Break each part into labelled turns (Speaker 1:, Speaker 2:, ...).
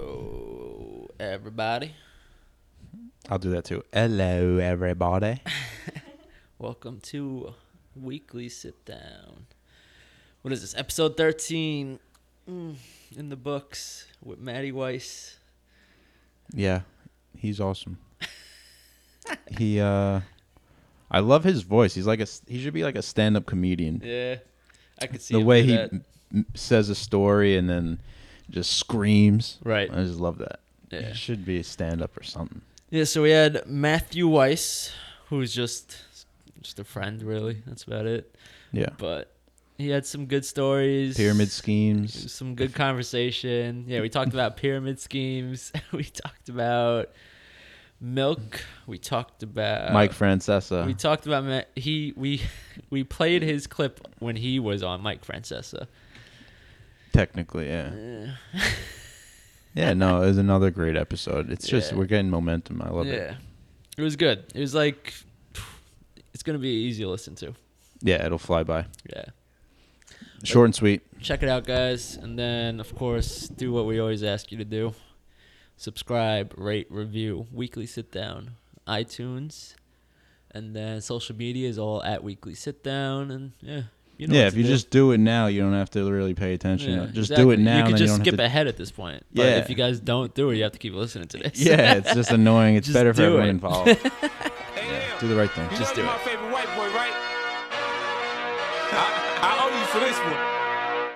Speaker 1: Hello, everybody.
Speaker 2: I'll do that too. Hello, everybody.
Speaker 1: Welcome to Weekly Sit Down. What is this? Episode 13 mm, in the books with Maddie Weiss.
Speaker 2: Yeah, he's awesome. he, uh, I love his voice. He's like a s- he should be like a stand-up comedian.
Speaker 1: Yeah, I could see
Speaker 2: the
Speaker 1: him
Speaker 2: way
Speaker 1: do
Speaker 2: he
Speaker 1: that.
Speaker 2: m- m- says a story and then just screams.
Speaker 1: Right.
Speaker 2: I just love that.
Speaker 1: Yeah.
Speaker 2: He should be a stand-up or something.
Speaker 1: yeah, so we had Matthew Weiss, who's just just a friend, really. That's about it.
Speaker 2: Yeah.
Speaker 1: But he had some good stories.
Speaker 2: Pyramid schemes.
Speaker 1: some good conversation. Yeah, we talked about pyramid schemes. We talked about milk. We talked about
Speaker 2: Mike Francesa.
Speaker 1: uh, We talked about Ma- he we we played his clip when he was on Mike Francesa. Eh,
Speaker 2: technically, yeah. Yeah, no, it was another great episode. It's just
Speaker 1: Yeah.
Speaker 2: we're getting momentum. I love it.
Speaker 1: yeah, it was good. It was like it's gonna be easy to listen to.
Speaker 2: Yeah, it'll fly by.
Speaker 1: Yeah,
Speaker 2: Short and sweet.
Speaker 1: check it out, guys, and then of course do what we always ask you to do: subscribe, rate, review. Weekly sit down, iTunes, and then social media is all at Weekly Sit Down, and yeah. You know
Speaker 2: yeah,
Speaker 1: what
Speaker 2: if
Speaker 1: to
Speaker 2: you
Speaker 1: do.
Speaker 2: just do it now, you don't have to really pay attention.
Speaker 1: Yeah,
Speaker 2: just do
Speaker 1: exactly.
Speaker 2: it now.
Speaker 1: You
Speaker 2: and
Speaker 1: can
Speaker 2: then
Speaker 1: just
Speaker 2: you don't
Speaker 1: skip
Speaker 2: have
Speaker 1: ahead at this point. But
Speaker 2: Yeah.
Speaker 1: if you guys don't do it, you have to keep listening to this.
Speaker 2: to, Yeah, it's just annoying. It's
Speaker 1: Just
Speaker 2: better for
Speaker 1: do
Speaker 2: everyone
Speaker 1: it.
Speaker 2: involved.
Speaker 3: Hey,
Speaker 2: do the right thing.
Speaker 3: you
Speaker 1: Just do
Speaker 3: know you
Speaker 1: it.
Speaker 3: my favorite white boy, right? I, I owe you for this one.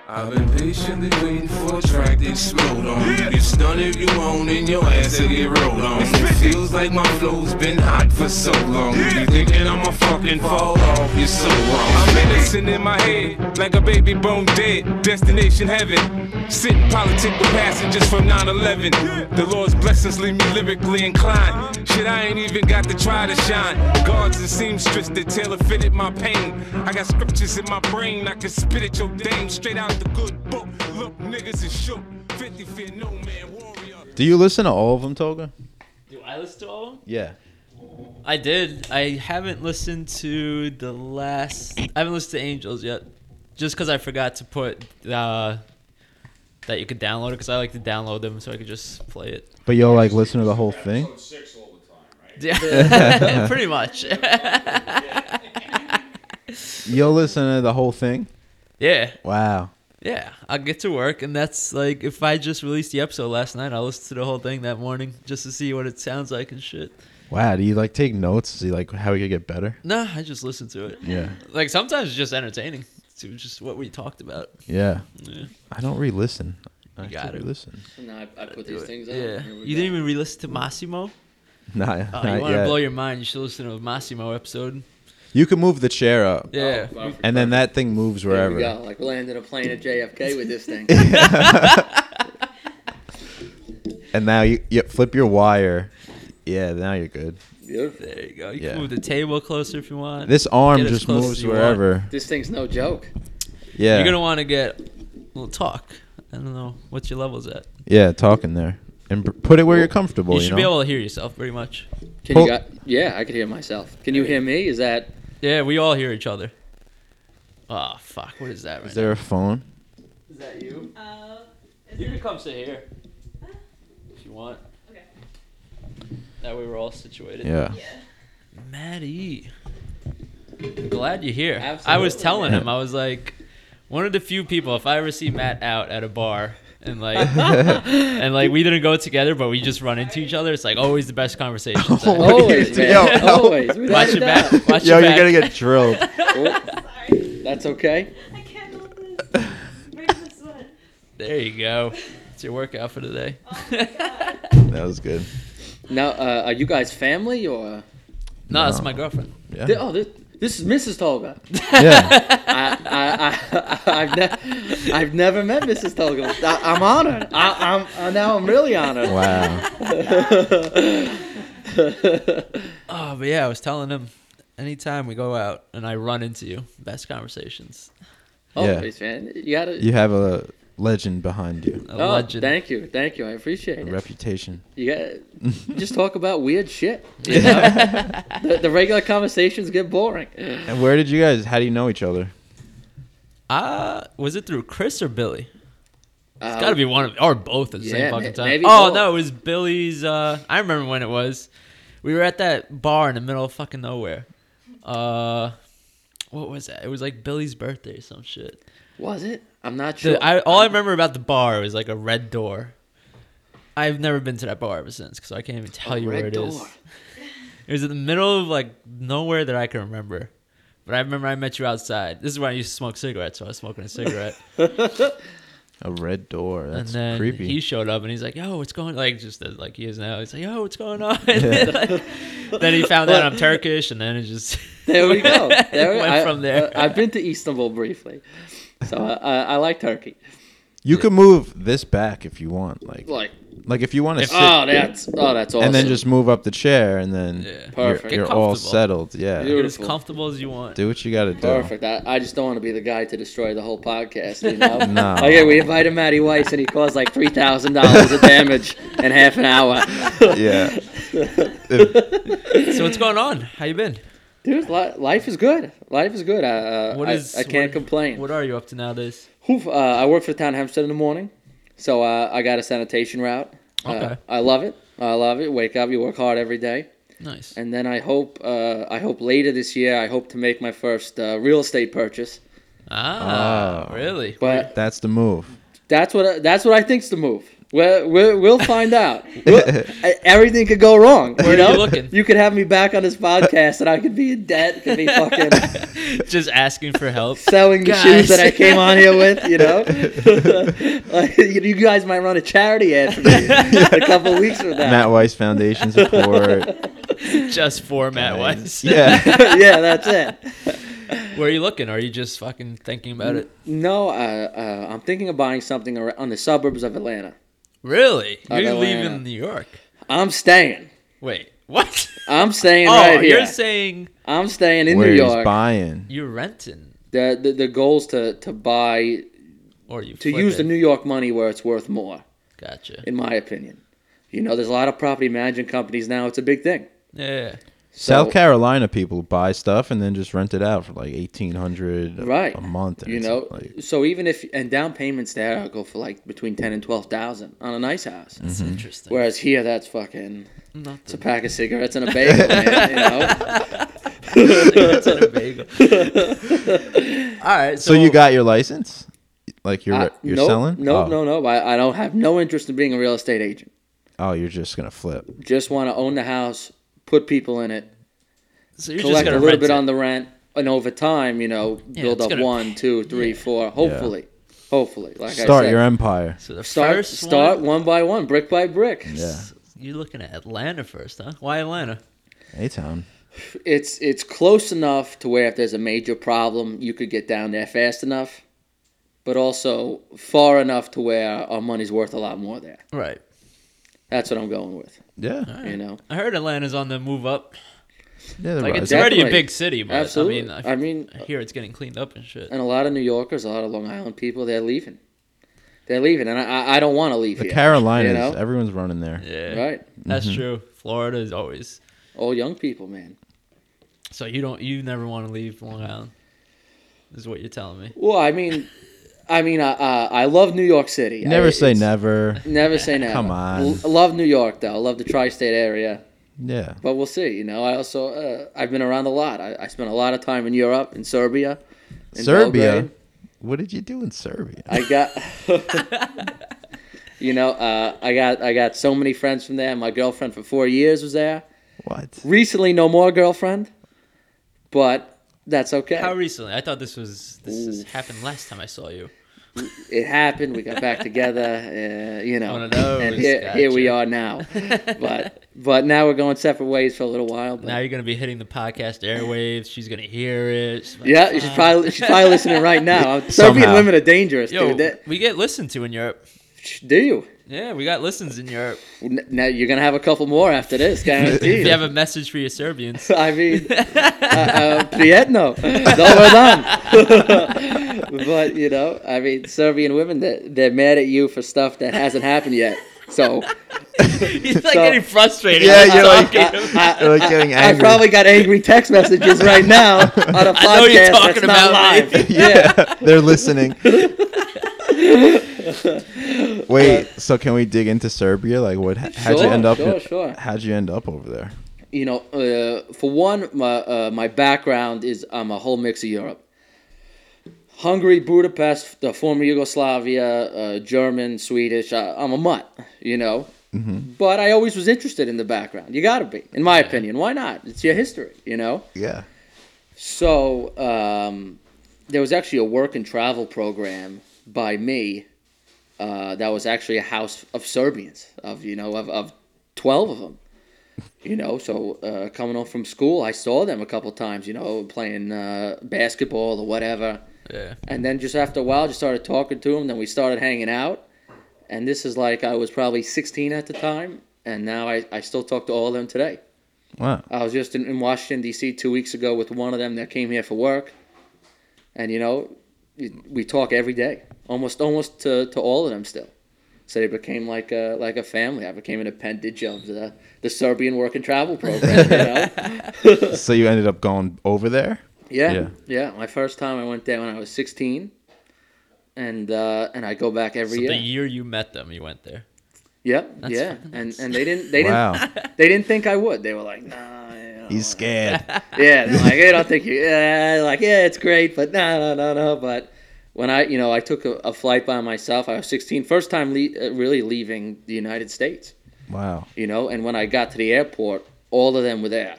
Speaker 4: I've been patiently waiting for a track to explode on. You get stunned if you own and your ass will get rolled on. It feels like my flow's been hot for so long. You thinking I'ma fucking fall off, you're so wrong.
Speaker 3: I'm innocent in my head, like a baby bone dead. Destination heaven. Sitting politic with passengers from 9 11. The Lord's blessings leave me lyrically inclined. Shit, I ain't even got to try to shine. Guards and seamstress that tailor fitted my pain. I got scriptures in my brain, I can spit at your dame straight out the good book. Look, niggas is shook. 50 fear no man warrior.
Speaker 2: Do you listen to all of them, Toga?
Speaker 1: Do I listen to all of them?
Speaker 2: Yeah.
Speaker 1: I did. I haven't listened to the last. I haven't listened to Angels yet, just because I forgot to put uh, that you could download it. Because I like to download them so I could just play it.
Speaker 2: But you'll like listen to the whole thing?
Speaker 1: Yeah, pretty much.
Speaker 2: You'll listen to the whole thing?
Speaker 1: yeah,
Speaker 2: Wow.
Speaker 1: yeah. I'll get to work, and that's like if I just released the episode last night, I'll listen to the whole thing that morning just to see what it sounds like and shit.
Speaker 2: Wow. Do you like take notes? See like how we could get better?
Speaker 1: No, I just listen to it.
Speaker 2: Yeah.
Speaker 1: Like sometimes it's just entertaining. It's just what we talked about.
Speaker 2: Yeah.
Speaker 1: Yeah.
Speaker 2: I don't re listen. I
Speaker 1: gotta.
Speaker 2: listen.
Speaker 5: No, I, I put these things on.
Speaker 1: Yeah.
Speaker 5: Here we
Speaker 1: You
Speaker 5: go.
Speaker 1: didn't even re-listen to Massimo.
Speaker 2: Nah,
Speaker 1: Oh,
Speaker 2: not
Speaker 1: you want to
Speaker 2: yet.
Speaker 1: blow your mind? You should listen to a Massimo episode.
Speaker 2: you can move the chair up.
Speaker 1: Yeah.
Speaker 5: Wow, for-
Speaker 2: And then that thing moves
Speaker 5: there
Speaker 2: wherever.
Speaker 5: we go. Like we landed a plane at JFK with this thing.
Speaker 2: And now you, you flip your wire. Yeah, now you're good.
Speaker 5: Beautiful.
Speaker 1: There you go. You
Speaker 2: Yeah.
Speaker 1: can move the table closer if you want.
Speaker 2: This arm
Speaker 1: Get as
Speaker 2: just
Speaker 1: close
Speaker 2: moves
Speaker 1: as you want.
Speaker 2: wherever.
Speaker 5: This thing's no joke.
Speaker 2: Yeah.
Speaker 1: You're gonna want to get a little talk. I don't know what your level's at.
Speaker 2: Yeah, talking there. And pr- put it where you're comfortable.
Speaker 1: You
Speaker 2: You,
Speaker 1: should
Speaker 2: know?
Speaker 1: be able to hear yourself pretty much.
Speaker 5: Can you
Speaker 2: Well-
Speaker 5: got, yeah, I could hear myself. Can you hear me? Is that
Speaker 1: Yeah, we all hear each other. Oh fuck! What is that right
Speaker 2: Is there a
Speaker 1: now?
Speaker 2: phone?
Speaker 1: Is that you?
Speaker 6: Oh, is
Speaker 1: You
Speaker 6: it?
Speaker 1: can come sit here if you want.
Speaker 6: Okay.
Speaker 1: That way we're all situated.
Speaker 2: Yeah.
Speaker 6: Yeah.
Speaker 1: Maddie. I'm glad you're here. I was
Speaker 5: Absolutely.
Speaker 1: telling him,
Speaker 2: Yeah.
Speaker 1: I was like, one of the few people, if I ever see Matt out at a bar and like, and like we didn't go together, but we just run into each other, it's like always the best conversations.
Speaker 2: Oh. What do you
Speaker 5: always,
Speaker 2: do?
Speaker 5: man?
Speaker 2: Yo, no.
Speaker 5: always. without
Speaker 1: Watch
Speaker 5: a
Speaker 1: your back.
Speaker 5: doubt.
Speaker 1: Watch
Speaker 2: Yo,
Speaker 1: your
Speaker 2: you're
Speaker 1: back.
Speaker 2: gonna get drilled.
Speaker 5: Oh,
Speaker 6: Sorry.
Speaker 5: that's okay.
Speaker 6: I can't help this. Where's this one?
Speaker 1: There you go. It's your workout for today.
Speaker 6: Oh my god.
Speaker 2: that was good.
Speaker 5: Now, uh, are you guys family or?
Speaker 1: no, that's
Speaker 2: No.
Speaker 1: my girlfriend.
Speaker 2: Yeah.
Speaker 5: Th- Oh, this, this is Mrs. Tolga.
Speaker 2: yeah.
Speaker 5: I, I, I, I've, ne- I've never met Mrs. Tolga. I, I'm honored. I, I'm uh, now I'm really honored.
Speaker 2: Wow.
Speaker 1: Oh, but yeah, I was telling him anytime we go out and I run into you, best conversations.
Speaker 5: Always, man. You gotta.
Speaker 2: You have a legend behind you.
Speaker 1: A
Speaker 5: Oh,
Speaker 1: legend.
Speaker 5: thank you, thank you. I appreciate
Speaker 2: A
Speaker 5: it.
Speaker 2: reputation.
Speaker 5: You got just talk about weird shit. You know? the, the regular conversations get boring.
Speaker 2: And where did you guys? How do you know each other?
Speaker 1: Uh, was it through Chris or Billy? It's got to be one of or both at the
Speaker 5: yeah,
Speaker 1: same
Speaker 5: may-
Speaker 1: fucking time.
Speaker 5: maybe
Speaker 1: oh
Speaker 5: both.
Speaker 1: no, it was Billy's. Uh, I remember when it was. We were at that bar in the middle of fucking nowhere. Uh, what was that? It was like Billy's birthday or some shit.
Speaker 5: Was it? I'm not sure.
Speaker 1: The, I all I remember about the bar was like a red door. I've never been to that bar ever since, so I can't even tell you where
Speaker 5: Red
Speaker 1: it is.
Speaker 5: Door.
Speaker 1: It was in the middle of like nowhere that I can remember. But I remember I met you outside. This is when I used to smoke cigarettes, so I was smoking a cigarette.
Speaker 2: A red door.
Speaker 1: and
Speaker 2: That's
Speaker 1: then
Speaker 2: creepy.
Speaker 1: he showed up and he's like, "Yo, what's going?" Like just as, like he is now. He's like, "Yo, what's going on?" And then, like, then he found out I'm Turkish, and then it just
Speaker 5: There we go. There we,
Speaker 1: went
Speaker 5: I,
Speaker 1: from there.
Speaker 5: uh, I've been to Istanbul briefly, so I, I, I like Turkey.
Speaker 2: you can move this back if you want. Like, like,
Speaker 5: Like,
Speaker 2: if you want to sit,
Speaker 5: oh, that's oh, that's awesome.
Speaker 2: and then just move up the chair, and then
Speaker 1: Yeah.
Speaker 2: you're,
Speaker 5: Perfect.
Speaker 2: you're
Speaker 1: Get
Speaker 2: all
Speaker 1: comfortable.
Speaker 2: settled. Yeah.
Speaker 5: You're-
Speaker 1: Get as
Speaker 5: Beautiful.
Speaker 1: comfortable as you want.
Speaker 2: Do what you got to do.
Speaker 5: Perfect. I, I just don't want to be the guy to destroy the whole podcast. You know?
Speaker 2: No.
Speaker 5: Okay, we invited Matty Weiss, and he caused like three thousand dollars of damage in half an hour.
Speaker 2: Yeah.
Speaker 1: So what's going on? How you been?
Speaker 5: Dude, li- life is good. Life is good. I, uh,
Speaker 1: What
Speaker 5: I,
Speaker 1: is?
Speaker 5: I can't
Speaker 1: what-
Speaker 5: complain.
Speaker 1: What are you up to nowadays?
Speaker 5: Oof, uh, I work for the town of Hempstead in the morning, so uh, I got a sanitation route. Uh,
Speaker 1: Okay.
Speaker 5: I love it. I love it. Wake up, you work hard every day,
Speaker 1: Nice.
Speaker 5: and then I hope uh, I hope later this year I hope to make my first uh, real estate purchase.
Speaker 1: Ah,
Speaker 2: Oh.
Speaker 1: really?
Speaker 5: But
Speaker 2: That's the move.
Speaker 5: that's what I, that's what I think's the move. We're, we're, we'll find out. We'll- e- everything could go wrong.
Speaker 1: Where
Speaker 5: you
Speaker 1: are
Speaker 5: know,
Speaker 1: you looking?
Speaker 5: You could have me back on this podcast, and I could be in debt. Could be fucking
Speaker 1: Just asking for help.
Speaker 5: selling the
Speaker 1: Guys.
Speaker 5: shoes that I came on here with. You know, Like, you you guys might run a charity ad for me in a couple weeks from now.
Speaker 2: Matt Weiss Foundation support.
Speaker 1: Just format wise.
Speaker 2: yeah.
Speaker 5: yeah, that's it.
Speaker 1: Where are you looking? Are you just fucking thinking about it?
Speaker 5: No, uh, uh, I'm thinking of buying something ar- on the suburbs of Atlanta.
Speaker 1: Really?
Speaker 5: Of
Speaker 1: You're
Speaker 5: Atlanta.
Speaker 1: leaving New York.
Speaker 5: I'm staying.
Speaker 1: Wait, what?
Speaker 5: I'm staying
Speaker 1: oh,
Speaker 5: right here.
Speaker 1: you're saying
Speaker 5: I'm staying in
Speaker 2: Where he's
Speaker 5: New York.
Speaker 2: buying.
Speaker 1: you're renting
Speaker 5: the, the the goal's to to buy
Speaker 1: or you
Speaker 5: to use the
Speaker 1: flipping.
Speaker 5: New York money where it's worth more,
Speaker 1: Gotcha.
Speaker 5: in my opinion. You know, there's a lot of property management companies now. It's a big thing.
Speaker 1: Yeah.
Speaker 2: South
Speaker 5: So-
Speaker 2: Carolina people buy stuff and then just rent it out for like eighteen hundred
Speaker 5: right
Speaker 2: a month. and
Speaker 5: you
Speaker 2: it's,
Speaker 5: know
Speaker 2: like-
Speaker 5: so even if and down payments there go for like between 10 and 12000 on a nice house
Speaker 2: Mm.
Speaker 1: It's
Speaker 2: Mm-hmm.
Speaker 1: interesting.
Speaker 5: whereas here that's fucking
Speaker 1: Not
Speaker 5: it's a pack of cigarettes and a bagel man, you know
Speaker 1: cigarettes and a bagel. All right.
Speaker 2: so,
Speaker 1: So,
Speaker 2: you got your license? Like you're
Speaker 5: I-
Speaker 2: you're
Speaker 5: nope,
Speaker 2: selling?
Speaker 5: nope,
Speaker 2: oh.
Speaker 5: no no I, I don't have no interest in being a real estate agent
Speaker 2: Oh, you're just gonna flip.
Speaker 5: just want to own the house put people in it
Speaker 1: so you're just
Speaker 5: collect a
Speaker 1: gonna
Speaker 5: little
Speaker 1: rent
Speaker 5: bit
Speaker 1: it.
Speaker 5: on the rent and over time you know build
Speaker 1: it's
Speaker 5: up
Speaker 1: gonna
Speaker 5: one, two, three, four. hopefully hopefully like I
Speaker 2: Start
Speaker 5: said,
Speaker 2: your empire.
Speaker 1: So the
Speaker 5: start,
Speaker 1: first
Speaker 5: start
Speaker 1: one-
Speaker 5: one by one brick by brick
Speaker 2: Yeah.
Speaker 1: You're looking at Atlanta first, huh? Why Atlanta?
Speaker 2: A town.
Speaker 5: it's it's close enough to where if there's a major problem, you could get down there fast enough, but also far enough to where our money's worth a lot more there.
Speaker 1: Right.
Speaker 5: That's what I'm going with.
Speaker 2: Yeah.
Speaker 5: You know,
Speaker 1: I heard Atlanta's on the move up.
Speaker 2: Yeah, they're
Speaker 1: Like it's
Speaker 2: rising.
Speaker 1: already a
Speaker 5: Definitely.
Speaker 1: big city, but
Speaker 5: absolutely.
Speaker 1: I mean, I,
Speaker 5: I mean,
Speaker 1: I hear it's getting cleaned up and shit.
Speaker 5: and a lot of New Yorkers, a lot of Long Island people, they're leaving. They're leaving, and I- I I don't want to leave
Speaker 2: the
Speaker 5: here.
Speaker 2: Carolinas,
Speaker 5: you know?
Speaker 2: everyone's running there.
Speaker 1: Yeah,
Speaker 5: right?
Speaker 1: that's true. Florida is always
Speaker 5: All young people, man.
Speaker 1: so. You don't, you never want to leave Long Island, is what you're telling me.
Speaker 5: Well, I mean, I mean, I uh, I love New York City.
Speaker 2: Never
Speaker 5: I-
Speaker 2: say
Speaker 5: it's-
Speaker 2: never.
Speaker 5: Never say never.
Speaker 2: Come on.
Speaker 5: L- love New York though. Love the tri-state area.
Speaker 2: Yeah.
Speaker 5: But we'll see. You know, I also uh, I've been around a lot. I, I spent a lot of time in Europe, in Serbia, in
Speaker 2: Serbia.
Speaker 5: Belgrade.
Speaker 2: What did you do in Serbia?
Speaker 5: I got, you know, uh, I got I got so many friends from there. My girlfriend for four years was there.
Speaker 2: what?
Speaker 5: Recently, no more girlfriend, but that's okay.
Speaker 1: How recently? I thought this was this has happened last time I saw you.
Speaker 5: it happened. We got back together. Uh, you know,
Speaker 1: One of those,
Speaker 5: and here, here we
Speaker 1: gotcha.
Speaker 5: are now. But but now we're going separate ways for a little while. But
Speaker 1: Now you're gonna be hitting the podcast airwaves. She's gonna hear it. She's like,
Speaker 5: yeah, she's probably she's probably listening right now. Serbian
Speaker 2: Somehow.
Speaker 5: women are dangerous,
Speaker 1: Yo,
Speaker 5: dude. That-
Speaker 1: we get listened to in Europe.
Speaker 5: Do you?
Speaker 1: Yeah, we got listens in Europe.
Speaker 5: N- Now you're gonna have a couple more after this,
Speaker 1: If
Speaker 5: guaranteed.
Speaker 1: you have a message for your Serbians,
Speaker 5: I mean, uh, uh, prijetno, dobro dan. but you know, I mean, Serbian women they're, they're mad at you for stuff that hasn't happened yet. So uh,
Speaker 1: he's like
Speaker 5: So-
Speaker 1: getting frustrated.
Speaker 2: Yeah,
Speaker 1: He's
Speaker 2: you're like-
Speaker 1: talking.
Speaker 5: I,
Speaker 2: You're like getting
Speaker 5: I
Speaker 2: angry.
Speaker 5: probably got angry text messages right now on a podcast
Speaker 1: I know you're
Speaker 5: that's
Speaker 1: talking
Speaker 5: not
Speaker 1: about me.
Speaker 5: live.
Speaker 2: yeah, they're listening. Wait, so can we dig into Serbia? Like, what? How'd you
Speaker 5: Uh, Sure,
Speaker 2: end up?
Speaker 5: sure, sure.
Speaker 2: How'd you end up over there?
Speaker 5: you know, uh, for one, my uh, my background is I'm a whole mix of Europe. Hungary, Budapest, the former Yugoslavia, uh, German, Swedish. I, I'm a mutt, you know. But I always was interested in the background. You got to be, in my opinion. Why not? It's your history, you know.
Speaker 2: Yeah.
Speaker 5: So um, there was actually a work and travel program by me uh, that was actually a house of Serbians of you know of, of twelve of them. You know, so uh, coming home from school, I saw them a couple times. You know, playing uh, basketball or whatever.
Speaker 1: Yeah.
Speaker 5: And then just after a while, just started talking to him. Then we started hanging out. And this is like I was probably 16 at the time. And now I, I still talk to all of them today.
Speaker 2: Wow.
Speaker 5: I was just in, in Washington D.C. two weeks ago with one of them that came here for work, and you know, it- we talk every day, almost almost to, to all of them still. So they became like a like a family. I became an appendage of the the Serbian work and travel program. You know?
Speaker 2: So you ended up going over there?
Speaker 5: yeah,
Speaker 2: Yeah.
Speaker 5: yeah, My first time I went there when I was 16, and uh, and I go back every
Speaker 1: So
Speaker 5: year.
Speaker 1: the year you met them, you went there.
Speaker 5: Yep, yeah, and and they didn't they didn't
Speaker 2: Wow.
Speaker 5: they didn't think I would. They were like, nah. you know,
Speaker 2: He's scared.
Speaker 5: Yeah, they're like I don't think you. Yeah, like yeah, it's great, but no, no, no, no. But when I, you know, I took a, a flight by myself. I was 16, first time le- uh, really leaving the United States.
Speaker 2: Wow.
Speaker 5: You know, and when I got to the airport, all of them were there,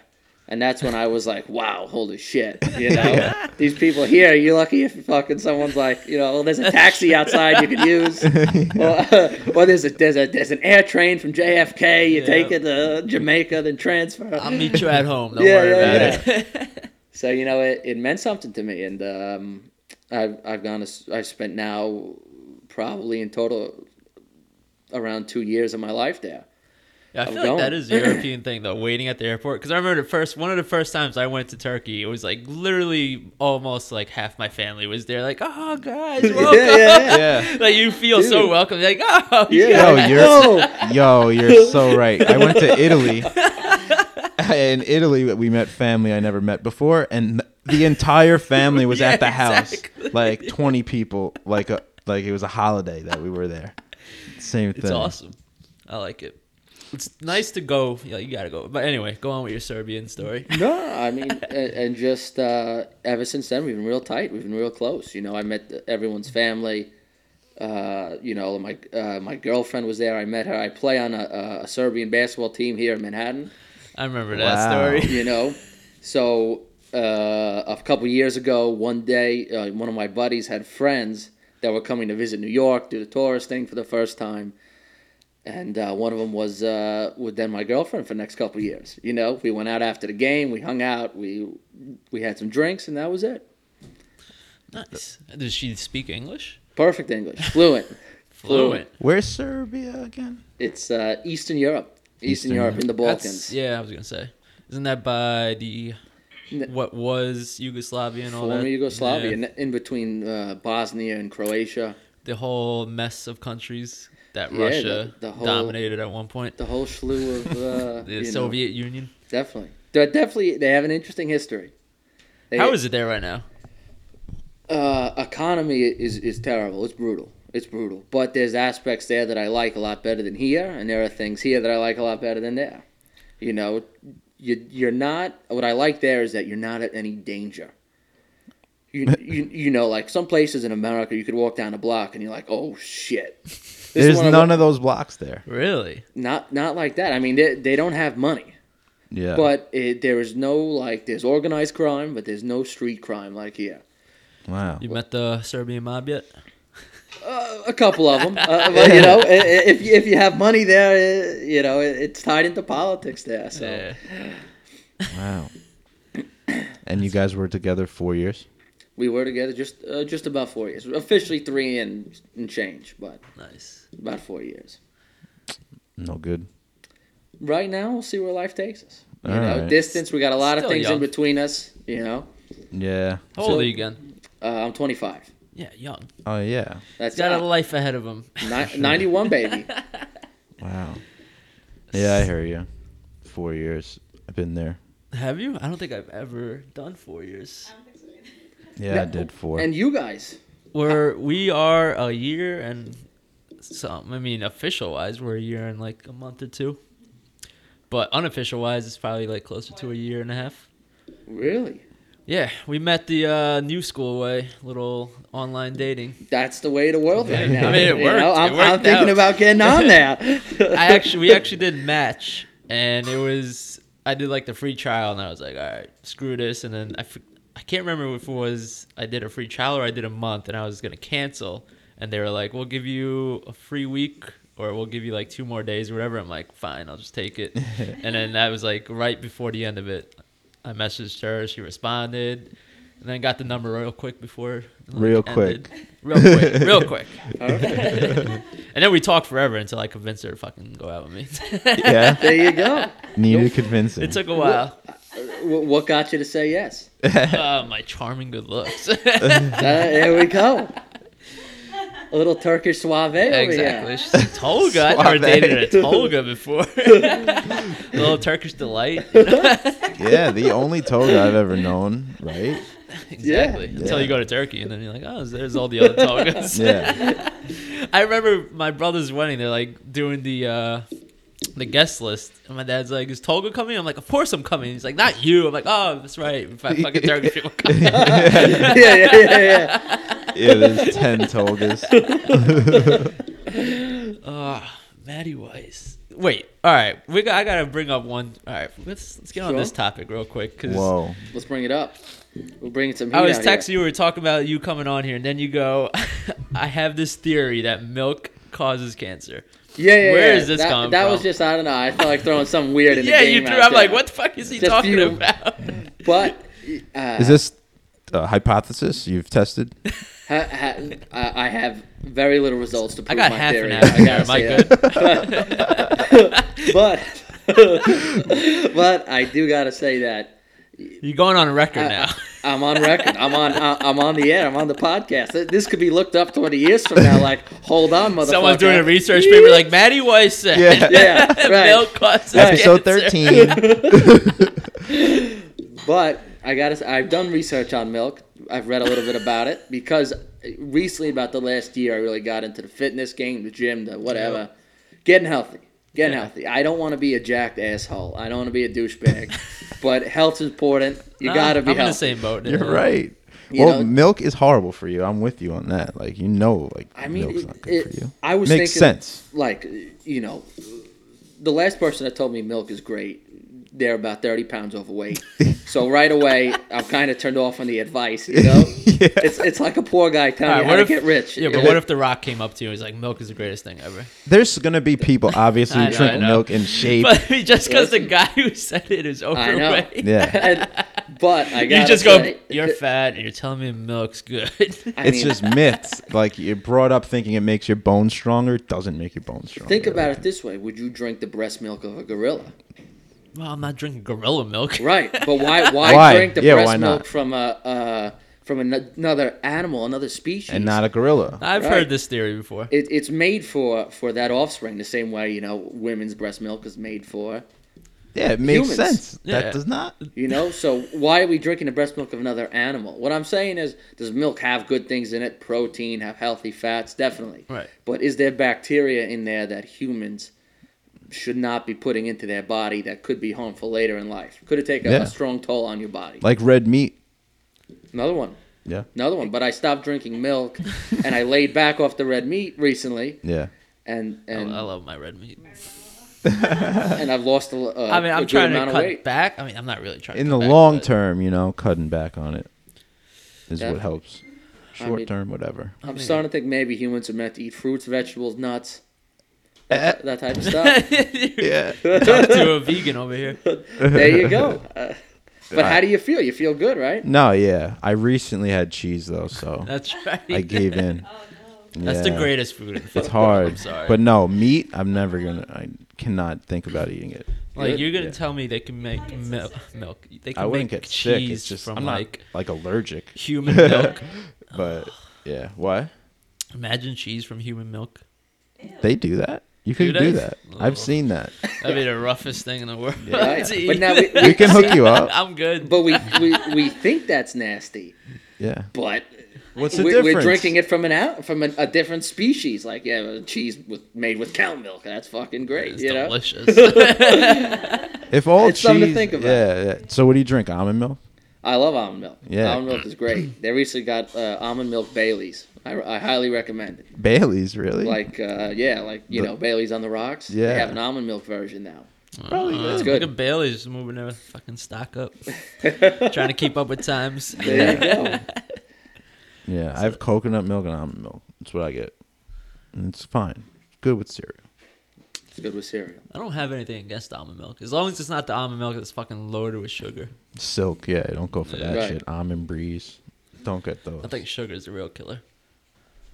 Speaker 5: and that's when I was like, wow, holy shit. You know, these people here. You're lucky if fucking someone's like, you know, well, there's a taxi outside you could use. Or, or there's a there's a there's an air train from JFK. You
Speaker 1: Yeah.
Speaker 5: take it to Jamaica, then transfer.
Speaker 1: I'll meet you at home. Don't
Speaker 5: Yeah,
Speaker 1: worry
Speaker 5: yeah,
Speaker 1: about it.
Speaker 5: so you know it, it meant something to me and um, I've, I've gone to, s- i've spent now probably in total around two years of my life there
Speaker 1: Yeah, I
Speaker 5: I'm
Speaker 1: feel like that
Speaker 5: going.
Speaker 1: is a European thing though, waiting at the airport. Because I remember the first one of the first times I went to Turkey, it was like literally almost like half my family was there, like, oh guys, welcome.
Speaker 5: yeah, yeah, yeah.
Speaker 1: Like you feel so
Speaker 5: Dude.
Speaker 1: welcome. Like, oh
Speaker 5: Yeah.
Speaker 1: yeah.
Speaker 2: Yo, you're yo, you're so right. I went to Italy. In Italy, we met family I never met before, and the entire family was
Speaker 1: Yeah,
Speaker 2: at the house,
Speaker 1: exactly.
Speaker 2: like twenty people. Like a like it was a holiday that we were there. Same thing.
Speaker 1: It's awesome. I like it. It's nice to go. Yeah, you gotta go. But anyway, go on with your Serbian story.
Speaker 5: no i mean and, and just uh, ever since then we've been real tight we've been real close you know i met everyone's family uh, you know my uh, my girlfriend was there i met her i play on a, a serbian basketball team here in manhattan
Speaker 1: I remember that
Speaker 2: Wow.
Speaker 1: story.
Speaker 5: you know so uh, a couple years ago one day uh, one of my buddies had friends that were coming to visit new york do the tourist thing for the first time and uh, one of them was uh, was then my girlfriend for the next couple years you know we went out after the game we hung out we we had some drinks and that was it
Speaker 1: Nice. Does she speak English?
Speaker 5: perfect english fluent
Speaker 1: Fluent.
Speaker 2: Where's Serbia again?
Speaker 5: it's uh, eastern europe eastern, europe in the
Speaker 1: That's,
Speaker 5: balkans
Speaker 1: yeah, I was gonna say. Isn't that by the
Speaker 5: N-
Speaker 1: what was Yugoslavia and all
Speaker 5: former
Speaker 1: that?
Speaker 5: yugoslavia
Speaker 1: Yeah.
Speaker 5: in, in between uh, bosnia and croatia
Speaker 1: the whole mess of countries that
Speaker 5: Yeah,
Speaker 1: Russia
Speaker 5: the- the whole-
Speaker 1: dominated at one point.
Speaker 5: the whole slew of uh,
Speaker 1: The
Speaker 5: you know,
Speaker 1: Soviet Union.
Speaker 5: Definitely. They're definitely they have an interesting history. They,
Speaker 1: How is it there right now?
Speaker 5: uh, economy is is terrible. It's brutal. It's brutal. But there's aspects there that I like a lot better than here, and there are things here that I like a lot better than there. You know, you you're not. What I like there is that you're not at any danger. You, you, you know like some places in America you could walk down a block and you're like oh shit This is
Speaker 2: There's
Speaker 5: one of
Speaker 2: none
Speaker 5: the-
Speaker 2: of those blocks there.
Speaker 1: Really?
Speaker 5: not not like that I mean they, they don't have money
Speaker 2: Yeah.
Speaker 5: But it, there is no like there's organized crime, but there's no street crime like here.
Speaker 2: wow.
Speaker 1: You met the Serbian mob yet?
Speaker 5: Uh, a couple of them, uh, but you know, i- i- if you- if you have money there, uh, you know it, it's tied into politics there. So
Speaker 1: Yeah.
Speaker 2: Wow. And you guys were together four years.
Speaker 5: we were together just uh, just about four years, officially three and and change, but
Speaker 1: Nice.
Speaker 5: about four years.
Speaker 2: No good.
Speaker 5: Right now, we'll see where life takes us. You
Speaker 2: All
Speaker 5: know,
Speaker 2: right.
Speaker 5: distance. We got a lot of
Speaker 1: Still
Speaker 5: things
Speaker 1: young.
Speaker 5: in between us. You know,
Speaker 2: Yeah.
Speaker 1: How old are you again?
Speaker 5: uh, I'm 25.
Speaker 1: Yeah, young.
Speaker 2: Oh yeah.
Speaker 5: That's
Speaker 1: He's got a
Speaker 5: uh,
Speaker 1: life ahead of him.
Speaker 5: ni- 91, baby.
Speaker 2: Wow. Yeah, I hear you. Four years. I've been there.
Speaker 1: Have you? I don't think I've ever done four years.
Speaker 2: Yeah, I did four.
Speaker 5: And you guys,
Speaker 1: We're we are a year and some. I mean, official wise, we're a year and like a month or two. But unofficial wise, it's probably like closer to a year and a half.
Speaker 5: Really?
Speaker 1: Yeah, we met the uh, new school way, little online dating.
Speaker 5: That's the way of the world right now.
Speaker 1: I mean, it
Speaker 5: You
Speaker 1: worked.
Speaker 5: know,
Speaker 1: It
Speaker 5: I'm,
Speaker 1: worked
Speaker 5: I'm thinking
Speaker 1: out.
Speaker 5: about getting on there.
Speaker 1: I actually we actually did match, and it was I did like the free trial, and I was like, all right, screw this. And then I, f- I can't remember if it was I did a free trial or I did a month, and I was gonna cancel, and they were like, we'll give you a free week. Or we'll give you like two more days or whatever. I'm like, fine, I'll just take it. and then that was like right before the end of it. I messaged her, she responded, and then got the number real quick before. it, like,
Speaker 2: Real quick.
Speaker 1: ended. Real quick. Real quick.
Speaker 5: Perfect.
Speaker 1: And then we talked forever until I convinced her to fucking go out with me.
Speaker 2: yeah,
Speaker 5: There you go.
Speaker 2: needed convincing.
Speaker 1: It took a while.
Speaker 5: W- what got you to say yes?
Speaker 1: Uh, my charming good looks.
Speaker 5: Uh, there we go. A little Turkish suave over
Speaker 1: exactly.
Speaker 5: here.
Speaker 1: She's a Tolga. I never
Speaker 2: Suave.
Speaker 1: dated a Tolga before. a little Turkish delight.
Speaker 2: yeah, the only toga I've ever known, right?
Speaker 1: exactly. Until
Speaker 2: Yeah.
Speaker 1: you go to Turkey, and then you're like, oh, there's all the other Tolgas.
Speaker 2: Yeah.
Speaker 1: I remember my brother's wedding. They're like doing the uh, the guest list, and my dad's like, "Is Tolga coming?" I'm like, "Of course I'm coming." He's like, "Not you." I'm like, "Oh, that's right. If I fucking Turkish people come."
Speaker 2: yeah,
Speaker 5: Yeah, yeah, yeah, yeah.
Speaker 2: there's 10 togas.
Speaker 1: Ah, Maddie Weiss. Wait. All right. We got, I gotta bring up one. All right. Let's let's get on
Speaker 5: Sure.
Speaker 1: this topic real quick because
Speaker 2: Whoa.
Speaker 5: Let's bring it up. We're bringing some heat
Speaker 1: I was
Speaker 5: out
Speaker 1: texting
Speaker 5: here.
Speaker 1: you. We were talking about you coming on here, and then you go, "I have this theory that milk causes cancer."
Speaker 5: Yeah, yeah,
Speaker 1: Where
Speaker 5: yeah.
Speaker 1: is this
Speaker 5: that,
Speaker 1: coming
Speaker 5: That was
Speaker 1: from?
Speaker 5: just I don't know. I felt like throwing something weird in
Speaker 1: Yeah,
Speaker 5: the
Speaker 1: you
Speaker 5: game.
Speaker 1: threw.
Speaker 5: out
Speaker 1: I'm like,
Speaker 5: there.
Speaker 1: what the fuck is he
Speaker 5: Just
Speaker 1: talking
Speaker 5: fume.
Speaker 1: about?
Speaker 5: But uh,
Speaker 2: Is this a hypothesis you've tested?
Speaker 5: ha- ha- I I have very little results to prove
Speaker 1: I got
Speaker 5: my
Speaker 1: half
Speaker 5: theory.
Speaker 1: an hour.
Speaker 5: I gotta
Speaker 1: Am I
Speaker 5: say
Speaker 1: good?
Speaker 5: that. But but I do gotta say that
Speaker 1: You're going on record
Speaker 5: I-
Speaker 1: now.
Speaker 5: I, am on record. I'm on. I, I'm on the air. I'm on the podcast. Th- This could be looked up 20 years from now. Like, hold on, motherfucker.
Speaker 1: Someone's doing a research paper like Maddie Weiss said.
Speaker 2: Yeah.
Speaker 5: Yeah, right.
Speaker 1: milk causes
Speaker 2: Episode
Speaker 1: cancer.
Speaker 2: 13.
Speaker 5: But I got. to I've done research on milk. I've read a little bit about it because uh, recently, about the last year, I really got into the fitness game, the gym, the whatever, getting healthy. Getting
Speaker 1: Yeah.
Speaker 5: healthy. I don't want to be a jacked asshole. I don't want to be a douchebag. but health's important. You
Speaker 1: Nah,
Speaker 5: gotta be
Speaker 1: I'm in the
Speaker 5: healthy.
Speaker 1: same boat.
Speaker 2: You're
Speaker 1: dude.
Speaker 2: right.
Speaker 5: You
Speaker 2: well,
Speaker 5: know-
Speaker 2: milk is horrible for you. I'm with you on that. Like, you know, like,
Speaker 5: I mean,
Speaker 2: milk's
Speaker 5: it-
Speaker 2: not good
Speaker 5: it-
Speaker 2: for you.
Speaker 5: I was
Speaker 2: Makes
Speaker 5: thinking-
Speaker 2: sense.
Speaker 5: like you know the last person that told me milk is great they're about 30 pounds overweight so right away i'm kind of turned off on the advice you know
Speaker 2: Yeah.
Speaker 5: it's, it's like a poor guy telling
Speaker 1: All
Speaker 5: you
Speaker 1: right,
Speaker 5: how
Speaker 1: Ah, what
Speaker 5: to
Speaker 1: if-
Speaker 5: get rich
Speaker 1: Yeah, but what if The Rock came up to you and was like, milk is the greatest thing ever?
Speaker 2: There's going to be people, obviously,
Speaker 1: I
Speaker 2: who
Speaker 1: know, I
Speaker 2: drink
Speaker 1: know.
Speaker 2: milk in shape.
Speaker 1: But just because the guy who said it is
Speaker 5: know.
Speaker 1: overweight.
Speaker 2: yeah.
Speaker 5: And- but i
Speaker 1: You
Speaker 5: gotta
Speaker 1: just go,
Speaker 5: say,
Speaker 1: you're fat, and you're telling me milk's good.
Speaker 5: I
Speaker 2: It's
Speaker 5: mean,
Speaker 2: just myths. Like you're brought up thinking it makes your bones stronger. It doesn't make your bones stronger.
Speaker 5: think about it this way would you drink the breast milk of a gorilla
Speaker 1: well, I'm not drinking gorilla milk.
Speaker 5: right but why why,
Speaker 2: Why?
Speaker 5: drink the
Speaker 2: Yeah, why
Speaker 5: breast
Speaker 2: not?
Speaker 5: milk from a uh, from an- another animal another species
Speaker 2: And not a gorilla.
Speaker 1: I've
Speaker 5: Right.
Speaker 1: heard this theory before.
Speaker 5: it, it's made for for that offspring the same way you know women's breast milk is made for
Speaker 2: yeah, it makes
Speaker 5: humans.
Speaker 2: sense.
Speaker 1: Yeah.
Speaker 2: That does not.
Speaker 5: you know so why are we drinking the breast milk of another animal what i'm saying is does milk have good things in it protein have healthy fats definitely
Speaker 1: Right.
Speaker 5: but is there bacteria in there that humans should not be putting into their body that could be harmful later in life could it take a,
Speaker 2: Yeah.
Speaker 5: a strong toll on your body
Speaker 2: Like red meat.
Speaker 5: another one
Speaker 2: Yeah.
Speaker 5: another one but i stopped drinking milk and i laid back off the red meat recently
Speaker 2: Yeah.
Speaker 5: and
Speaker 1: I, I
Speaker 5: and
Speaker 2: Oh,
Speaker 1: love my red meat.
Speaker 5: and i've lost a, a,
Speaker 1: I mean,
Speaker 5: a
Speaker 1: I'm
Speaker 5: good
Speaker 1: trying to
Speaker 5: amount
Speaker 1: cut
Speaker 5: of weight
Speaker 1: back. I mean, I'm not really trying.
Speaker 2: In
Speaker 1: to
Speaker 2: the
Speaker 1: cut back,
Speaker 2: long
Speaker 1: but
Speaker 2: term, you know, cutting back on it is
Speaker 5: Yeah.
Speaker 2: what helps.
Speaker 5: I
Speaker 2: Short
Speaker 5: mean-
Speaker 2: term, whatever.
Speaker 5: i'm
Speaker 1: mean-
Speaker 5: starting to think maybe humans are meant to eat fruits vegetables nuts
Speaker 2: Eh,
Speaker 5: that, that type of stuff
Speaker 2: Yeah.
Speaker 1: Talk to a vegan over here.
Speaker 5: There you go. Uh, but how do you feel? You feel good, right?
Speaker 2: no, yeah. I recently had cheese though, so
Speaker 1: That's right.
Speaker 2: I gave in.
Speaker 1: That's the
Speaker 2: Yeah.
Speaker 1: greatest food. In the
Speaker 2: It's hard.
Speaker 1: I'm sorry.
Speaker 2: But no, meat. I'm never gonna. I cannot think about eating it.
Speaker 1: like, you're gonna
Speaker 2: Yeah.
Speaker 1: tell me they can make milk. Milk. They can
Speaker 2: I wouldn't
Speaker 1: make
Speaker 2: get sick.
Speaker 1: cheese
Speaker 2: It's just
Speaker 1: from
Speaker 2: I'm
Speaker 1: like
Speaker 2: not like allergic.
Speaker 1: human milk.
Speaker 2: But yeah, what?
Speaker 1: Imagine cheese from human milk.
Speaker 2: They do that. You
Speaker 1: Do
Speaker 2: can do
Speaker 1: they?
Speaker 2: that.
Speaker 1: Oh.
Speaker 2: I've seen that.
Speaker 1: That'd be the roughest thing in the world.
Speaker 5: Right.
Speaker 1: to eat.
Speaker 5: But now we,
Speaker 2: We
Speaker 5: we-
Speaker 2: can hook you up.
Speaker 1: I'm good.
Speaker 5: but we, we we think that's nasty,
Speaker 2: Yeah.
Speaker 5: but
Speaker 2: What's the
Speaker 5: We're,
Speaker 2: difference?
Speaker 5: we're drinking it from an out from an, a different species. Like yeah, well, cheese with, made with cow milk. That's fucking great.
Speaker 1: It's
Speaker 5: you know.
Speaker 1: delicious.
Speaker 2: If all
Speaker 5: It's
Speaker 2: cheese,
Speaker 5: something to think about.
Speaker 2: Yeah, yeah. So what do you drink? Almond milk?
Speaker 5: I love almond milk.
Speaker 2: Yeah.
Speaker 5: Almond milk is great. They recently got uh, almond milk Bailey's. I, I highly recommend it.
Speaker 2: Bailey's, really?
Speaker 5: Like, uh, yeah, like, you
Speaker 2: The-
Speaker 5: know, Bailey's on the rocks.
Speaker 2: Yeah.
Speaker 5: They have an almond milk version now.
Speaker 1: Probably
Speaker 5: That's
Speaker 1: Look
Speaker 5: good.
Speaker 1: at Bailey's moving their fucking stock up, trying to keep up with times.
Speaker 5: There you go.
Speaker 2: yeah, I have coconut milk and almond milk. That's what I get. And it's fine. Good with cereal.
Speaker 5: It's good with cereal.
Speaker 1: I don't have anything against almond milk, as long as it's not the almond milk that's fucking loaded with sugar.
Speaker 2: Silk, yeah, don't go for that
Speaker 5: Right.
Speaker 2: shit. Almond breeze. Don't get those.
Speaker 1: I think sugar is the real killer.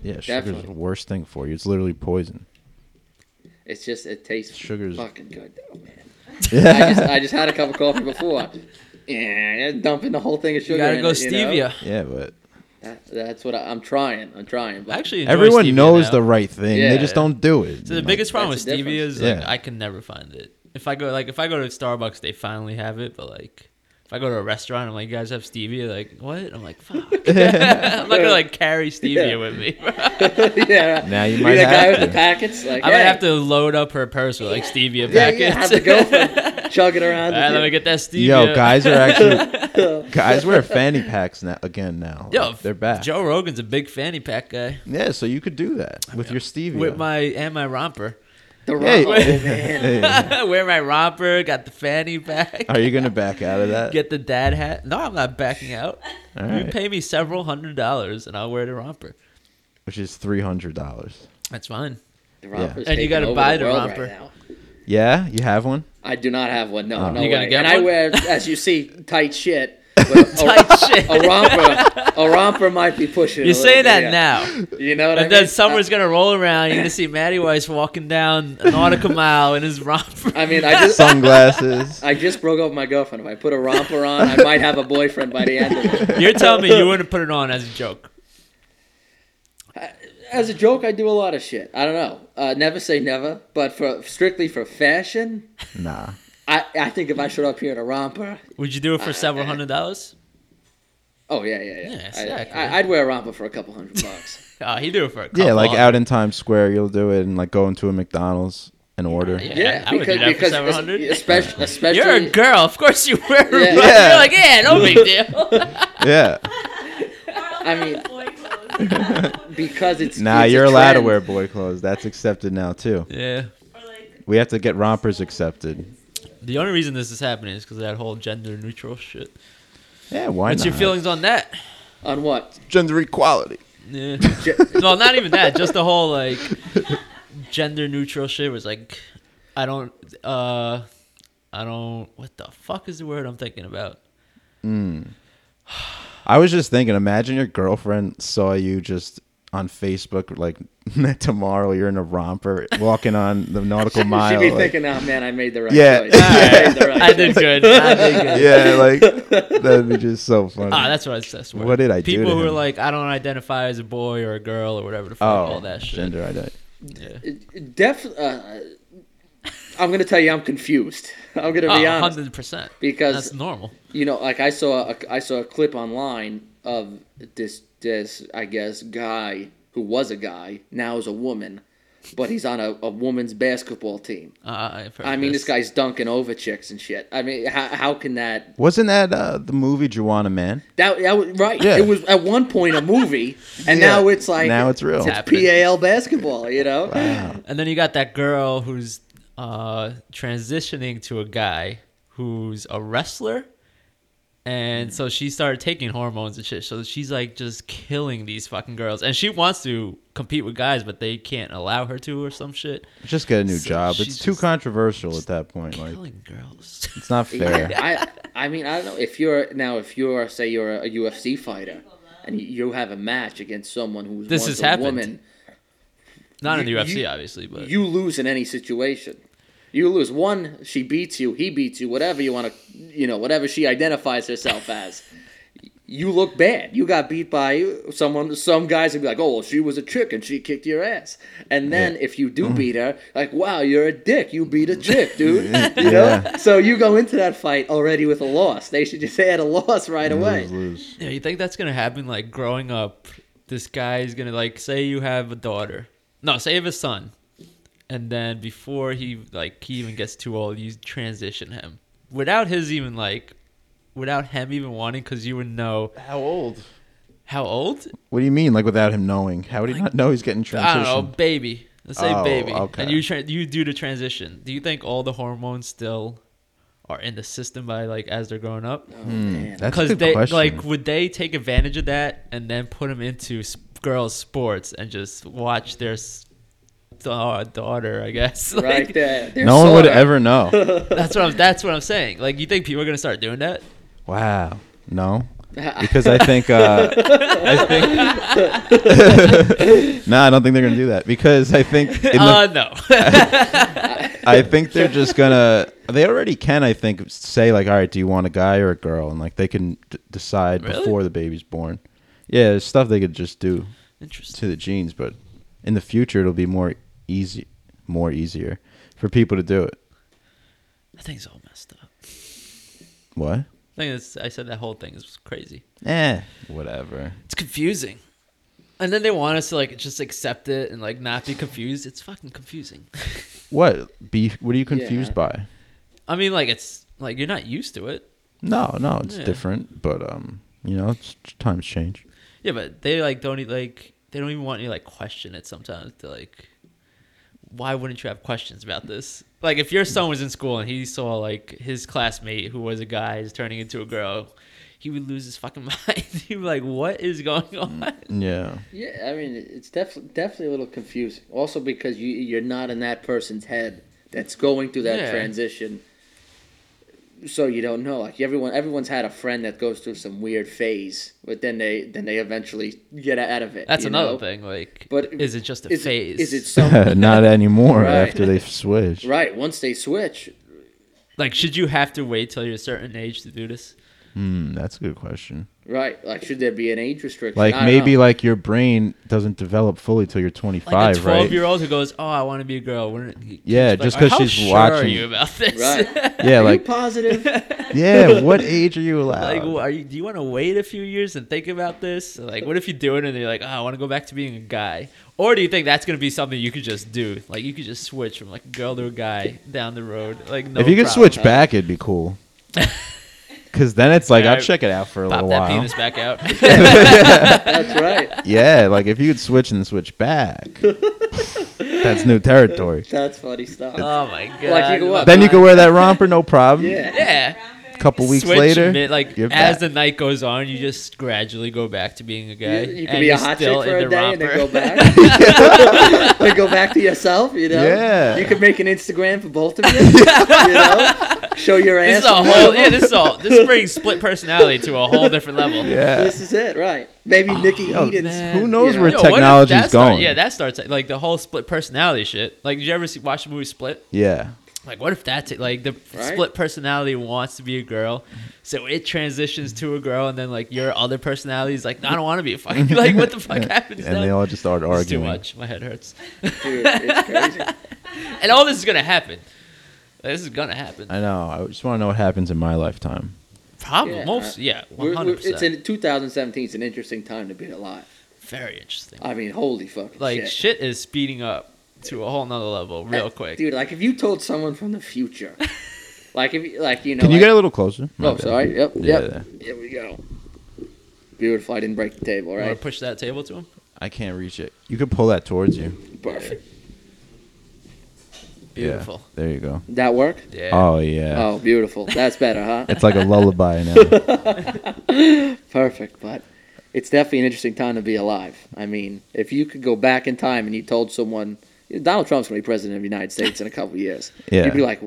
Speaker 2: yeah, sugar's
Speaker 5: Definitely.
Speaker 2: the worst thing for you. It's literally poison.
Speaker 5: It's just, it tastes
Speaker 2: Sugar's-
Speaker 5: fucking good. Oh, man. I, just, I just had a cup of coffee before. Yeah, dumping the whole thing of sugar.
Speaker 1: You gotta
Speaker 5: in
Speaker 1: go
Speaker 5: it, know?
Speaker 1: stevia.
Speaker 2: Yeah, but
Speaker 5: That- that's what I, I'm trying. I'm trying.
Speaker 1: I
Speaker 5: But
Speaker 1: actually, enjoy
Speaker 2: everyone
Speaker 1: stevia
Speaker 2: knows
Speaker 1: now.
Speaker 2: the right thing.
Speaker 5: Yeah.
Speaker 2: They just don't do it.
Speaker 1: So the
Speaker 2: Like,
Speaker 1: biggest problem
Speaker 5: That's
Speaker 1: with
Speaker 5: the
Speaker 1: stevia
Speaker 5: difference.
Speaker 1: is like
Speaker 2: Yeah.
Speaker 1: I can never find it. If I go like if I go to Starbucks, they finally have it, but like if I go to a restaurant, I'm like, you guys have stevia? Like what? I'm like, fuck. I'm not gonna like carry stevia
Speaker 5: Yeah.
Speaker 1: with me.
Speaker 5: yeah, right.
Speaker 2: Now you
Speaker 5: Be
Speaker 2: might
Speaker 5: that guy
Speaker 2: have
Speaker 5: with
Speaker 2: to.
Speaker 5: the packets. Like,
Speaker 1: I might
Speaker 5: hey,
Speaker 1: have to load up her purse with like stevia
Speaker 5: Yeah,
Speaker 1: packets.
Speaker 5: yeah, have to go from chugging around.
Speaker 1: All right,
Speaker 5: with
Speaker 1: let me
Speaker 5: you.
Speaker 1: get that stevia.
Speaker 2: Yo, guys are actually guys wear fanny packs now again now.
Speaker 1: Yo,
Speaker 2: they're back.
Speaker 1: Joe Rogan's a big fanny pack guy.
Speaker 2: Yeah, so you could do that with your stevia.
Speaker 1: With my and my romper.
Speaker 5: The rum.
Speaker 2: Hey.
Speaker 5: Oh, man.
Speaker 1: Wear my romper, got the fanny pack.
Speaker 2: Are you gonna back out of that?
Speaker 1: Get the dad hat. No, I'm not backing out.
Speaker 2: All
Speaker 1: You
Speaker 2: right.
Speaker 1: pay me several hundred dollars and I'll wear the romper.
Speaker 2: Which is three hundred dollars.
Speaker 1: That's fine.
Speaker 5: The romper's
Speaker 1: And you
Speaker 5: taking
Speaker 1: gotta
Speaker 5: over
Speaker 1: buy the
Speaker 5: world
Speaker 1: romper.
Speaker 5: now.
Speaker 2: Yeah, you have one.
Speaker 5: I do not have one. No,
Speaker 2: Oh.
Speaker 5: no
Speaker 1: You
Speaker 5: way.
Speaker 1: gotta get
Speaker 5: and
Speaker 1: one?
Speaker 5: I wear, as you see, tight shit. With a,
Speaker 1: Tight shit.
Speaker 5: a romper, a romper might be pushing.
Speaker 1: You
Speaker 5: a
Speaker 1: say
Speaker 5: little
Speaker 1: that
Speaker 5: bit,
Speaker 1: now.
Speaker 5: yeah. You know what I mean?
Speaker 1: And then summer's gonna roll around. You're gonna see Matty Weiss walking down Nautica Mile in his romper.
Speaker 5: I, I mean, I just,
Speaker 2: Sunglasses.
Speaker 5: I just broke up with my girlfriend. If I put a romper on, I might have a boyfriend by the end of it.
Speaker 1: You're telling me you wouldn't put it on as a joke.
Speaker 5: As a joke, I do a lot of shit. I don't know. Uh, never say never, but for strictly for fashion,
Speaker 2: nah.
Speaker 5: I, I think if I showed up here in a romper,
Speaker 1: Would you do it for several hundred dollars?
Speaker 5: oh yeah, yeah, yeah,
Speaker 1: Yeah,
Speaker 5: I-
Speaker 1: exactly.
Speaker 5: I, I'd wear a romper for a couple hundred bucks.
Speaker 1: Oh, he'd do it for a couple
Speaker 2: Yeah, like
Speaker 1: hundred.
Speaker 2: out in Times Square, you'll do it and like go into a McDonald's and order.
Speaker 1: Yeah,
Speaker 5: Yeah,
Speaker 1: I would do that for
Speaker 5: because
Speaker 1: seven hundred.
Speaker 5: Especially, especially
Speaker 1: You're a girl, of course you wear. a
Speaker 5: Yeah.
Speaker 1: rug.
Speaker 2: Yeah.
Speaker 1: You're like, yeah, no big deal.
Speaker 2: Yeah.
Speaker 5: I mean-
Speaker 6: boy clothes.
Speaker 5: because it's
Speaker 2: Nah,
Speaker 5: it's a
Speaker 2: you're allowed to
Speaker 5: trend.
Speaker 2: wear boy clothes. That's accepted now too.
Speaker 1: yeah.
Speaker 6: Or like,
Speaker 2: We have to get rompers accepted.
Speaker 1: The only reason this is happening is because of that whole gender neutral shit.
Speaker 2: Yeah, why
Speaker 1: What's
Speaker 2: not?
Speaker 1: your feelings on that?
Speaker 5: on what
Speaker 2: Gender equality.
Speaker 1: Yeah.
Speaker 5: Ge-
Speaker 1: no, not even that. Just the whole like gender neutral shit was like, I don't, uh, I don't. What the fuck is the word I'm thinking about?
Speaker 2: I was just thinking, imagine your girlfriend saw you just on Facebook like tomorrow you're in a romper walking on the nautical mile.
Speaker 5: She'd be
Speaker 2: like-
Speaker 5: thinking, "Oh man, I made the right
Speaker 2: Yeah.
Speaker 5: choice." I made the right
Speaker 1: I did good. I did good.
Speaker 2: yeah, like that'd be just so funny.
Speaker 1: Ah, that's what I that's
Speaker 2: What did I do
Speaker 1: People
Speaker 2: to
Speaker 1: who are
Speaker 2: him?
Speaker 1: like, I don't identify as a boy or a girl or whatever the fuck,
Speaker 2: oh,
Speaker 1: all that shit.
Speaker 2: gender identity.
Speaker 1: Yeah.
Speaker 5: choice. Def, uh, I'm gonna tell you, I'm confused. I'm gonna be
Speaker 1: Oh,
Speaker 5: honest
Speaker 1: 100%.
Speaker 5: because
Speaker 1: That's normal.
Speaker 5: you know, like I saw, a, I saw a clip online of this, this I guess guy who was a guy now is a woman, but he's on a, a woman's basketball team.
Speaker 1: Uh, I've heard
Speaker 5: I mean, this guy's dunking over chicks and shit. I mean, how, how can that?
Speaker 2: Wasn't that uh, the movie Juana Man?
Speaker 5: That, that was right.
Speaker 2: Yeah.
Speaker 5: It was at one point a movie, and
Speaker 2: Yeah.
Speaker 5: now it's like
Speaker 2: Now it's real.
Speaker 1: it's happening.
Speaker 5: PAL basketball. You know,
Speaker 1: And then you got that girl who's uh, transitioning to a guy who's a wrestler. And so she started taking hormones and shit. So she's like just killing these fucking girls. And she wants to compete with guys, but they can't allow her to or some shit.
Speaker 2: Just get a new
Speaker 1: So
Speaker 2: job.
Speaker 1: she's
Speaker 2: It's too
Speaker 1: just-
Speaker 2: controversial at that point. Like
Speaker 1: Killing girls.
Speaker 2: it's not fair.
Speaker 5: I I mean I don't know if you're now if you're say you're a UFC fighter and you have a match against someone who's
Speaker 1: This
Speaker 5: once
Speaker 1: has
Speaker 5: a
Speaker 1: happened.
Speaker 5: woman,
Speaker 1: Not in the
Speaker 5: You-
Speaker 1: UFC,
Speaker 5: you-
Speaker 1: obviously, but
Speaker 5: you lose in any situation. You lose one, she beats you, he beats you, whatever you want to, you know, whatever she identifies herself as. You look bad. You got beat by someone. Some guys would be like, "Oh, well, she was a chick and she kicked your ass." And then if you
Speaker 2: Mm.
Speaker 5: do beat her, like, "Wow, you're a dick. You beat a chick, dude." You know.
Speaker 2: Yeah.
Speaker 5: So you go into that fight already with a
Speaker 2: Mm.
Speaker 5: loss. They should just add a loss right away.
Speaker 2: Lose, lose.
Speaker 1: you, know, you think that's going to happen like growing up this guy is gonna like say you have a daughter. No, say you have a son. And then before he like he even gets too old, you transition him. Without his even like without him even wanting cuz you would know
Speaker 2: How old?
Speaker 1: how old?
Speaker 2: What do you mean, like without him knowing? How would he not know he's getting
Speaker 1: I
Speaker 2: transitioned?
Speaker 1: don't know, baby. Let's say
Speaker 2: Oh,
Speaker 1: baby.
Speaker 2: okay.
Speaker 1: And you tra- you do the transition. Do you think all the hormones still are in the system by like as they're growing up?
Speaker 5: Oh,
Speaker 2: Hmm.
Speaker 5: man.
Speaker 2: That's a
Speaker 1: Because
Speaker 2: good
Speaker 1: they
Speaker 2: question.
Speaker 1: like would they take advantage of that and then put them into s- girls' sports and just watch their s- da- daughter? I guess Like,
Speaker 5: right there. They're
Speaker 2: no one would
Speaker 5: sorry.
Speaker 2: ever know.
Speaker 1: That's what I'm, that's what I'm saying. Like you think people are gonna start doing that?
Speaker 2: wow. No. Because I think, uh, I think, no, I don't think they're gonna do that. Because I think, in the-
Speaker 1: Uh, no.
Speaker 2: I think they're just gonna. They already can, I think, say like, all right, do you want a guy or a girl, and like they can d- decide
Speaker 1: Really?
Speaker 2: before the baby's born. Yeah, there's stuff they could just do
Speaker 1: Interesting.
Speaker 2: to the genes, but in the future it'll be more easy, more easier for people to do it.
Speaker 1: That thing's all messed up.
Speaker 2: What?
Speaker 1: I think that's, I said that whole thing is crazy.
Speaker 2: Eh, whatever.
Speaker 1: It's confusing. And then they want us to like just accept it and like not be confused. It's fucking confusing.
Speaker 2: What? Be? What are you confused
Speaker 5: Yeah.
Speaker 2: by?
Speaker 1: I mean, like it's like you're not used to it.
Speaker 2: No, no, it's
Speaker 1: Yeah.
Speaker 2: different, but um, you know, it's, times change.
Speaker 1: Yeah, but they like don't e- like they don't even want you to, like question it sometimes. They're like, why wouldn't you have questions about this? Like if your son was in school and he saw like his classmate who was a guy is turning into a girl, he would lose his fucking mind. He'd be like, what is going
Speaker 5: Mm.
Speaker 1: on?
Speaker 2: Yeah.
Speaker 5: Yeah, I mean, it's definitely definitely a little confusing. Also, because you you're not in that person's head that's going through that
Speaker 1: Yeah.
Speaker 5: transition, so you don't know. Like everyone, everyone's had a friend that goes through some weird phase, but then they then they eventually get out of it.
Speaker 1: That's
Speaker 5: you
Speaker 1: another
Speaker 5: know?
Speaker 1: thing. Like,
Speaker 5: But
Speaker 1: is it just a
Speaker 5: is
Speaker 1: phase?
Speaker 5: It, is it some
Speaker 2: Not anymore.
Speaker 5: Right.
Speaker 2: After they've switched.
Speaker 5: right once they switch?
Speaker 1: like should you have to wait till you're a certain age to do this?
Speaker 2: Hmm, that's a good question.
Speaker 5: Right, like should there be an age restriction?
Speaker 2: Like
Speaker 5: I don't
Speaker 2: maybe
Speaker 5: know.
Speaker 2: like your brain doesn't develop fully till you're 25,
Speaker 1: Like a
Speaker 2: right?
Speaker 1: twelve-year-old who goes, "Oh, I want to be a girl." Wouldn't it-
Speaker 2: Yeah,
Speaker 1: like,
Speaker 2: just 'cause
Speaker 1: how
Speaker 2: she's
Speaker 1: sure Are
Speaker 2: watching.
Speaker 1: you about this?
Speaker 5: Right.
Speaker 2: Yeah,
Speaker 5: Are you
Speaker 2: like
Speaker 5: positive?
Speaker 2: yeah. What age are you allowed?
Speaker 1: Like, wh- are you, do you want to wait a few years and think about this? Like, what if you do it and you're like, oh, I want to go back to being a guy? Or do you think that's going to be something you could just do? Like, you could just switch from like girl to a guy down the road. Like, no
Speaker 2: if you could
Speaker 1: problem.
Speaker 2: switch back, it'd be cool. Cause then it's like
Speaker 1: Yeah,
Speaker 2: I'll check it out for a
Speaker 1: pop
Speaker 2: little
Speaker 1: that
Speaker 2: while.
Speaker 1: penis back out.
Speaker 5: That's right.
Speaker 2: Yeah, like if you could switch and switch back, that's new territory.
Speaker 5: That's funny stuff.
Speaker 1: oh my god!
Speaker 5: Like, you go up.
Speaker 2: Then you could wear that romper, no problem.
Speaker 5: yeah.
Speaker 1: yeah.
Speaker 2: A couple weeks
Speaker 1: Switch
Speaker 2: later,
Speaker 1: mid- like
Speaker 2: you're
Speaker 1: as
Speaker 2: back.
Speaker 1: the night goes on, you just gradually go back to being a guy.
Speaker 5: You, you
Speaker 1: and
Speaker 5: can be
Speaker 1: you're
Speaker 5: a hot chick
Speaker 1: still
Speaker 5: for
Speaker 1: in
Speaker 5: a
Speaker 1: the
Speaker 5: day and then go
Speaker 1: romper.
Speaker 5: back. then go back to yourself, you know?
Speaker 2: Yeah.
Speaker 5: You could make an Instagram for both of you. you know? Show your
Speaker 1: This
Speaker 5: ass.
Speaker 1: is a whole yeah. This is all. This brings split personality to a whole different level.
Speaker 2: yeah.
Speaker 5: This is it, right. Maybe Nikki
Speaker 2: yo,
Speaker 5: Eden's.
Speaker 1: Oh, man.
Speaker 2: Who knows
Speaker 5: you
Speaker 2: where
Speaker 5: know?
Speaker 1: what if
Speaker 2: technology's
Speaker 1: that start-
Speaker 2: going?
Speaker 1: yeah, that starts like the whole split personality shit. Like, did you ever see, watch the movie Split?
Speaker 2: Yeah.
Speaker 1: Like, what if that's it? Like, the
Speaker 5: Right.
Speaker 1: split personality wants to be a girl, so it transitions to a girl, and then like your other personality is like, "No, I don't want to be a fucking like. What the fuck happens?
Speaker 2: And
Speaker 1: now?
Speaker 2: they all just start arguing.
Speaker 1: it's too much. My head hurts.
Speaker 5: Dude, it's crazy.
Speaker 1: And all this is gonna happen. This is gonna happen.
Speaker 2: I know. I just want to know what happens in my lifetime.
Speaker 1: Probably
Speaker 5: Yeah,
Speaker 1: most.
Speaker 5: I-
Speaker 1: Yeah,
Speaker 5: We're,
Speaker 1: one
Speaker 5: we're,
Speaker 1: hundred
Speaker 5: it's
Speaker 1: percent.
Speaker 5: in 2017. It's an interesting time to be alive.
Speaker 1: Very interesting.
Speaker 5: I mean, holy fucking
Speaker 1: Like
Speaker 5: shit.
Speaker 1: shit is speeding up to a whole nother level real quick.
Speaker 5: Dude, like if you told someone from the future, like if you- like you know,
Speaker 2: Can you
Speaker 5: like,
Speaker 2: get a little closer? My
Speaker 5: oh
Speaker 2: bad.
Speaker 5: sorry, yep, yep,
Speaker 2: Yeah.
Speaker 5: here we go. Beautiful. I didn't break the table,
Speaker 1: Want
Speaker 5: right?
Speaker 1: to push that table to him?
Speaker 2: I can't reach it. You could pull that towards you.
Speaker 5: Perfect.
Speaker 2: Yeah.
Speaker 1: Beautiful.
Speaker 2: There you go.
Speaker 5: That work?
Speaker 1: Yeah.
Speaker 2: Oh yeah.
Speaker 5: Oh, beautiful. That's better, huh?
Speaker 2: It's like a lullaby now.
Speaker 5: Perfect, but it's definitely an interesting time to be alive. I mean, if you could go back in time and you told someone Donald Trump's going to be president of the United States in a couple of years,
Speaker 2: Yeah.
Speaker 5: you'd be like,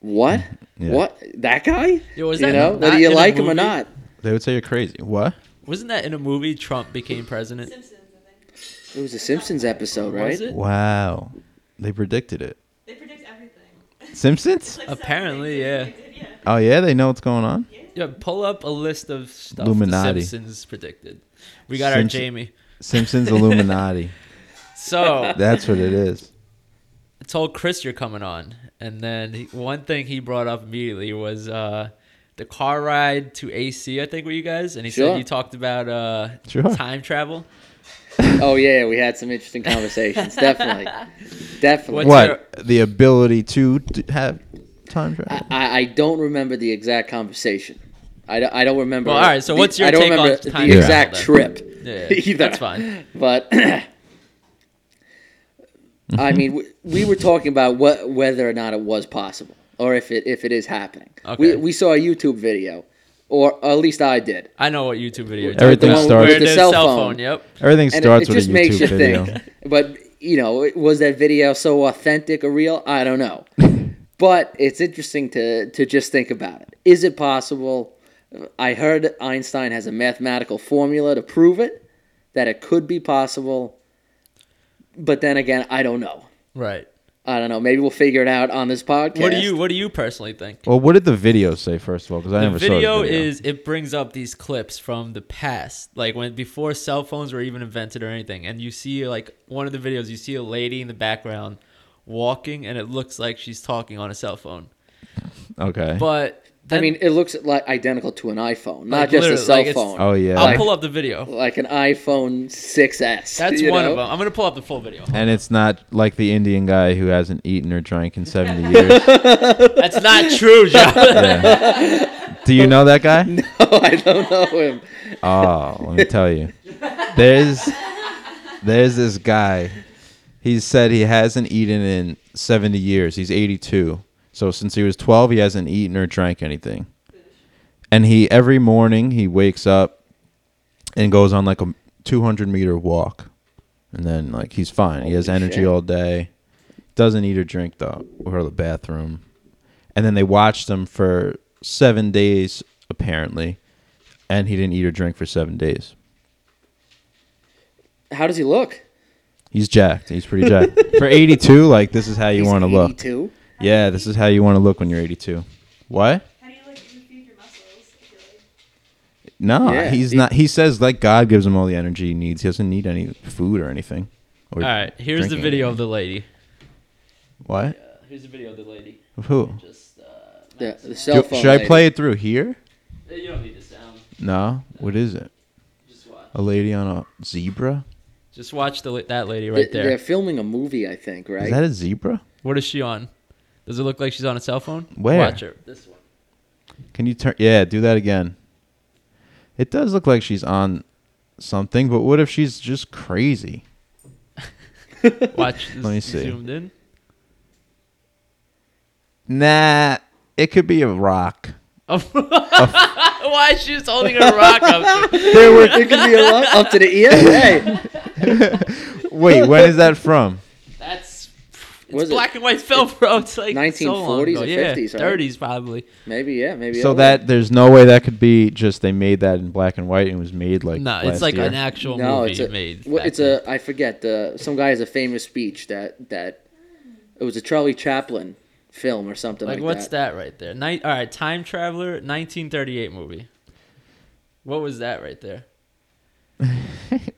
Speaker 5: "What?
Speaker 2: Yeah.
Speaker 5: What? That guy?
Speaker 1: Yo, was
Speaker 5: you
Speaker 1: that
Speaker 5: know,
Speaker 1: not
Speaker 5: whether you
Speaker 1: in a
Speaker 5: like him or
Speaker 1: movie?
Speaker 5: not?
Speaker 2: they would say you're crazy. What?
Speaker 1: Wasn't that in a movie Trump became president?
Speaker 6: Simpsons, I think.
Speaker 5: It was a Simpsons episode, right?
Speaker 1: Was it?
Speaker 2: Wow. They predicted it.
Speaker 6: They predict everything.
Speaker 2: Simpsons?
Speaker 6: Like, seven
Speaker 1: Apparently,
Speaker 6: things they did,
Speaker 2: Oh yeah, they know what's going on.
Speaker 1: Yeah, pull up a list of stuff
Speaker 2: Illuminati.
Speaker 1: the Simpsons predicted. We got
Speaker 2: Simps-
Speaker 1: our Jamie.
Speaker 2: Simpsons Illuminati.
Speaker 1: So
Speaker 2: That's what it is.
Speaker 1: I told Chris you're coming on, and then he, one thing he brought up immediately was uh, the car ride to AC. I think were you guys, and he
Speaker 5: Sure.
Speaker 1: said you talked about uh,
Speaker 2: Sure.
Speaker 1: time travel.
Speaker 5: Oh yeah, we had some interesting conversations. definitely, definitely.
Speaker 1: What's your-
Speaker 2: what the ability to d- have time travel?
Speaker 5: I, I don't remember the exact conversation. I don't, I don't remember.
Speaker 1: Well, all right, so
Speaker 5: the-
Speaker 1: what's your
Speaker 5: I don't
Speaker 1: take on
Speaker 5: remember
Speaker 1: time
Speaker 5: the
Speaker 1: travel
Speaker 5: exact
Speaker 1: then?
Speaker 5: trip
Speaker 1: Yeah,
Speaker 5: either.
Speaker 1: that's fine.
Speaker 5: But I
Speaker 2: Mm-hmm.
Speaker 5: mean, we, we were talking about what whether or not it was possible, or if it if it is happening.
Speaker 1: Okay.
Speaker 5: We we saw a YouTube video, or at least I did.
Speaker 1: I know what YouTube video. you're talking
Speaker 2: Everything
Speaker 1: about.
Speaker 2: starts-
Speaker 1: Where
Speaker 5: With the
Speaker 1: cell,
Speaker 5: cell
Speaker 1: phone.
Speaker 5: phone.
Speaker 1: Yep.
Speaker 2: Everything
Speaker 5: And
Speaker 2: starts
Speaker 5: it, it
Speaker 2: with
Speaker 5: just
Speaker 2: a
Speaker 5: makes
Speaker 2: YouTube
Speaker 5: you
Speaker 2: video.
Speaker 5: think. But you know, it- was that video so authentic or real? I don't know. but it's interesting to to just think about it. Is it possible? I heard Einstein has a mathematical formula to prove it that it could be possible. But then again, I don't know.
Speaker 1: Right.
Speaker 5: I don't know. Maybe we'll figure it out on this podcast.
Speaker 1: What do you What do you personally think?
Speaker 2: Well, what did the video say first of all? Because I
Speaker 1: the
Speaker 2: never
Speaker 1: video
Speaker 2: saw the video.
Speaker 1: is it brings up these clips from the past like when before cell phones were even invented or anything and you see like one of the videos you see a lady in the background walking and it looks like she's talking on a cell phone
Speaker 2: okay.
Speaker 1: but
Speaker 5: I
Speaker 1: then-
Speaker 5: mean, it looks like identical to an iPhone, not
Speaker 1: Like,
Speaker 5: just a
Speaker 1: literally,
Speaker 5: cell
Speaker 1: like, it's-
Speaker 5: phone.
Speaker 2: oh yeah,
Speaker 1: i'll
Speaker 5: like-
Speaker 1: pull up the video
Speaker 5: Like an iPhone 6S.
Speaker 1: that's
Speaker 5: you
Speaker 1: one
Speaker 5: know?
Speaker 1: of them i'm gonna pull up the full video
Speaker 2: and it's not like the Indian guy who hasn't eaten or drank in seventy years.
Speaker 1: that's not true Joe.
Speaker 2: Yeah. Do you know that guy?
Speaker 5: Oh, I don't know him.
Speaker 2: Oh, let me tell you. There's there's this guy. He said he hasn't eaten in 70 years. He's 82. So since he was 12, he hasn't eaten or drank anything. And he every morning he wakes up and goes on like a 200 meter walk. And then like he's fine. He has
Speaker 5: Holy
Speaker 2: energy
Speaker 5: shit.
Speaker 2: all day. Doesn't eat or drink though. Or go to the bathroom. And then they watched him for 7 days apparently. And he didn't eat or drink for 7 days.
Speaker 5: How does he look?
Speaker 2: He's jacked. He's pretty jacked. For 82, like this is how you
Speaker 5: He's
Speaker 2: want to look.
Speaker 5: 82?
Speaker 2: Yeah, this is how you want to look when you're 82. What?
Speaker 6: How do you like feed your muscles? I feel like?
Speaker 2: No,
Speaker 5: Yeah,
Speaker 2: he's
Speaker 5: he-
Speaker 2: not. He says like God gives him all the energy he needs. He doesn't need any food or anything. Or
Speaker 1: all right here's
Speaker 2: drinking.
Speaker 1: the video of the lady
Speaker 2: What?
Speaker 1: here's the video of the lady
Speaker 2: Of Who?
Speaker 1: just uh,
Speaker 5: The, the
Speaker 2: Do-
Speaker 5: cell phone.
Speaker 2: should I
Speaker 5: lady.
Speaker 2: play it through here?
Speaker 1: you don't need the sound
Speaker 2: No. What is it?
Speaker 1: just watch
Speaker 2: A lady on a zebra?
Speaker 1: just watch the, that lady
Speaker 5: They-
Speaker 1: right
Speaker 5: They're
Speaker 1: there
Speaker 5: filming a movie, I think, right?
Speaker 2: Is that a zebra?
Speaker 1: what is she on does it look like she's on a cell phone
Speaker 2: Where?
Speaker 1: watch her this one
Speaker 2: Can you turn? Yeah, do that again. It does look like she's on something, but what if she's just crazy?
Speaker 1: Watch. This
Speaker 2: Let me see.
Speaker 1: Zoomed in.
Speaker 2: Nah, it could be a rock.
Speaker 1: Why she's holding a rock up? to-
Speaker 5: They were thinking me a lot up to the ear. Hey,
Speaker 2: Wait, when is that from?
Speaker 1: That's. It's
Speaker 5: Was it-
Speaker 1: black and white film, bro. It's like
Speaker 5: 1940s
Speaker 1: so
Speaker 5: or
Speaker 1: long ago. yeah,
Speaker 5: 50s, right?
Speaker 1: 30s probably.
Speaker 5: maybe yeah, maybe.
Speaker 2: So
Speaker 5: I'll-
Speaker 2: that there's no way that could be just they made that in black and white and it was made like
Speaker 1: no, it's
Speaker 2: last
Speaker 1: like
Speaker 2: year.
Speaker 1: an actual
Speaker 5: no,
Speaker 1: movie
Speaker 5: it's a
Speaker 1: made.
Speaker 5: well,
Speaker 1: back
Speaker 5: it's
Speaker 1: then.
Speaker 5: a I forget the some guy has a famous speech that that it was a Charlie Chaplin film or something like,
Speaker 1: Like what's
Speaker 5: that.
Speaker 1: that right there? Night. All right, Time Traveler, 1938 movie. What was that right there?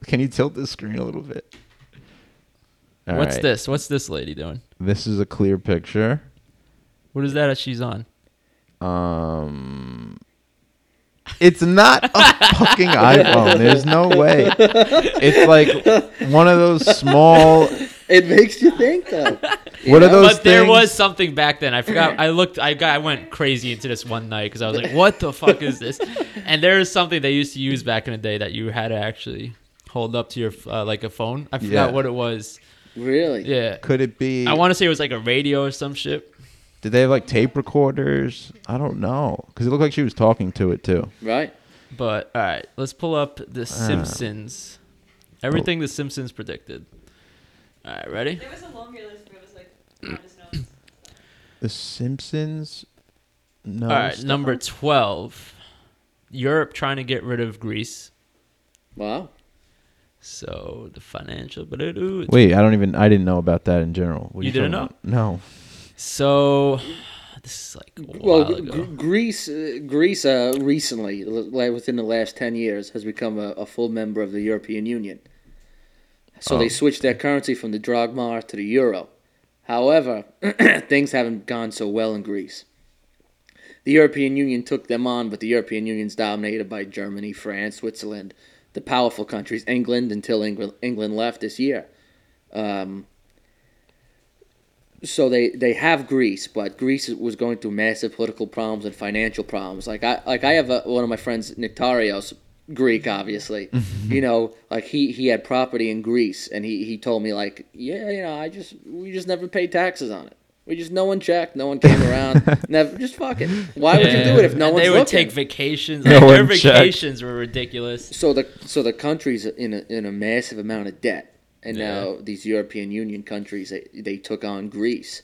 Speaker 2: Can you tilt the screen a little bit? All
Speaker 1: what's
Speaker 2: right.
Speaker 1: this? What's this lady doing?
Speaker 2: This is a clear picture.
Speaker 1: What is that? that She's on.
Speaker 2: Um, it's not a fucking iPhone. There's no way. It's like one of those small.
Speaker 5: It makes you think though.
Speaker 2: What are those?
Speaker 1: but there
Speaker 2: things?
Speaker 1: was something back then. I forgot. I looked. I got. I went crazy into this one night because I was like, "What the fuck is this?" And there is something they used to use back in the day that you had to actually hold up to your uh, like a phone. I forgot
Speaker 2: Yeah.
Speaker 1: what it was.
Speaker 5: really?
Speaker 1: Yeah,
Speaker 2: Could it be?
Speaker 1: I want to say it was like a radio or some shit.
Speaker 2: Did they have like tape recorders? I don't know because it looked like she was talking to it too.
Speaker 5: Right.
Speaker 1: But all right, let's pull up
Speaker 2: Ah.
Speaker 1: the Simpsons. Everything the Simpsons predicted. All right, ready?
Speaker 6: There was a longer list, but it was like not as known.
Speaker 2: The Simpsons. No.
Speaker 1: All right,
Speaker 2: stuff?
Speaker 1: number twelve. Europe trying to get rid of Greece.
Speaker 5: Wow.
Speaker 1: So the financial, but it ooh, it's
Speaker 2: Wait, I don't even. I didn't know about that in general. What are
Speaker 1: You didn't
Speaker 2: talking about?
Speaker 1: So this is like a while
Speaker 5: Well, Gr-
Speaker 1: ago.
Speaker 5: Gr- Greece, uh, Greece, uh, recently, l- like within the last ten years, has become a, a full member of the European Union. So
Speaker 1: Oh.
Speaker 5: they switched their currency from the drachma to the euro. However, things haven't gone so well in Greece. The European Union took them on, but the European Union's dominated by Germany, France, Switzerland, the powerful countries, England until England England left this year. Um, so they, they have Greece, but Greece was going through massive political problems and financial problems. Like I like I have a, one of my friends, Nectarios, Greek, obviously. you know, like he, he had property in Greece, and he, he told me like, yeah, you know, I just we just never paid taxes on it. We just no one checked, no one came around, never just fuck it. Why would you do it if no
Speaker 1: And
Speaker 5: one's
Speaker 1: They would
Speaker 5: looking?
Speaker 1: take vacations.
Speaker 2: No
Speaker 1: Like, their
Speaker 2: one checked.
Speaker 1: vacations were ridiculous.
Speaker 5: So the so the country's in a, in a massive amount of debt, and
Speaker 1: Yeah.
Speaker 5: now these European Union countries they, they took on Greece,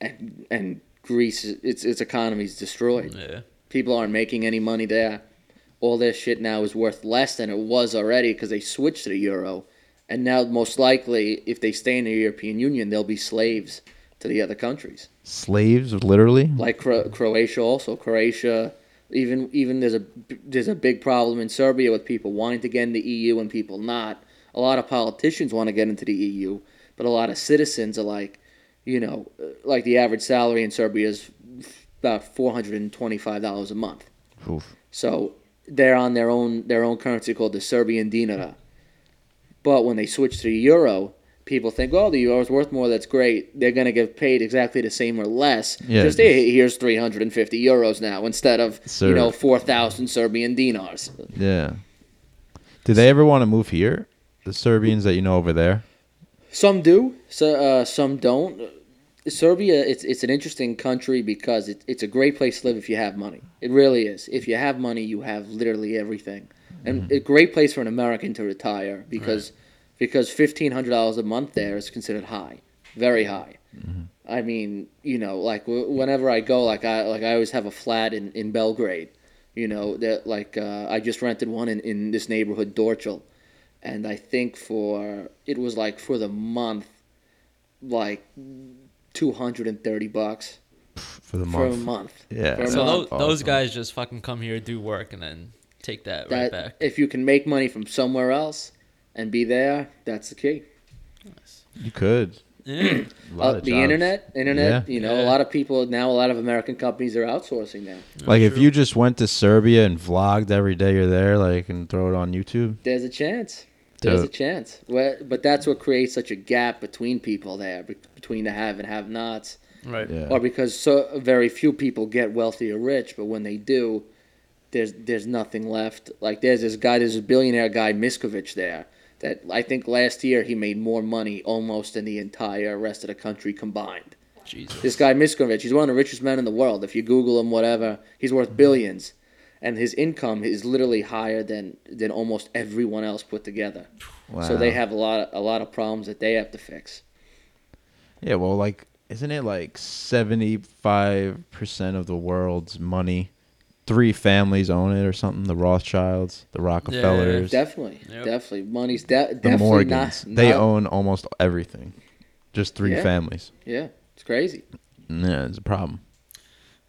Speaker 5: and and Greece its its economy's destroyed.
Speaker 1: Yeah.
Speaker 5: People aren't making any money there. All their shit now is worth less than it was already because they switched to the euro, and now most likely if they stay in the European Union they'll be slaves to the other countries
Speaker 2: Slaves, literally.
Speaker 5: like Cro- Croatia also Croatia even even there's a there's a big problem in Serbia with people wanting to get in the EU and people not a lot of politicians want to get into the EU but a lot of citizens are like you know uh, like the average salary in Serbia is about $425 a month
Speaker 2: Oof.
Speaker 5: so they're on their own their own currency called the Serbian dinara. But when they switch to the euro, people think, "Oh, the euro is worth more. That's great. They're going to get paid exactly the same or less.
Speaker 2: Yeah,
Speaker 5: just hey, here's 350 euros now instead of you
Speaker 2: Serb.
Speaker 5: know 4,000 Serbian dinars."
Speaker 2: Yeah. Do they ever want to move here? The Serbians that you know over there.
Speaker 5: Some do, so, uh, some don't. Serbia, it's it's an interesting country because it, it's a great place to live if you have money. It really is. If you have money, you have literally everything, and a great place for an American to retire because because fifteen hundred dollars a month there is considered high, very high. I mean, you know, like w- whenever I go, like I like I always have a flat in, in Belgrade. You know that like uh, I just rented one in, in this neighborhood, Dorchel, and I think for it was like for the month, like two hundred and thirty bucks
Speaker 2: For the
Speaker 5: for a
Speaker 2: month.
Speaker 5: month.
Speaker 2: Yeah.
Speaker 5: for a
Speaker 2: So
Speaker 1: So
Speaker 5: month.
Speaker 1: those, those
Speaker 2: Awesome.
Speaker 1: guys just fucking come here, do work, and then take that, right
Speaker 5: that
Speaker 1: back.
Speaker 5: if you can make money from somewhere else and be there, that's the key.
Speaker 2: You could.
Speaker 1: Yeah.
Speaker 2: A lot
Speaker 5: Uh,
Speaker 2: of
Speaker 5: the
Speaker 2: jobs.
Speaker 5: internet, internet.
Speaker 2: Yeah.
Speaker 5: You know,
Speaker 1: Yeah.
Speaker 5: a lot of people now. A lot of American companies are outsourcing now.
Speaker 2: Like if you just went to Serbia and vlogged every day you're there, like and throw it on YouTube.
Speaker 5: There's a chance. There's
Speaker 2: Yeah.
Speaker 5: a chance. Well, But that's what creates such a gap between people there, be- between the have and have-nots.
Speaker 1: right.
Speaker 2: Yeah.
Speaker 5: or because so very few people get wealthy or rich, but when they do, there's there's nothing left. Like there's this guy, there's a billionaire guy Miskovich there that I think last year he made more money almost than the entire rest of the country combined.
Speaker 1: Jesus.
Speaker 5: This guy Miskovich, he's one of the richest men in the world. If you Google him, whatever, he's worth billions, and his income is literally higher than than almost everyone else put together.
Speaker 2: wow.
Speaker 5: So they have a lot of, a lot of problems that they have to fix.
Speaker 2: Yeah, well, like, isn't it like seventy-five percent of the world's money? Three families own it, or something. The Rothschilds, the Rockefellers,
Speaker 5: Definitely,
Speaker 1: Yep.
Speaker 5: definitely, money's de-
Speaker 2: the
Speaker 5: definitely
Speaker 2: Morgans.
Speaker 5: not.
Speaker 2: they
Speaker 5: not-
Speaker 2: own almost everything. Just three
Speaker 5: Yeah.
Speaker 2: families.
Speaker 5: Yeah, it's crazy.
Speaker 2: Yeah, it's a problem.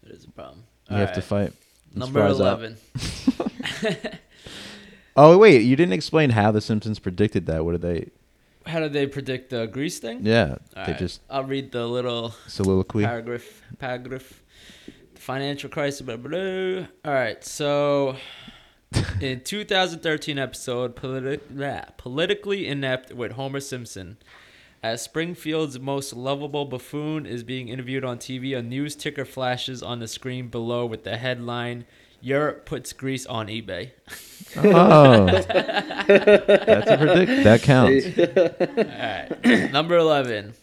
Speaker 1: That is a problem.
Speaker 2: You
Speaker 1: All
Speaker 2: have to
Speaker 1: right.
Speaker 2: fight. Let's
Speaker 1: Number
Speaker 2: rise up.
Speaker 1: 11.
Speaker 2: Oh wait, you didn't explain how the Simpsons predicted that. What did they?
Speaker 1: How did they predict the grease thing?
Speaker 2: Yeah,
Speaker 1: All
Speaker 2: they
Speaker 1: right.
Speaker 2: just
Speaker 1: I'll read the little
Speaker 2: soliloquy.
Speaker 1: paragraph. Paragraph. The financial crisis. Blah, blah, blah. All right. So, in 2013 episode, politi- blah, politically inept with Homer Simpson. As Springfield's most lovable buffoon is being interviewed on TV, a news ticker flashes on the screen below with the headline Europe puts Greece on eBay.
Speaker 2: Oh, that's a predict. That counts.
Speaker 1: number 11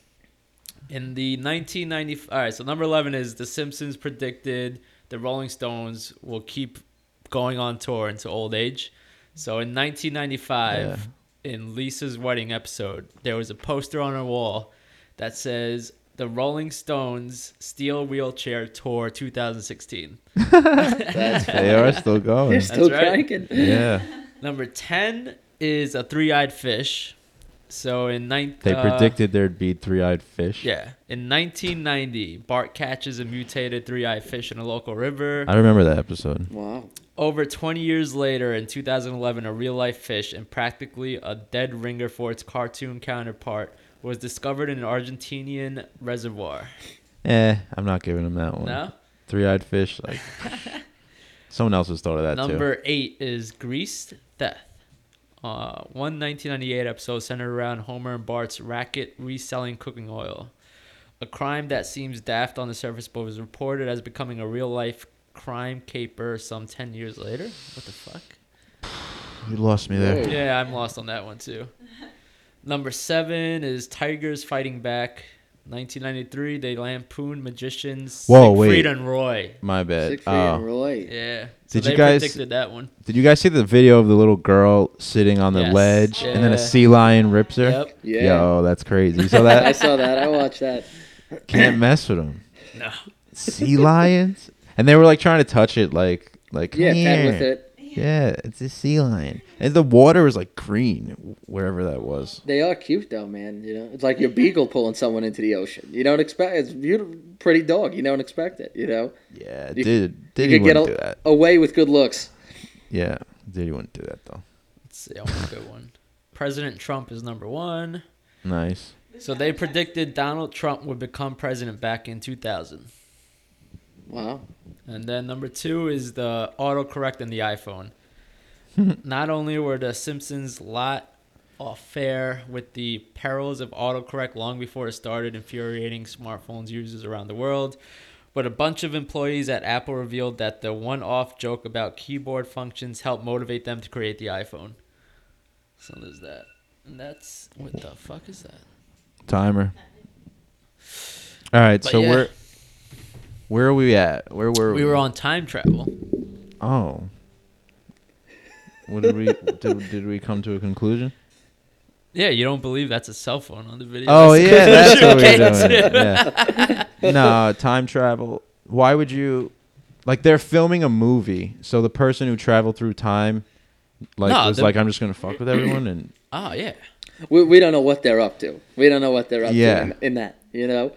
Speaker 1: in the 1990 all right so number 11 is the simpsons predicted the rolling stones will keep going on tour into old age so in 1995 in lisa's wedding episode there was a poster on her wall that says the rolling stones steel wheelchair tour 2016
Speaker 5: That's
Speaker 2: They are still going.
Speaker 5: They're still
Speaker 1: right.
Speaker 5: cranking.
Speaker 2: Yeah,
Speaker 1: number 10 is a three-eyed fish so in ninth
Speaker 2: they
Speaker 1: uh,
Speaker 2: predicted there'd be three-eyed fish.
Speaker 1: Yeah. In 1990, Bart catches a mutated three-eyed fish in a local river.
Speaker 2: I remember that episode.
Speaker 5: Wow.
Speaker 1: Over 20 years later, in 2011, a real-life fish and practically a dead ringer for its cartoon counterpart was discovered in an Argentinian reservoir.
Speaker 2: Eh, I'm not giving him that one.
Speaker 1: No?
Speaker 2: Three eyed fish, like Someone else has thought of that too.
Speaker 1: Number eight is Greased Death. Uh, one 1998 episode centered around Homer and Bart's racket reselling cooking oil. A crime that seems daft on the surface but was reported as becoming a real life crime caper some 10 years later. What the fuck?
Speaker 2: You lost me there.
Speaker 5: Whoa.
Speaker 1: Yeah, I'm lost on that one too. Number seven is Tigers Fighting Back. 1993, they lampooned magicians
Speaker 2: Whoa,
Speaker 1: Siegfried
Speaker 2: wait.
Speaker 1: and Roy.
Speaker 2: My bad.
Speaker 5: Siegfried and
Speaker 2: Oh.
Speaker 5: Roy.
Speaker 1: Yeah.
Speaker 2: Did you guys-
Speaker 1: predicted that one?
Speaker 2: Did you guys see the video of the little girl sitting on the
Speaker 1: Yes.
Speaker 2: ledge and then
Speaker 1: Yeah.
Speaker 2: a sea lion rips her?
Speaker 1: Yep.
Speaker 5: Yeah.
Speaker 2: Yo, that's crazy. You saw
Speaker 5: I
Speaker 2: that?
Speaker 5: saw that. I watched that.
Speaker 2: Can't mess with them.
Speaker 1: No.
Speaker 2: Sea lions? And they were like trying to touch it, like, like
Speaker 5: Yeah,
Speaker 2: "Come
Speaker 5: pet
Speaker 2: here."
Speaker 5: with it.
Speaker 2: Yeah, it's a sea lion, and the water was like green, wherever that was.
Speaker 5: They are cute though, man. You know, it's like your beagle pulling someone into the ocean. You don't expect it's beautiful, pretty dog. You don't expect it. You know,
Speaker 2: Yeah,
Speaker 5: You-
Speaker 2: dude,
Speaker 5: you
Speaker 2: Diddy
Speaker 5: could get
Speaker 2: wouldn't
Speaker 5: a-
Speaker 2: do that.
Speaker 5: away with good looks.
Speaker 2: Yeah, Diddy wouldn't do that though.
Speaker 1: Let's see. I want a good one. President Trump is number one.
Speaker 2: Nice.
Speaker 1: So they predicted Donald Trump would become president back in 2000.
Speaker 5: Wow.
Speaker 1: And then number two is the autocorrect in the iPhone. Not only were the Simpsons lot off fair with the perils of autocorrect long before it started infuriating smartphones users around the world, but a bunch of employees at Apple revealed that the one off joke about keyboard functions helped motivate them to create the iPhone. So there's that. And that's what the fuck is that?
Speaker 2: Timer. All right,
Speaker 1: But
Speaker 2: so
Speaker 1: yeah.
Speaker 2: where where are we at? Where were we?
Speaker 1: We were on time travel.
Speaker 2: Oh. What did we did, did we come to a conclusion?
Speaker 1: Yeah, you don't believe that's a cell phone on the video.
Speaker 2: Oh
Speaker 1: That's a
Speaker 2: yeah, that's what we're
Speaker 1: conclusion.
Speaker 2: doing. Yeah. No, time travel. Why would you like they're filming a movie, so the person who traveled through time like
Speaker 1: No,
Speaker 2: was
Speaker 1: the-
Speaker 2: like I'm just going to fuck with everyone and
Speaker 1: Oh yeah.
Speaker 5: We, we don't know what they're up to. We don't know what they're up
Speaker 2: Yeah.
Speaker 5: to in, in that. You know,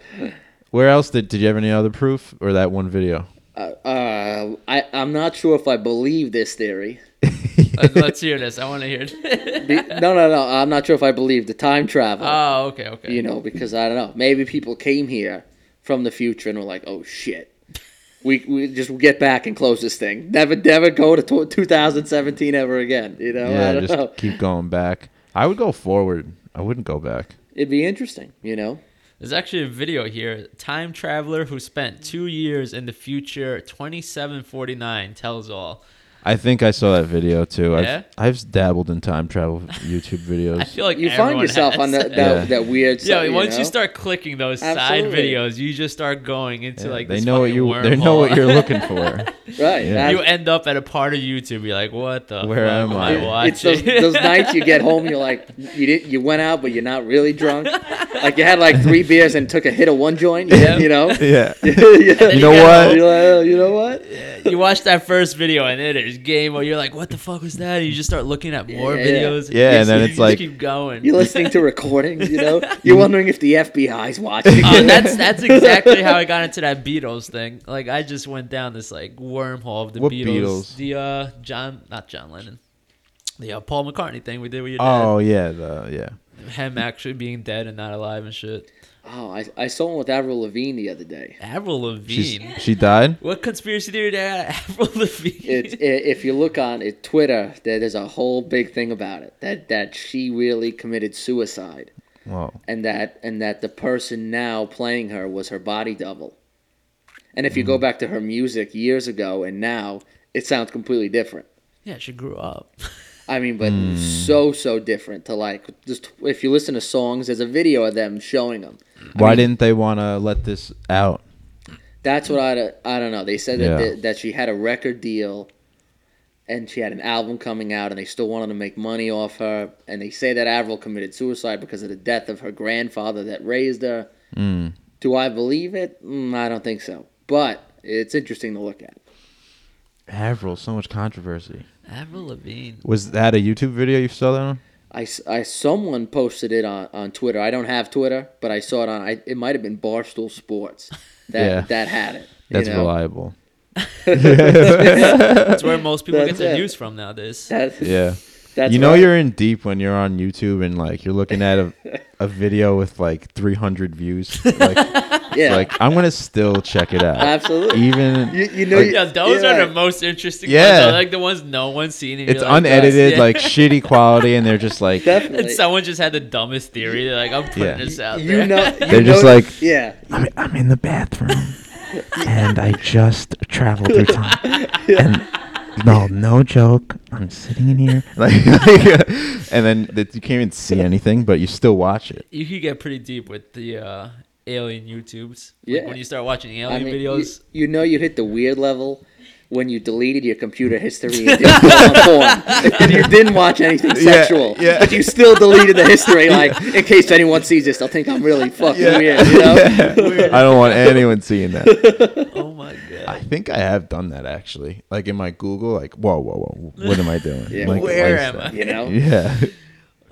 Speaker 2: where else did did you have any other proof or that one video?
Speaker 5: uh, uh, I I'm not sure if I believe this theory.
Speaker 1: Let- Uh, Let's hear this. I want to hear it.
Speaker 5: Be- no, no, no. I'm not sure if I believe the time travel.
Speaker 1: oh, okay, okay.
Speaker 5: you know, because I don't know. Maybe people came here from the future and were like, "Oh shit, we we just get back and close this thing. Never, never go to tw 2017 ever again." You know, I
Speaker 2: yeah,
Speaker 5: don't
Speaker 2: just
Speaker 5: know.
Speaker 2: keep going back. I would go forward. I wouldn't go back.
Speaker 5: It'd be interesting, you know.
Speaker 1: There's actually a video here. Time traveler who spent two years in the future, 2749, tells all.
Speaker 2: I think I saw that video too.
Speaker 1: Yeah?
Speaker 2: I've I've dabbled in time travel YouTube videos.
Speaker 1: I feel like
Speaker 5: You find
Speaker 1: everyone
Speaker 5: yourself
Speaker 1: has.
Speaker 5: on that that,
Speaker 2: Yeah.
Speaker 5: that weird.
Speaker 1: Yeah,
Speaker 5: stuff,
Speaker 1: once you,
Speaker 5: know?
Speaker 1: start clicking those side
Speaker 5: Absolutely.
Speaker 1: videos, you just start going into
Speaker 2: Yeah,
Speaker 1: like
Speaker 2: they
Speaker 1: this
Speaker 2: know what
Speaker 1: fucking
Speaker 2: you they
Speaker 1: wormhole.
Speaker 2: know what you're looking for.
Speaker 5: right,
Speaker 2: Yeah.
Speaker 5: that-
Speaker 1: you end up at a part of YouTube. You're like, what the?
Speaker 2: Where
Speaker 1: fuck
Speaker 2: am I?
Speaker 1: watching?
Speaker 5: It's those, those nights you get home, you're like, you did, you went out, but you're not really drunk. Like you had like three beers and took a hit of one joint. You,
Speaker 1: Yeah.
Speaker 5: you know.
Speaker 2: yeah.
Speaker 5: you
Speaker 2: You know
Speaker 5: You're
Speaker 2: what?
Speaker 5: like, oh, you know what?
Speaker 1: you watch that first video and then there's game where you're like, what the fuck was that? And you just start looking at more
Speaker 5: Yeah.
Speaker 1: videos.
Speaker 2: Yeah, and
Speaker 1: You
Speaker 2: then
Speaker 1: just
Speaker 2: it's like-
Speaker 1: keep going.
Speaker 5: You're listening to recordings, you know? You're wondering if the FBI's watching.
Speaker 1: Oh, that's that's exactly how I got into that Beatles thing. Like I just went down this like wormhole of the
Speaker 2: What
Speaker 1: Beatles,
Speaker 2: Beatles?
Speaker 1: the uh John, not John Lennon, the uh, Paul McCartney thing we did with your
Speaker 2: Oh yeah, the yeah.
Speaker 1: dad, him actually being dead and not alive and shit.
Speaker 5: Oh, I, I saw one with Avril Lavigne the other day.
Speaker 1: Avril
Speaker 2: She's,
Speaker 1: Lavigne.
Speaker 2: she died?
Speaker 1: What conspiracy theory did I- Avril Lavigne?
Speaker 5: It's, i- if you look on it, Twitter, there, there's a whole big thing about it that, that she really committed suicide
Speaker 2: Whoa.
Speaker 5: and that and that the person now playing her was her body double. And if you go back to her music years ago and now, it sounds completely different.
Speaker 1: yeah, she grew up.
Speaker 5: I mean, but so so different to like just if you listen to songs, there's a video of them showing them.
Speaker 2: Why didn't they want to let this out?
Speaker 5: That's what I, I don't know. They said that,
Speaker 2: Yeah.
Speaker 5: that that she had a record deal, and she had an album coming out, and they still wanted to make money off her. And they say that Avril committed suicide because of the death of her grandfather that raised her.
Speaker 2: Mm.
Speaker 5: Do I believe it? Mm, I don't think so. But it's interesting to look at.
Speaker 2: Avril, so much controversy.
Speaker 1: Avril Lavigne.
Speaker 2: Was that a YouTube video you saw that on?
Speaker 5: I, s- I- someone posted it on, on Twitter. I don't have Twitter, but I saw it on. I, it might have been Barstool Sports that
Speaker 2: Yeah.
Speaker 5: that had it. you
Speaker 2: That's
Speaker 5: know?
Speaker 2: reliable.
Speaker 1: That's where most people get
Speaker 5: That's
Speaker 1: their
Speaker 5: it.
Speaker 1: news from nowadays.
Speaker 5: That-
Speaker 2: Yeah.
Speaker 5: that's
Speaker 2: you know
Speaker 5: right.
Speaker 2: you're in deep when you're on YouTube and like you're looking at a, a video with like 300 views. Like
Speaker 5: Yeah,
Speaker 2: Like I'm gonna still check it out,
Speaker 5: absolutely.
Speaker 2: even
Speaker 5: You, you know,
Speaker 2: like,
Speaker 5: you-
Speaker 1: Yeah, those
Speaker 5: yeah.
Speaker 1: are the most interesting ones.
Speaker 2: Yeah.
Speaker 1: I like the ones no one's seen. and you're
Speaker 2: it's
Speaker 1: like,
Speaker 2: unedited,
Speaker 1: "Yes, yeah."
Speaker 2: like shitty quality, and they're just like
Speaker 1: and
Speaker 5: definitely.
Speaker 1: someone just had the dumbest theory. They're like, I'm putting
Speaker 2: Yeah.
Speaker 1: this out
Speaker 5: you
Speaker 1: there.
Speaker 5: know, you
Speaker 2: They're just
Speaker 5: know-
Speaker 2: like-
Speaker 5: yeah,
Speaker 2: I'm, I'm in the bathroom and I just traveled through time. And no, no joke. I'm sitting in here. Like, and then that you can't even see anything, but you still watch it.
Speaker 1: you could get pretty deep with the uh, alien YouTubes. Like,
Speaker 5: Yeah.
Speaker 1: when you start watching
Speaker 5: I
Speaker 1: alien
Speaker 5: mean, you-
Speaker 1: videos,
Speaker 5: You, know, you hit the weird level when you deleted your computer history and, didn't go on porn. and you didn't watch anything
Speaker 2: Yeah,
Speaker 5: sexual,
Speaker 2: yeah.
Speaker 5: but you still deleted the history. Like, in case anyone sees this, they'll think I'm really fucking weird. You know?
Speaker 2: I don't want anyone seeing that.
Speaker 1: oh my god.
Speaker 2: I think I have done that actually. Like in my Google, like, whoa, whoa, whoa. What am I doing?
Speaker 5: Yeah.
Speaker 2: Like,
Speaker 1: Where
Speaker 2: like
Speaker 1: am
Speaker 2: that.
Speaker 5: You know?
Speaker 2: Yeah.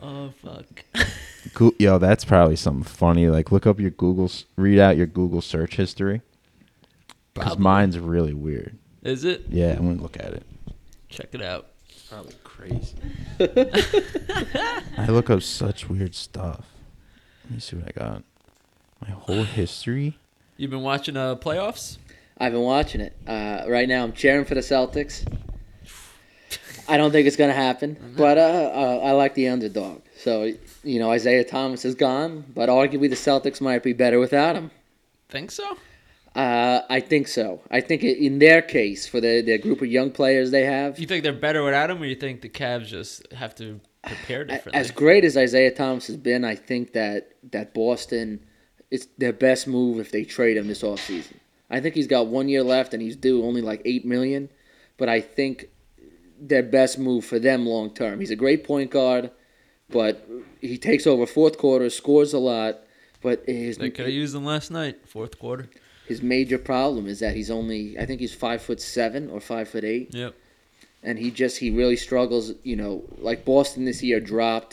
Speaker 1: Oh fuck.
Speaker 2: Goo- Yo, that's probably something funny. Like, look up your Google, s- read out your Google search history. Because
Speaker 1: Probably.
Speaker 2: mine's really weird.
Speaker 1: Is it?
Speaker 2: Yeah, I'm gonna look at it.
Speaker 1: Check it out.
Speaker 2: Probably crazy. I look up such weird stuff. Let me see what I got. My whole history.
Speaker 1: You've been watching uh playoffs?
Speaker 5: I've been watching it. Uh, right now, I'm cheering for the Celtics. I don't think it's gonna happen, but uh, uh, I like the underdog. So you know, Isaiah Thomas is gone, but arguably the Celtics might be better without him.
Speaker 1: Think so?
Speaker 5: Uh, I think so. I think i- in their case, for the their group of young players they have,
Speaker 1: You think they're better without him, or you think the Cavs just have to prepare
Speaker 5: a-
Speaker 1: differently?
Speaker 5: as great as Isaiah Thomas has been, I think that that Boston, it's their best move if they trade him this offseason. I think he's got one year left and he's due only like eight million, but I think their best move for them long term. He's a great point guard, but he takes over fourth quarter, scores a lot, but his
Speaker 1: they could have used him last night, fourth quarter.
Speaker 5: his major problem is that he's only I think he's five foot seven or five foot eight.
Speaker 1: Yep.
Speaker 5: and he just he really struggles. You know, like Boston this year dropped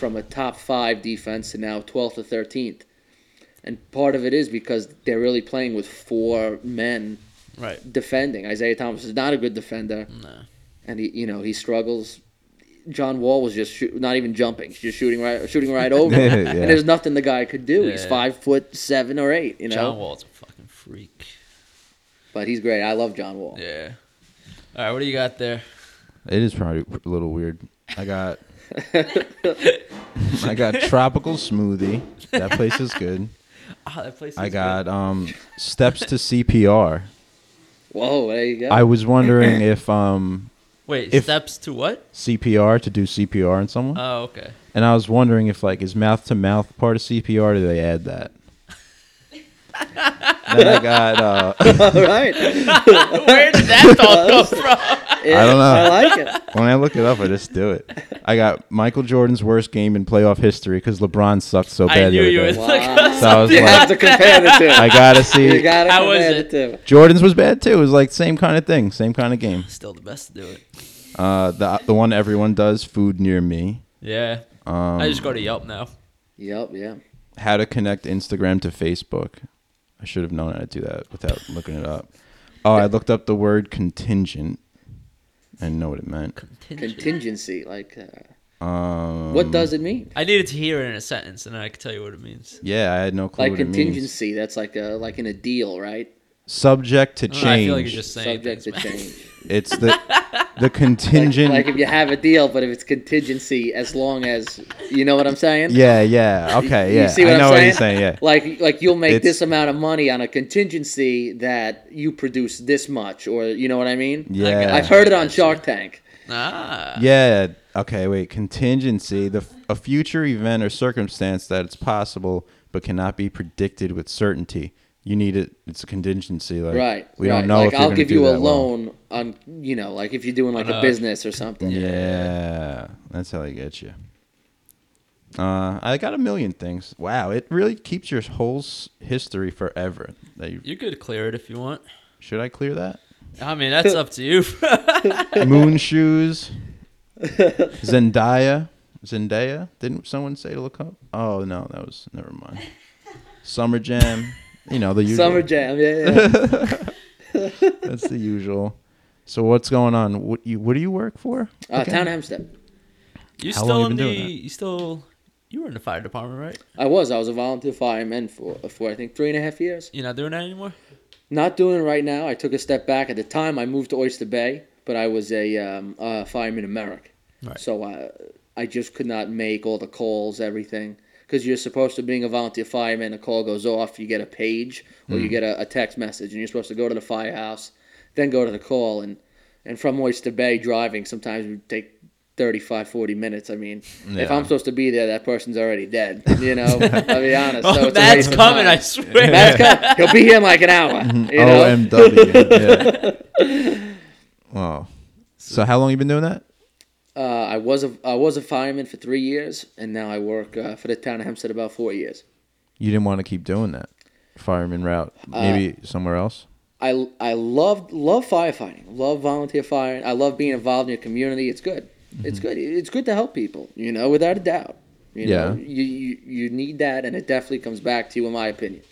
Speaker 5: from a top five defense to now twelfth or thirteenth, and part of it is because they're really playing with four men
Speaker 1: Right.
Speaker 5: defending. Isaiah Thomas is not a good defender,
Speaker 1: No.
Speaker 5: and he you know he struggles. John Wall was just shoot, not even jumping, just shooting right shooting right over, him.
Speaker 2: Yeah.
Speaker 5: and there's nothing the guy could do. He's
Speaker 1: Yeah.
Speaker 5: five foot seven or eight, you know.
Speaker 1: John Wall's a fucking freak.
Speaker 5: But he's great. I love John Wall.
Speaker 1: Yeah. All right, what do you got there?
Speaker 2: It is probably a little weird. I got. I got tropical smoothie. That place is good.
Speaker 1: Oh, that place.
Speaker 2: I
Speaker 1: is
Speaker 2: got um steps to CPR.
Speaker 5: Whoa, there you go.
Speaker 2: I was wondering if um
Speaker 1: good. Wait,
Speaker 2: if-
Speaker 1: steps to what?
Speaker 2: CPR to do CPR on someone.
Speaker 1: Oh, okay.
Speaker 2: And I was wondering if like is mouth to mouth part of CPR? Do they add that? then I got uh,
Speaker 5: All right.
Speaker 1: Where did that thought come from?
Speaker 5: Yeah,
Speaker 2: don't know.
Speaker 5: I like it.
Speaker 2: when I look it up, I just do it. I got Michael Jordan's worst game in playoff history because LeBron sucked so
Speaker 1: I
Speaker 2: bad. the
Speaker 1: knew
Speaker 2: other
Speaker 1: you
Speaker 2: day.
Speaker 1: were
Speaker 5: Wow.
Speaker 1: like,
Speaker 2: So I was
Speaker 5: You have
Speaker 2: like,
Speaker 5: to compare the two.
Speaker 2: I gotta see.
Speaker 5: You gotta
Speaker 1: How was
Speaker 5: compare
Speaker 1: it?
Speaker 5: the two.
Speaker 2: Jordan's was bad too. It was like same kind of thing, same kind of game.
Speaker 1: still the best to do it.
Speaker 2: Uh, the the one everyone does, food near me.
Speaker 1: Yeah.
Speaker 2: Um,
Speaker 1: I just go to Yelp now.
Speaker 5: Yep, yeah.
Speaker 2: how to connect Instagram to Facebook. I should have known how to do that without looking it up. Oh, I looked up the word contingent. I didn't know what it meant.
Speaker 5: Contingency, like, uh,
Speaker 2: Um,
Speaker 5: what does it mean?
Speaker 1: I needed to hear it in a sentence, and then I could tell you what it means.
Speaker 2: Yeah, I had no clue
Speaker 5: Like
Speaker 2: what it means.
Speaker 5: contingency, that's like a like in a deal, right?
Speaker 2: Subject to
Speaker 1: I
Speaker 2: change.
Speaker 1: don't know, I feel like you're just saying
Speaker 5: Subject to
Speaker 1: things, man.
Speaker 5: change.
Speaker 2: It's the the contingent.
Speaker 5: Like if you have a deal, but if it's contingency, as long as you know what I'm saying.
Speaker 2: yeah, yeah. Okay,
Speaker 5: You
Speaker 2: yeah.
Speaker 5: see what
Speaker 2: I
Speaker 5: I'm
Speaker 2: know what
Speaker 5: saying?
Speaker 2: you're saying. Yeah.
Speaker 5: Like like you'll make
Speaker 2: It's-
Speaker 5: this amount of money on a contingency that you produce this much, or you know what I mean?
Speaker 2: Yeah.
Speaker 5: I've heard it on Shark Tank.
Speaker 1: Ah.
Speaker 2: Yeah. Okay. Wait. Contingency: the f- a future event or circumstance that it's possible but cannot be predicted with certainty. You need it. It's a contingency. Like
Speaker 5: Right.
Speaker 2: we
Speaker 5: right.
Speaker 2: don't know
Speaker 5: Like
Speaker 2: if you're
Speaker 5: I'll
Speaker 2: gonna
Speaker 5: give
Speaker 2: do
Speaker 5: you a
Speaker 2: that well.
Speaker 5: loan on you know, like if you're doing like
Speaker 1: On
Speaker 5: a
Speaker 1: a-
Speaker 5: business or something.
Speaker 2: Yeah, that's how they get you. Uh, I got a million things. Wow, it really keeps your whole s- history forever. That you,
Speaker 1: You could clear it if you want.
Speaker 2: should I clear that?
Speaker 1: I mean, that's up to you.
Speaker 2: Moon shoes, Zendaya, Zendaya. Didn't someone say to look up? Oh no, that was never mind. Summer Jam, you know the usual.
Speaker 5: Summer Jam, yeah, yeah.
Speaker 2: That's the usual. So what's going on? What you what do you work for?
Speaker 5: Uh,
Speaker 2: Okay.
Speaker 5: Town Hempstead.
Speaker 1: You
Speaker 2: How long
Speaker 1: still
Speaker 2: you
Speaker 1: in
Speaker 2: been
Speaker 1: the?
Speaker 2: doing that?
Speaker 1: You still? you were in the fire department, right?
Speaker 5: I was. I was a volunteer fireman for for I think three and a half years.
Speaker 1: You're not doing that anymore.
Speaker 5: Not doing it right now. I took a step back. At the time, I moved to Oyster Bay, but I was a um, uh, fireman American.
Speaker 1: Right.
Speaker 5: So I, I just could not make all the calls, everything. Because you're supposed to, being a volunteer fireman, a call goes off, you get a page or
Speaker 1: Mm.
Speaker 5: you get a, a text message, and you're supposed to go to the firehouse, then go to the call. And, and from Oyster Bay driving, sometimes it would take 35, 40 minutes. I mean, if
Speaker 2: Yeah.
Speaker 5: I'm supposed to be there, that person's already dead, you know? I'll be honest.
Speaker 1: Oh,
Speaker 5: so it's a
Speaker 1: that's
Speaker 5: waste of
Speaker 1: coming. I
Speaker 5: time.
Speaker 1: swear.
Speaker 5: Matt's coming. He'll be here in like an hour. You know?
Speaker 2: OMW. yeah. Wow. So how long you been doing that?
Speaker 5: Uh, I was a I was a fireman for three years, and now I work uh, for the town of Hempstead about four years.
Speaker 2: You didn't want to keep doing that fireman route.
Speaker 5: Uh,
Speaker 2: Maybe somewhere else.
Speaker 5: I I love love firefighting, love volunteer firing. I love being involved in your community. It's good.
Speaker 2: Mm-hmm.
Speaker 5: It's good. It's good to help people. You know, without a doubt. You know,
Speaker 2: Yeah.
Speaker 5: you, you you need that, and it definitely comes back to you, in my opinion.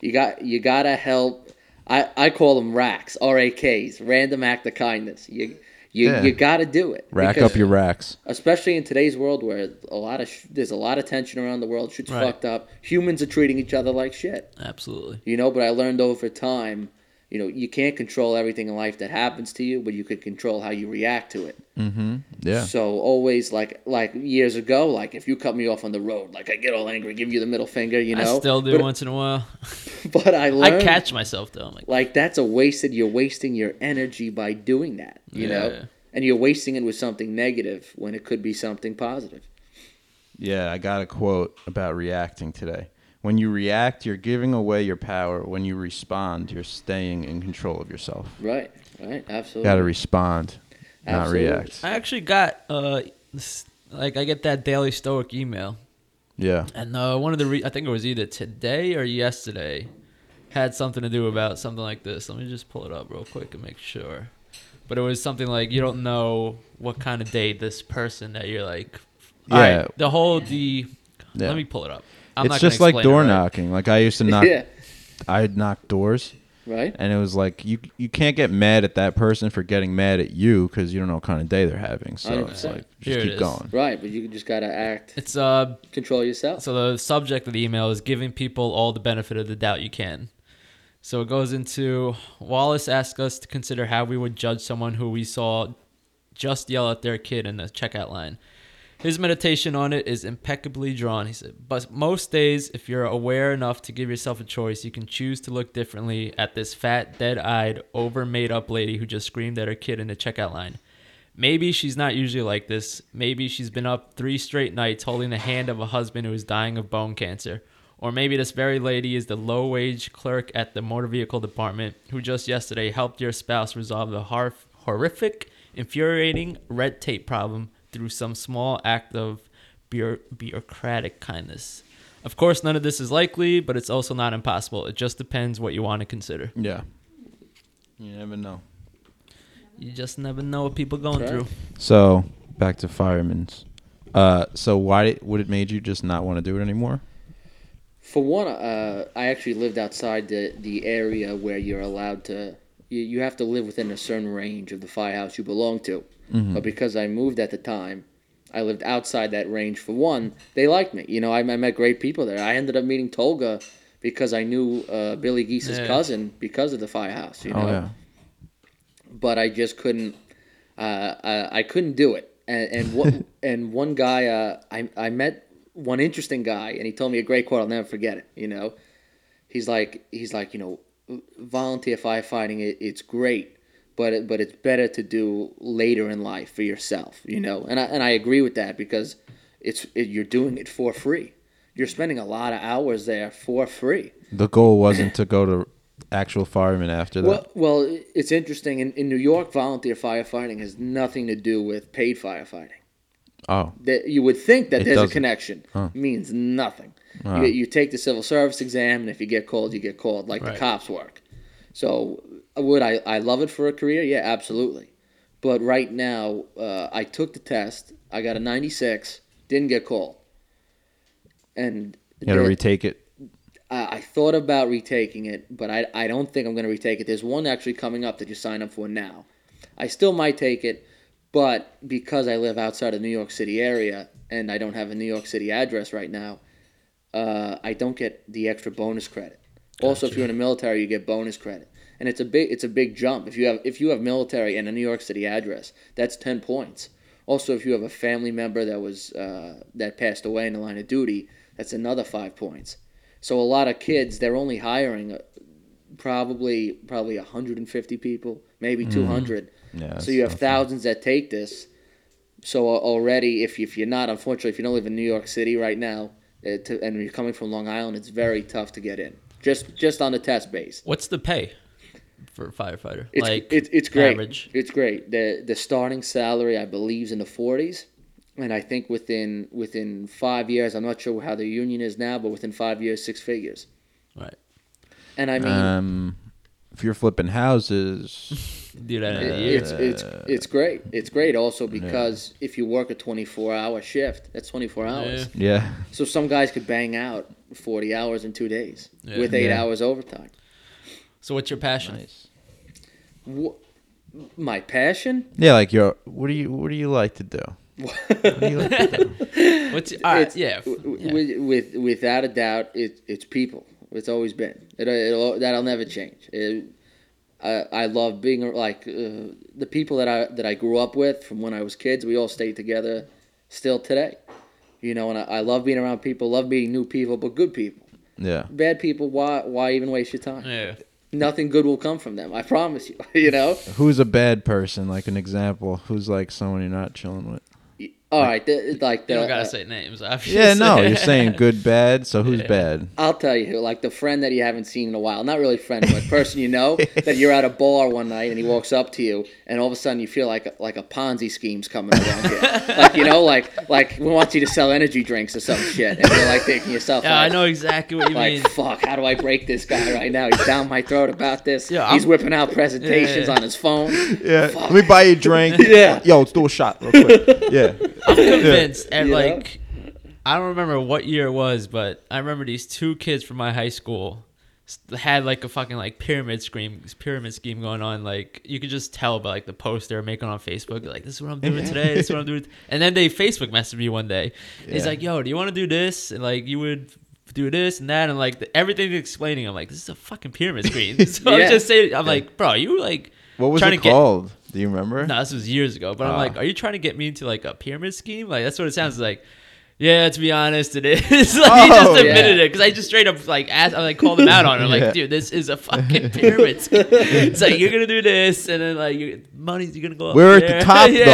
Speaker 5: You got you gotta help. I I call them racks, R A Ks, random act of kindness. You you
Speaker 2: Yeah.
Speaker 5: you gotta do it.
Speaker 2: Rack
Speaker 5: because-
Speaker 2: up your racks.
Speaker 5: especially in today's world where a lot of sh- there's a lot of tension around the world shit's
Speaker 1: Right.
Speaker 5: fucked up humans are treating each other like shit
Speaker 1: Absolutely.
Speaker 5: you know but i learned over time you know you can't control everything in life that happens to you but you can control how you react to it
Speaker 2: Mm-hmm, Yeah.
Speaker 5: so always like like years ago like if you cut me off on the road like i get all angry give you the middle finger you know
Speaker 1: I still do
Speaker 5: but,
Speaker 1: once in a while.
Speaker 5: but i
Speaker 1: I
Speaker 5: learned
Speaker 1: catch myself though. I'm like,
Speaker 5: like that's a wasted you're wasting your energy by doing that you
Speaker 1: Yeah,
Speaker 5: know
Speaker 1: yeah.
Speaker 5: and you're wasting it with something negative when it could be something positive
Speaker 2: Yeah, I got a quote about reacting today. When you react, you're giving away your power. When you respond, you're staying in control of yourself.
Speaker 5: right right absolutely
Speaker 2: You got to respond,
Speaker 5: Absolutely.
Speaker 2: not react.
Speaker 1: I actually got uh, s- like I get that daily stoic email,
Speaker 2: Yeah.
Speaker 1: and uh, one of the re- I think it was either today or yesterday had something to do about something like this. Let me just pull it up real quick and make sure. But it was something like you don't know what kind of day this person that you're like. All right,
Speaker 2: Yeah.
Speaker 1: the whole the.
Speaker 2: Yeah.
Speaker 1: Let me pull it up. I'm
Speaker 2: it's
Speaker 1: not
Speaker 2: just
Speaker 1: gonna
Speaker 2: like
Speaker 1: explain it,
Speaker 2: door
Speaker 1: right?
Speaker 2: knocking. Like I used to knock,
Speaker 5: yeah
Speaker 2: I'd knock doors,
Speaker 5: right
Speaker 2: and it was like you you can't get mad at that person for getting mad at you because you don't know what kind of day they're having. So it's
Speaker 5: 100%.
Speaker 2: like
Speaker 1: Here
Speaker 2: just
Speaker 1: it
Speaker 2: keep
Speaker 1: is.
Speaker 2: going.
Speaker 5: right but you just gotta act
Speaker 1: It's uh
Speaker 5: control yourself
Speaker 1: So the subject of the email is giving people all the benefit of the doubt you can. So it goes into Wallace asked us to consider how we would judge someone who we saw just yell at their kid in the checkout line. His meditation on it is impeccably drawn. He said, "But most days, if you're aware enough to give yourself a choice, you can choose to look differently at this fat, dead-eyed, over-made-up lady who just screamed at her kid in the checkout line. Maybe she's not usually like this. Maybe she's been up three straight nights holding the hand of a husband who is dying of bone cancer. Or maybe this very lady is the low wage clerk at the motor vehicle department who just yesterday helped your spouse resolve the har- horrific, infuriating red tape problem through some small act of bureau- bureaucratic kindness. Of course, none of this is likely, but it's also not impossible. It just depends what you want to consider.
Speaker 2: Yeah. You never know.
Speaker 1: You just never know what people going
Speaker 5: Right.
Speaker 1: through.
Speaker 2: So back to firemen's. Uh, so why did, would it made you just not want to do it anymore?
Speaker 5: for one uh, i actually lived outside the, the area where you're allowed to you, you have to live within a certain range of the firehouse you belong to but because i moved at the time i lived outside that range for one they liked me you know i, I met great people there i ended up meeting tolga because i knew uh, billy geese's
Speaker 1: Yeah.
Speaker 5: cousin because of the firehouse you know
Speaker 2: Oh yeah.
Speaker 5: but I just couldn't. Uh, I, I couldn't do it. And and, what, and one guy, uh, I I met one interesting guy, and he told me a great quote. I'll never forget it. You know, he's like he's like you know, volunteer firefighting. It, it's great, but it, but it's better to do later in life for yourself. You know, and I and I agree with that because it's it, you're doing it for free. You're spending a lot of hours there for free.
Speaker 2: The goal wasn't to go to actual firemen after that.
Speaker 5: Well, well, i- it's interesting. In, in New York, volunteer firefighting has nothing to do with paid firefighting.
Speaker 2: oh,
Speaker 5: That you would think that
Speaker 2: It
Speaker 5: there's a
Speaker 2: doesn't.
Speaker 5: connection
Speaker 2: Huh.
Speaker 5: means nothing. You, you take the civil service exam, and if you get called, you get called, like
Speaker 1: Right.
Speaker 5: the cops work. So, uh, would I? I love it for a career. Yeah, absolutely. But right now, uh, I took the test. I got a 96. Didn't get called. And
Speaker 2: you got to
Speaker 5: the-
Speaker 2: retake it.
Speaker 5: Uh, I I thought about retaking it, but I, I don't think I'm going to retake it. There's one actually coming up that you sign up for now. I still might take it, But because I live outside of New York City area and I don't have a New York City address right now, uh, I don't get the extra bonus credit. Also, if you're in the military, you get bonus credit, and it's a big it's a big jump. If you have if you have military and a New York City address, that's ten points. Also, if you have a family member that was uh, that passed away in the line of duty, that's another five points. So a lot of kids, they're only hiring uh, probably probably 150 people, maybe
Speaker 1: Mm.
Speaker 5: 200.
Speaker 2: Yeah,
Speaker 5: so you
Speaker 2: it's
Speaker 5: have thousands that take this. So al- already, if you- if you're not, unfortunately, if you don't live in New York City right now, uh, to, and you're coming from Long Island, it's very tough to get in. Just just on the test base.
Speaker 1: What's the pay for a firefighter?
Speaker 5: It's,
Speaker 1: like
Speaker 5: it's it's great.
Speaker 1: average.
Speaker 5: It's great. The the starting salary I believe is in the forties, and I think within within five years, I'm not sure how the union is now, but within five years, six figures.
Speaker 1: Right.
Speaker 5: And I mean,
Speaker 1: Uh,
Speaker 2: Um, if you're flipping houses,
Speaker 1: Dude, I
Speaker 5: it-
Speaker 1: don't know.
Speaker 5: it's it's it's great. It's great also because if you work a 24 hour shift, that's 24 hours.
Speaker 1: Yeah.
Speaker 2: yeah,
Speaker 5: So some guys could bang out 40 hours in two days
Speaker 1: Yeah.
Speaker 5: with eight
Speaker 2: Yeah.
Speaker 5: hours overtime.
Speaker 1: So what's your passion?
Speaker 5: Wha my passion?
Speaker 2: yeah. Like your, what do you, what do you like to do? What do you like to do?
Speaker 1: What's all right,
Speaker 5: It's-
Speaker 1: yeah. f-
Speaker 5: w-
Speaker 1: yeah.
Speaker 5: w- With, without a doubt, it, it's people. It's always been. It, it'll, that'll never change. It, I, I love being ar- like uh, the people that I that I grew up with from when I was kids. We all stayed together, still today. You know, and I, I love being around people. Love meeting new people, but good people.
Speaker 2: Yeah,
Speaker 5: Bad people, why why even waste your time?
Speaker 1: yeah.
Speaker 5: Nothing good will come from them. I promise you. you know.
Speaker 2: who's a bad person? Like an example, who's like someone you're not chilling with?
Speaker 5: All right, the, like the uh,
Speaker 1: You don't gotta say names, obviously.
Speaker 2: Yeah, no, you're saying good, bad. So who's bad?
Speaker 5: I'll tell you who, like the friend that you haven't seen in a while. Not really friend, but person you know that you're at a bar one night and he walks up to you, and all of a sudden you feel like like a Ponzi scheme's coming around you. like you know, like like we want you to sell energy drinks or some shit, and you're like thinking to yourself,
Speaker 1: Yeah, I
Speaker 5: like,
Speaker 1: know exactly what you
Speaker 5: like,
Speaker 1: mean.
Speaker 5: fuck, how do I break this guy right now? He's down my throat about this.
Speaker 1: Yeah,
Speaker 5: He's
Speaker 1: I'm-
Speaker 5: whipping out presentations
Speaker 1: yeah.
Speaker 5: on his phone.
Speaker 2: Yeah, let me buy you a drink.
Speaker 5: Yeah.
Speaker 2: yo, let's do a shot real quick. Yeah,
Speaker 1: convinced and
Speaker 5: You know?
Speaker 1: like I don't remember what year it was, but I remember these two kids from my high school s- had like a fucking like pyramid scheme pyramid scheme going on. Like you could just tell by like the post they were making on Facebook. Like this is what I'm doing today. This is what I'm doing. And then they Facebook messaged me one day. He's
Speaker 2: Yeah.
Speaker 1: like, "Yo, do you want to do this?" And like you would do this and that and like the, everything they're explaining. I'm like, "This is a fucking pyramid scheme." So
Speaker 5: Yeah.
Speaker 1: I'm just saying, I'm like, "Bro, you like."
Speaker 2: what was
Speaker 1: trying
Speaker 2: it
Speaker 1: to get
Speaker 2: called? Do you remember?
Speaker 1: no, this was years ago. But
Speaker 2: Ah.
Speaker 1: I'm like, are you trying to get me into like a pyramid scheme? Like that's what it sounds like. Yeah, to be honest, it is. like, he
Speaker 2: Oh,
Speaker 1: just
Speaker 2: yeah.
Speaker 1: admitted it because I just straight up like asked, I like called him out on it. I'm
Speaker 2: Yeah.
Speaker 1: like, dude, this is a fucking pyramid scheme. it's like you're gonna do this, and then like your money's you're gonna go. Up
Speaker 2: Oh, We're at
Speaker 1: there.
Speaker 2: the top
Speaker 1: Yeah.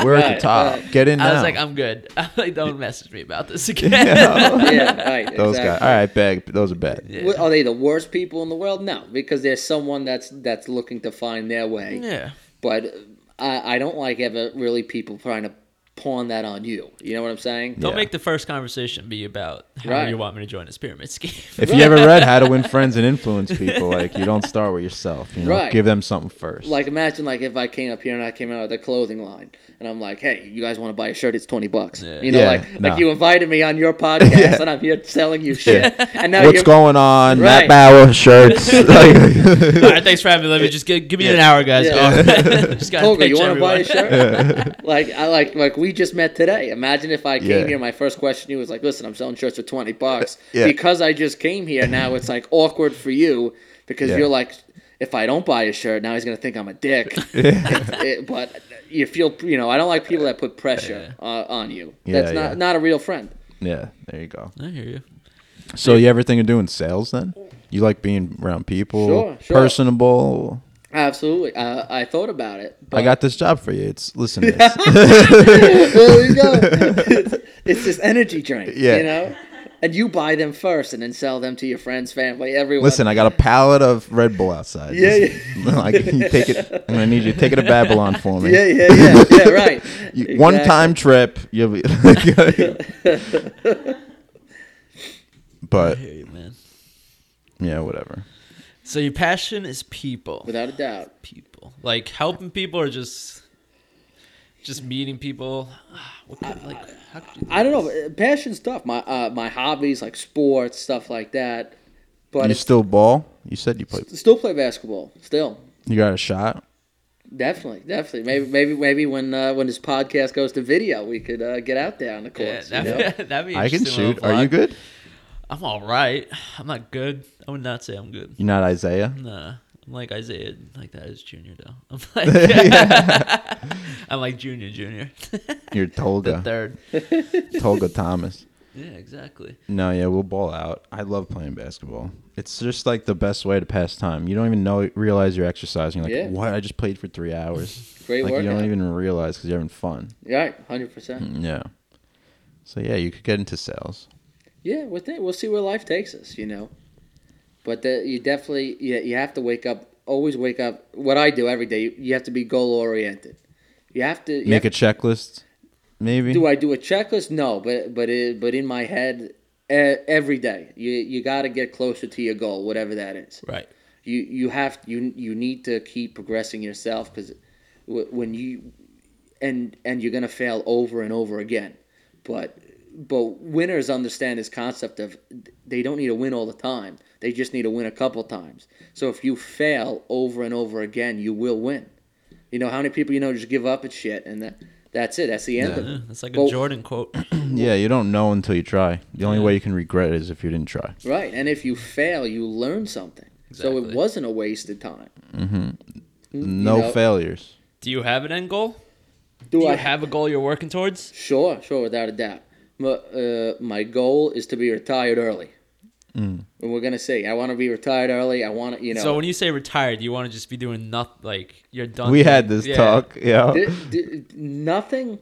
Speaker 2: though. We're at
Speaker 5: Right,
Speaker 2: the top.
Speaker 5: right.
Speaker 2: Get in now.
Speaker 1: I was like, I'm good. I'm like, don't message me about this again.
Speaker 5: Yeah, right.
Speaker 2: Those
Speaker 5: exactly.
Speaker 2: guys. All right, bad. Those are bad.
Speaker 5: What- Are they the worst people in the world? No, because there's someone that's that's looking to find their way.
Speaker 1: Yeah.
Speaker 5: but I, I don't like ever really people trying to pawn that on you. You know what I'm saying?
Speaker 1: Don't
Speaker 2: Yeah.
Speaker 1: make the first conversation be about how
Speaker 5: Right.
Speaker 1: you want me to join this pyramid scheme.
Speaker 2: If you ever read How to Win Friends and Influence People, like you don't start with yourself. You know,
Speaker 5: Right.
Speaker 2: give them something first.
Speaker 5: Like imagine like if I came up here and I came out of the clothing line and I'm like, hey, you guys want to buy a shirt? It's twenty bucks. You know,
Speaker 2: Yeah,
Speaker 5: like
Speaker 2: nah.
Speaker 5: like you invited me on your podcast and I'm here selling you shit. And now
Speaker 2: What's
Speaker 5: you're
Speaker 2: going on?
Speaker 5: Right.
Speaker 2: Matt Bauer shirts. Like-
Speaker 1: All right, thanks for having me. Let me just give, give me an hour, guys.
Speaker 5: Yeah.
Speaker 1: Oh, just gotta
Speaker 5: Toga,
Speaker 1: pitch
Speaker 5: you want to buy
Speaker 1: everyone.
Speaker 5: a shirt? like I like like we just met today. Imagine if I came
Speaker 2: Yeah.
Speaker 5: here. My first question to you was like, "Listen, I'm selling shirts for twenty bucks."
Speaker 2: Yeah.
Speaker 5: Because I just came here. Now it's like awkward for you because
Speaker 2: Yeah.
Speaker 5: you're like, if I don't buy a shirt, now he's gonna think I'm a dick. It- but you feel, you know, I don't like people that put pressure uh, on you. That's
Speaker 2: Yeah,
Speaker 5: not
Speaker 2: yeah.
Speaker 5: not a real friend.
Speaker 2: yeah, there you go.
Speaker 1: I hear you.
Speaker 2: So you ever think of doing sales then? You like being around people,
Speaker 5: Sure, sure.
Speaker 2: personable.
Speaker 5: Absolutely. Uh, I thought about it. But
Speaker 2: I got this job for you. It's listen to this.
Speaker 5: there you go. it's, it's this energy drink,
Speaker 2: Yeah.
Speaker 5: you know? And you buy them first and then sell them to your friends, family, everyone.
Speaker 2: Listen, I got a pallet of Red Bull outside.
Speaker 5: Yeah,
Speaker 2: yeah. like you take it. I'm gonna need you to take it to Babylon for me.
Speaker 5: Yeah, yeah, yeah, yeah, right.
Speaker 2: You- One
Speaker 5: Exactly.
Speaker 2: time trip. You'll be.
Speaker 1: I
Speaker 2: but
Speaker 1: hear you, man.
Speaker 2: yeah, whatever.
Speaker 1: So your passion is people.
Speaker 5: Without a doubt.
Speaker 1: people, like helping people, or just just meeting people. Ah, What could, like, how could you
Speaker 5: I don't know. Passion stuff. My uh, my hobbies, like sports, stuff like that. But
Speaker 2: you
Speaker 5: it's,
Speaker 2: still ball? You said you played.
Speaker 5: still play basketball. Still.
Speaker 2: You got a shot.
Speaker 5: Definitely, definitely. Maybe, maybe, maybe when uh, when this podcast goes to video, we could uh, get out there on the
Speaker 1: Yeah,
Speaker 5: courts. you know?
Speaker 1: that, that'd be
Speaker 2: I can
Speaker 1: interesting little
Speaker 2: shoot. Are you
Speaker 1: vlog.
Speaker 2: good?
Speaker 1: I'm all right. I'm not good. I would not say I'm good.
Speaker 2: You're not Isaiah.
Speaker 1: Nah. I'm like Isaiah, like that is Junior though. I'm like, I'm like Junior, Junior,
Speaker 2: You're
Speaker 1: the
Speaker 2: Tolga.
Speaker 1: third.
Speaker 2: Tolga Thomas.
Speaker 1: Yeah, exactly.
Speaker 2: No, yeah, we'll ball out. I love playing basketball. It's just like the best way to pass time. You don't even know realize you're exercising. You're like,
Speaker 5: Yeah.
Speaker 2: what? I just played for three hours.
Speaker 5: Great
Speaker 2: like you don't
Speaker 5: workout.
Speaker 2: even Hmm. realize because you're having fun.
Speaker 5: Right, hundred percent.
Speaker 2: Yeah. So yeah, you could get into sales.
Speaker 5: Yeah, we'll, think, we'll see where life takes us, you know. But the, you definitely you, you have to wake up. Always wake up. What I do every day, you have to be goal oriented. You have to you
Speaker 2: Make
Speaker 5: have-
Speaker 2: a checklist, maybe.
Speaker 5: Do I do a checklist? No, but but it, but in my head, e- every day you you got to get closer to your goal, whatever that is.
Speaker 1: Right.
Speaker 5: you you have you you need to keep progressing yourself because when you and and you're gonna fail over and over again but but winners understand this concept of they don't need to win all the time they just need to win a couple times so if you fail over and over again you will win you know how many people you know just give up at shit and that that's it that's the end of
Speaker 1: Yeah,
Speaker 5: it
Speaker 1: that's like a
Speaker 5: Well-
Speaker 1: Jordan quote.
Speaker 2: yeah, you don't know until you try. The only way you can regret it is if you didn't try.
Speaker 5: right and if you fail you learn something so
Speaker 1: Exactly. Mm.
Speaker 5: it wasn't a wasted time
Speaker 2: No
Speaker 5: Mm, know-
Speaker 2: failures.
Speaker 1: Do you have an end goal?
Speaker 5: do,
Speaker 1: Do you
Speaker 5: I
Speaker 1: have a goal you're working towards?
Speaker 5: Sure, sure, without a doubt. My, uh, my goal is to be retired early. And we're gonna see. I want to be retired early. I want to, you know.
Speaker 1: Mm. So when you say retired, you want to just be doing nothing. Like you're done.
Speaker 2: We had
Speaker 1: doing-
Speaker 2: this
Speaker 1: yeah.
Speaker 2: talk. Yeah.
Speaker 5: D- d- nothing.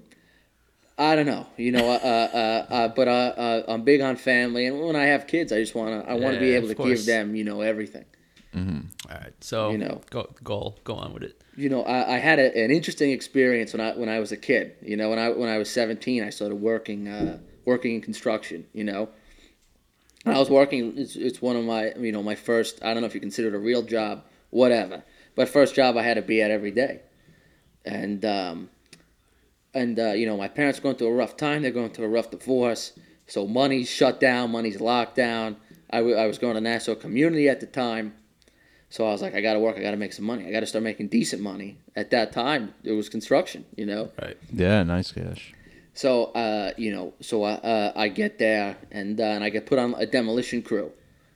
Speaker 5: I don't know, you know. Uh, uh, uh, uh, but uh, uh, I'm big on family, and when I have kids, I just wanna, I wanna be
Speaker 1: Yeah,
Speaker 5: able
Speaker 1: of
Speaker 5: to
Speaker 1: course.
Speaker 5: give them, you know, everything.
Speaker 1: All right. So
Speaker 5: You know.
Speaker 1: go, goal. Go on with it.
Speaker 5: you know, I, I had a, an interesting experience when I when I was a kid. You know, when I when I was seventeen, I started working uh, working in construction. You know, and I was working. It's, it's one of my you know my first. I don't know if you consider it a real job, whatever. But first job I had to be at every day, and um, and uh, you know my parents are going through a rough time. They're going through a rough divorce, so money's shut down, money's locked down. I, w- I was going to Nassau Community at the time. So I was like, I gotta work. I gotta make some money. I gotta start making decent money. At that time, it was construction, you know.
Speaker 1: Right.
Speaker 2: Yeah, nice cash.
Speaker 5: So uh, you know, so I uh, I get there and uh, and I get put on a demolition crew,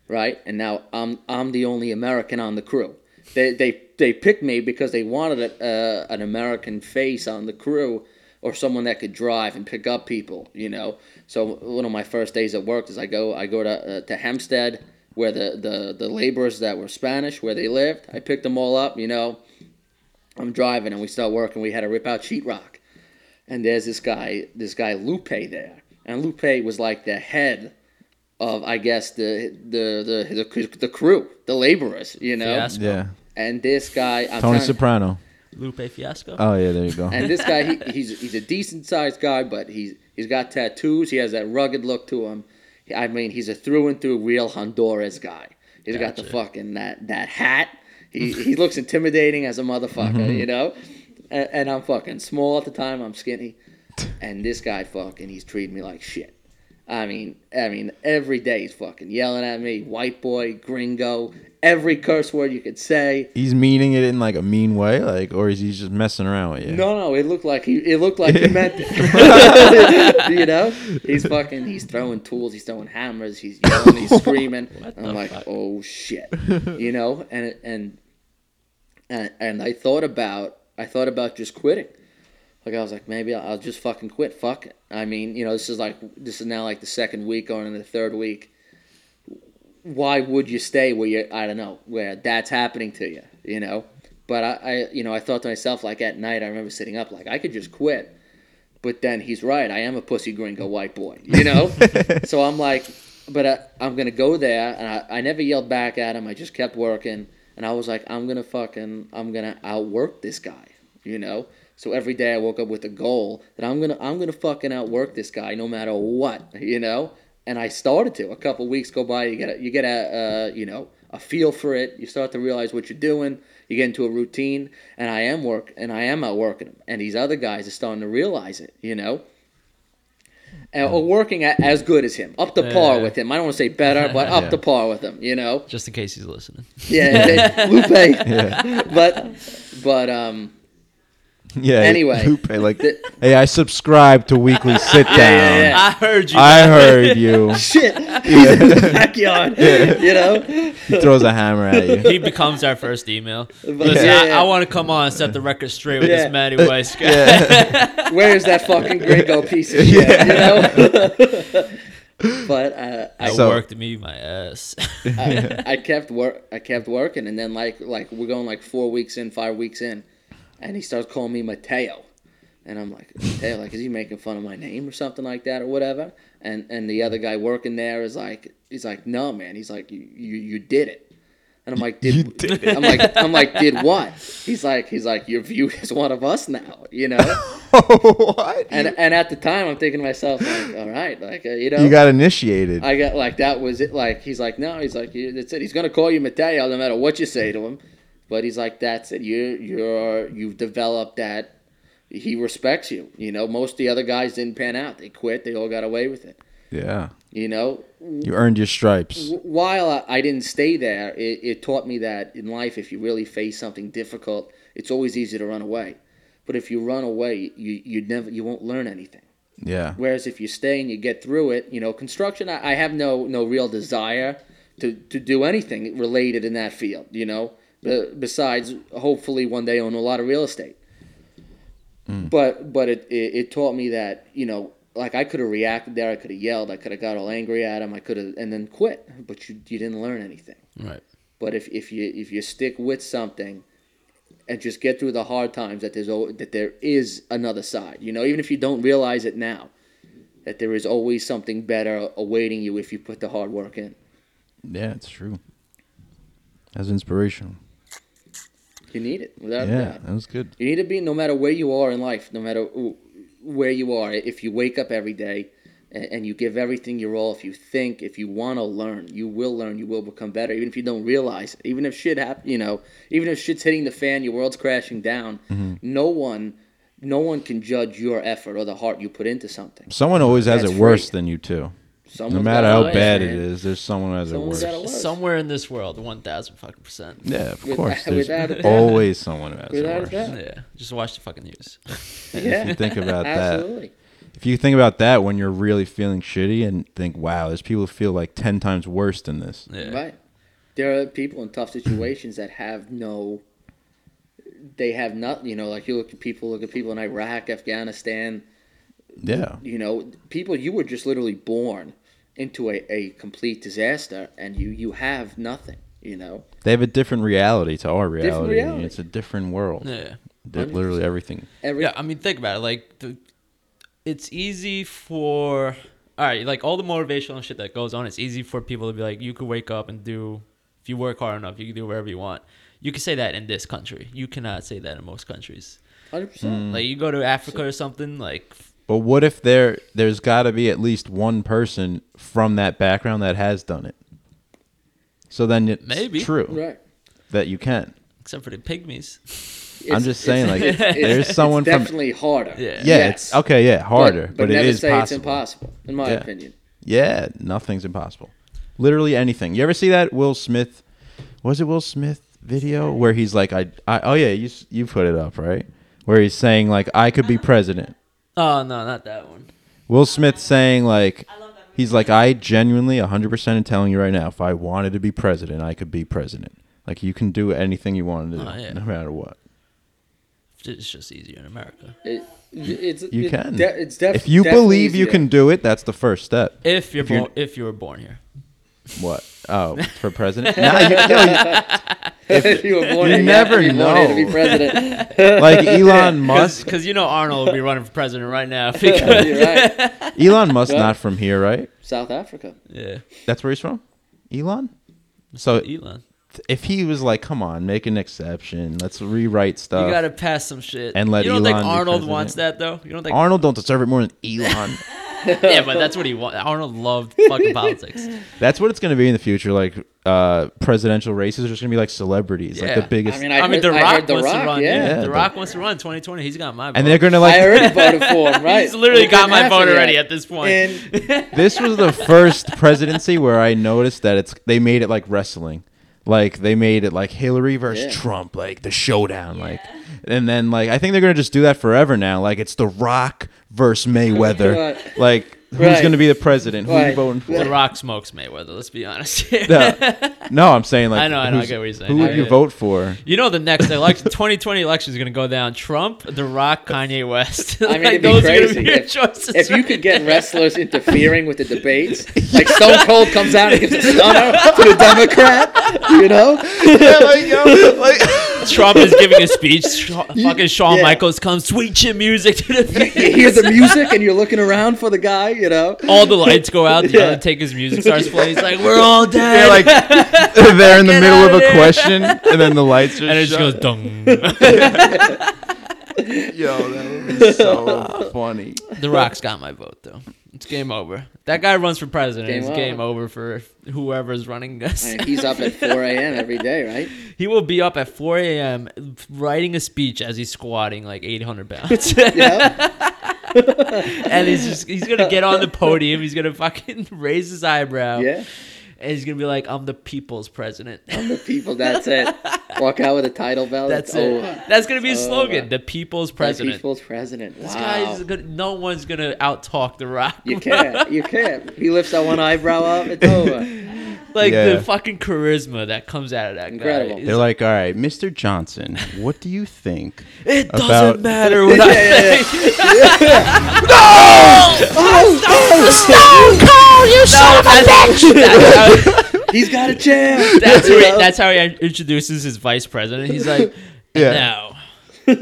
Speaker 5: right? And now I'm I'm the only American on the crew. They they they picked me because they wanted a, uh, an American face on the crew or someone that could drive and pick up people, you know. So one of my first days at work is I go I go to uh, to Hempstead where the, the the laborers that were Spanish where they lived. I picked them all up, you know. I'm driving and we start working. We had to rip out sheetrock and there's this guy, this guy Lupe there, and Lupe was like the head of, I guess, the the the the, the crew, the laborers, you know.
Speaker 1: Fiasco.
Speaker 2: Yeah.
Speaker 5: And this guy, Oh, I'm
Speaker 2: Tony
Speaker 5: trying-
Speaker 2: Soprano.
Speaker 1: Lupe Fiasco.
Speaker 2: Oh yeah, there you go.
Speaker 5: and this guy, he, he's he's a decent sized guy, but he's he's got tattoos. He has that rugged look to him. I mean, he's a through and through real Honduras guy. He's got the fucking that that hat. He he looks intimidating as a motherfucker, you know. And, and I'm fucking small at the time. I'm skinny, and this guy fucking he's treating me like shit. I mean, I mean, every day he's fucking yelling at me, white boy, gringo, every curse word you could say.
Speaker 2: He's meaning it in like a mean way, like, or is he just messing around with you?
Speaker 5: No, no, it looked like he. It looked like he meant it. you know, he's fucking. He's throwing tools. He's throwing hammers. He's yelling. He's screaming. And I'm like, oh shit, you know. And and and and I thought about. I thought about just quitting. Like I was like, maybe I'll, I'll just fucking quit. Fuck it. I mean, you know, this is like this is now like the second week going into the third week. Why would you stay where you? I don't know where that's happening to you. You know, but I, I, you know, I thought to myself like at night. I remember sitting up like I could just quit. But then he's right. I am a pussy gringo white boy. You know, so I'm like, but I, I'm gonna go there, and I, I never yelled back at him. I just kept working, and I was like, I'm gonna fucking, I'm gonna outwork this guy. You know. So every day I woke up with a goal that I'm gonna, I'm gonna fucking outwork this guy no matter what. You know. And I started to. A couple weeks go by, you get, a, you get a, uh, you know, a feel for it. You start to realize what you're doing. You get into a routine, and I am work, and I am outworking him. And these other guys are starting to realize it. You know and, or working at, as good as him, up to par
Speaker 1: Yeah.
Speaker 5: with him. I don't want to say better, but up
Speaker 2: Yeah.
Speaker 5: to par with him. You know,
Speaker 1: Just in case he's listening.
Speaker 5: yeah, they- Lupe. But but um,
Speaker 2: Yeah.
Speaker 5: Anyway.
Speaker 2: Lupe, like,
Speaker 5: The-
Speaker 2: hey, I subscribe to weekly sit down.
Speaker 5: yeah, yeah.
Speaker 1: I heard you.
Speaker 2: I heard you.
Speaker 5: Shit, he's in the backyard. You know,
Speaker 2: He throws a hammer at you.
Speaker 1: he becomes our first email.
Speaker 5: But
Speaker 1: Listen,
Speaker 5: yeah,
Speaker 1: I,
Speaker 5: yeah.
Speaker 1: I want to come on and set the record straight with
Speaker 5: Yeah.
Speaker 1: this Matty Weiss guy.
Speaker 5: where is that fucking Gringo piece of shit? You know. but uh,
Speaker 1: I
Speaker 5: I,
Speaker 2: So-
Speaker 1: worked me my ass.
Speaker 5: I, I kept work. I kept working, and then like like we're going like four weeks in, five weeks in, and he starts calling me Mateo, and I'm like Mateo, like is he making fun of my name or something like that or whatever? And and the other guy working there is like he's like no man, he's like you you, you did it. And I'm like, did, I'm like, I'm like, did what? He's like, he's like, your view is one of us now, you know.
Speaker 2: what?
Speaker 5: And and at the time, I'm thinking to myself, like, all right, like, uh, you know,
Speaker 2: you got initiated.
Speaker 5: I got like that was it. Like he's like, no, he's like, you- that's it. He's gonna call you Mateo no matter what you say to him. But he's like, that's it. You you're you've developed that. He respects you. You know, most of the other guys didn't pan out. They quit. They all got away with it.
Speaker 2: yeah.
Speaker 5: You know,
Speaker 2: You earned your stripes.
Speaker 5: W- while I, I didn't stay there, it, it taught me that in life, if you really face something difficult, it's always easy to run away. But if you run away, you you never you won't learn anything.
Speaker 2: Yeah.
Speaker 5: Whereas if you stay and you get through it, you know, construction, I, I have no no real desire to to do anything related in that field. You know, Be- besides hopefully one day own a lot of real estate. But but it, it it taught me that you know. Like I could have reacted there, I could have yelled, I could have got all angry at him, I could have, and then quit. But you, you didn't learn anything.
Speaker 1: right.
Speaker 5: But if, if you if you stick with something, and just get through the hard times, that there's al- that there is another side. You know, even if you don't realize it now, that there is always something better awaiting you if you put the hard work in.
Speaker 2: Yeah, it's true. That's inspirational.
Speaker 5: You need it without a
Speaker 2: Yeah,
Speaker 5: doubt.
Speaker 2: that was good.
Speaker 5: You need to be no matter where you are in life, no matter wh- where you are. If you wake up every day and, and you give everything your all, if you think, if you want to learn, you will learn. You will become better, even if you don't realize. It. Even if shit happen, you know, even if shit's hitting the fan, your world's crashing down.
Speaker 2: Mm-hmm.
Speaker 5: No one, no one can judge your effort or the heart you put into something.
Speaker 2: Someone always has
Speaker 5: That's
Speaker 2: it worse
Speaker 5: free.
Speaker 2: than you too.
Speaker 5: Someone's
Speaker 2: no matter
Speaker 5: gotta
Speaker 2: how
Speaker 5: learn,
Speaker 2: bad
Speaker 5: man.
Speaker 2: it is, there's someone who has
Speaker 5: Someone's
Speaker 2: it
Speaker 5: gotta
Speaker 2: worse.
Speaker 5: learn.
Speaker 1: Somewhere in this world, one thousand fucking percent.
Speaker 2: Yeah, of
Speaker 5: With-
Speaker 2: course. There's
Speaker 5: without a doubt.
Speaker 2: always someone who has
Speaker 5: Without a
Speaker 2: it worse.
Speaker 5: doubt.
Speaker 1: Yeah. Just watch the fucking news.
Speaker 5: Yeah,
Speaker 2: If you think about that,
Speaker 5: absolutely.
Speaker 2: if you think about that when you're really feeling shitty and think, wow, there's people who feel like 10 times worse than this.
Speaker 1: Yeah.
Speaker 5: Right. There are people in tough situations that have no. They have not, you know, like you look at people, look at people in Iraq, Afghanistan,
Speaker 2: Yeah.
Speaker 5: you know, people you were just literally born into a, a complete disaster and you, you have nothing, you know.
Speaker 2: They have a different reality to our reality.
Speaker 5: reality.
Speaker 2: It's a different world.
Speaker 1: Yeah.
Speaker 2: They're Literally everything.
Speaker 5: Every,
Speaker 1: Yeah, I mean, think about it. Like, the, it's easy for all right, like all the motivational shit that goes on. It's easy for people to be like, you could wake up and do if you work hard enough, you can do whatever you want. You can say that in this country. You cannot say that in most countries.
Speaker 5: 100%.
Speaker 2: Mm.
Speaker 1: Like, you go to Africa or something, like,
Speaker 2: But what if there there's got to be at least one person from that background that has done it? So then it's
Speaker 1: Maybe.
Speaker 2: true
Speaker 5: Right.
Speaker 2: that you can.
Speaker 1: except for the pygmies.
Speaker 5: It's-
Speaker 2: I'm just saying, like,
Speaker 5: it's- it's-
Speaker 2: there's
Speaker 5: it's
Speaker 2: someone from. Yeah,
Speaker 5: definitely harder.
Speaker 1: Yeah.
Speaker 2: it's okay. Yeah, harder, but, it
Speaker 5: never
Speaker 2: is
Speaker 5: say
Speaker 2: possible.
Speaker 5: it's impossible, in my
Speaker 2: Yeah.
Speaker 5: opinion.
Speaker 2: Yeah, nothing's impossible. Literally anything. You ever see that Will Smith? Was it Will Smith video where he's like, I, I oh yeah, you s- you put it up right? Where he's saying like, I could be
Speaker 1: Uh-huh.
Speaker 2: president.
Speaker 1: Oh no, not that one.
Speaker 2: Will Smith saying like,
Speaker 6: I love that movie.
Speaker 2: he's like, I genuinely 100% am telling you right now, if I wanted to be president, I could be president. Like you can do anything you want to do,
Speaker 1: Oh, yeah.
Speaker 2: no matter what.
Speaker 1: It's just easier in America
Speaker 5: It, it's,
Speaker 2: You
Speaker 5: it-
Speaker 2: can.
Speaker 5: de- it's def-
Speaker 2: if you
Speaker 5: definitely
Speaker 2: believe you
Speaker 5: easier.
Speaker 2: can do it, that's the first step.
Speaker 1: if you're
Speaker 2: If you're-
Speaker 1: born, if you were born here.
Speaker 2: What? Oh, for president? nah, you, no, you-
Speaker 5: if you were born
Speaker 2: You
Speaker 5: here,
Speaker 2: never
Speaker 5: you born here to be
Speaker 2: know.
Speaker 5: president.
Speaker 2: like Elon Musk.
Speaker 1: Because you know Arnold will be running for president right now. Because,
Speaker 5: You're right.
Speaker 2: Elon Musk
Speaker 5: Yeah.
Speaker 2: not from here, right?
Speaker 5: South Africa.
Speaker 1: yeah,
Speaker 2: That's where he's from? Elon? So
Speaker 1: Elon,
Speaker 2: if he was like, come on, make an exception, let's rewrite stuff.
Speaker 1: you gotta pass some shit.
Speaker 2: And let
Speaker 1: you don't
Speaker 2: Elon
Speaker 1: think
Speaker 2: be
Speaker 1: Arnold
Speaker 2: president.
Speaker 1: wants that though? You don't think
Speaker 2: Arnold don't deserve it more than Elon.
Speaker 1: yeah, but that's what he wanted. Arnold loved fucking politics.
Speaker 2: That's what it's gonna be in the future. Like uh presidential races are just gonna be like celebrities, like
Speaker 1: Yeah.
Speaker 2: the biggest
Speaker 5: I mean,
Speaker 1: I,
Speaker 5: I,
Speaker 1: mean,
Speaker 5: heard,
Speaker 1: The
Speaker 5: I
Speaker 1: Rock
Speaker 5: heard The
Speaker 1: wants
Speaker 5: Rock.
Speaker 1: to run.
Speaker 5: yeah.
Speaker 1: Yeah,
Speaker 2: Yeah,
Speaker 1: The
Speaker 2: The-
Speaker 1: Rock wants to run 2020. He's got my vote.
Speaker 2: and they're gonna
Speaker 5: I
Speaker 2: like
Speaker 5: already voted for him, right?
Speaker 1: He's literally
Speaker 5: It
Speaker 1: got
Speaker 5: didn't
Speaker 1: my
Speaker 5: happen
Speaker 1: vote
Speaker 5: yet.
Speaker 1: already at this point.
Speaker 5: And
Speaker 2: this was the first presidency where I noticed that it's they made it like wrestling. Like they made it like Hillary versus
Speaker 5: Yeah.
Speaker 2: Trump, like the showdown, like, and then like I think they're gonna just do that forever now. Like it's The Rock versus Mayweather.
Speaker 5: Right.
Speaker 2: Like who's
Speaker 5: Right.
Speaker 2: gonna be the president? Who are you
Speaker 5: Right.
Speaker 2: voting for?
Speaker 1: The Rock smokes Mayweather. Let's be honest. here.
Speaker 2: No, no, I'm saying like
Speaker 1: I know, I know, I
Speaker 2: who's-
Speaker 1: get what you're saying.
Speaker 2: Who
Speaker 1: I
Speaker 2: would you
Speaker 1: get it.
Speaker 2: vote for?
Speaker 1: You know the next election, 2020 election is going to go down. Trump, The Rock, Kanye West.
Speaker 5: I mean,
Speaker 1: Like,
Speaker 5: it'd be
Speaker 1: those are going
Speaker 5: crazy
Speaker 1: to be your
Speaker 5: if,
Speaker 1: choices.
Speaker 5: if you
Speaker 1: right
Speaker 5: could get
Speaker 1: there.
Speaker 5: wrestlers interfering with the debates. Like Stone Cold comes out and gives a stunner to the Democrat, you know?
Speaker 2: yeah, like, yo, like,
Speaker 1: Trump is giving a speech. Sh- fucking Shawn
Speaker 5: yeah.
Speaker 1: Michaels comes, sweet chin music to the
Speaker 5: You hear the music and you're looking around for the guy, you know?
Speaker 1: All the lights go out. The
Speaker 5: Yeah.
Speaker 1: other take his music starts playing. He's like, "We're all dead."
Speaker 2: they're like they're in the
Speaker 1: Get
Speaker 2: middle
Speaker 1: out
Speaker 2: of
Speaker 1: of
Speaker 2: a
Speaker 1: here.
Speaker 2: question, and then the lights are
Speaker 1: and it just goes
Speaker 2: shut.
Speaker 1: dung.
Speaker 2: Yo, that would be so funny.
Speaker 1: the Rock's got my vote though. It's game over. That guy runs for president.
Speaker 5: Game
Speaker 1: it's
Speaker 5: over.
Speaker 1: game over for whoever's running this.
Speaker 5: And he's up at 4 a.m. every day, right?
Speaker 1: He will be up at 4 a.m. writing a speech as he's squatting like 800 pounds.
Speaker 5: Yeah.
Speaker 1: and he's just, he's going to get on the podium. He's going to fucking raise his eyebrow.
Speaker 5: Yeah.
Speaker 1: And he's going to be like, I'm the people's president.
Speaker 5: The people, that's it. Walk out with a title belt.
Speaker 1: That's
Speaker 5: it's
Speaker 1: it.
Speaker 5: over.
Speaker 1: That's going to be his
Speaker 5: It's
Speaker 1: slogan.
Speaker 5: over.
Speaker 1: The people's
Speaker 5: Oh, The
Speaker 1: president.
Speaker 5: people's president. Wow.
Speaker 1: This guy's gonna, no one's going to outtalk The Rock.
Speaker 5: You can't. You can't. He lifts that one eyebrow up. It's over.
Speaker 1: like
Speaker 2: Yeah.
Speaker 1: the fucking charisma that comes out of that guy.
Speaker 5: Incredible. They're
Speaker 1: is-
Speaker 2: They're like, all right, Mr. Johnson, what do you think?
Speaker 1: it doesn't
Speaker 2: about-
Speaker 1: matter what I
Speaker 5: yeah, yeah.
Speaker 1: think. Oh, That's how-
Speaker 5: He's got a chance.
Speaker 1: That's how,
Speaker 5: You
Speaker 1: he,
Speaker 5: know?
Speaker 1: that's how he introduces his vice president. He's like,
Speaker 2: Yeah.
Speaker 1: no,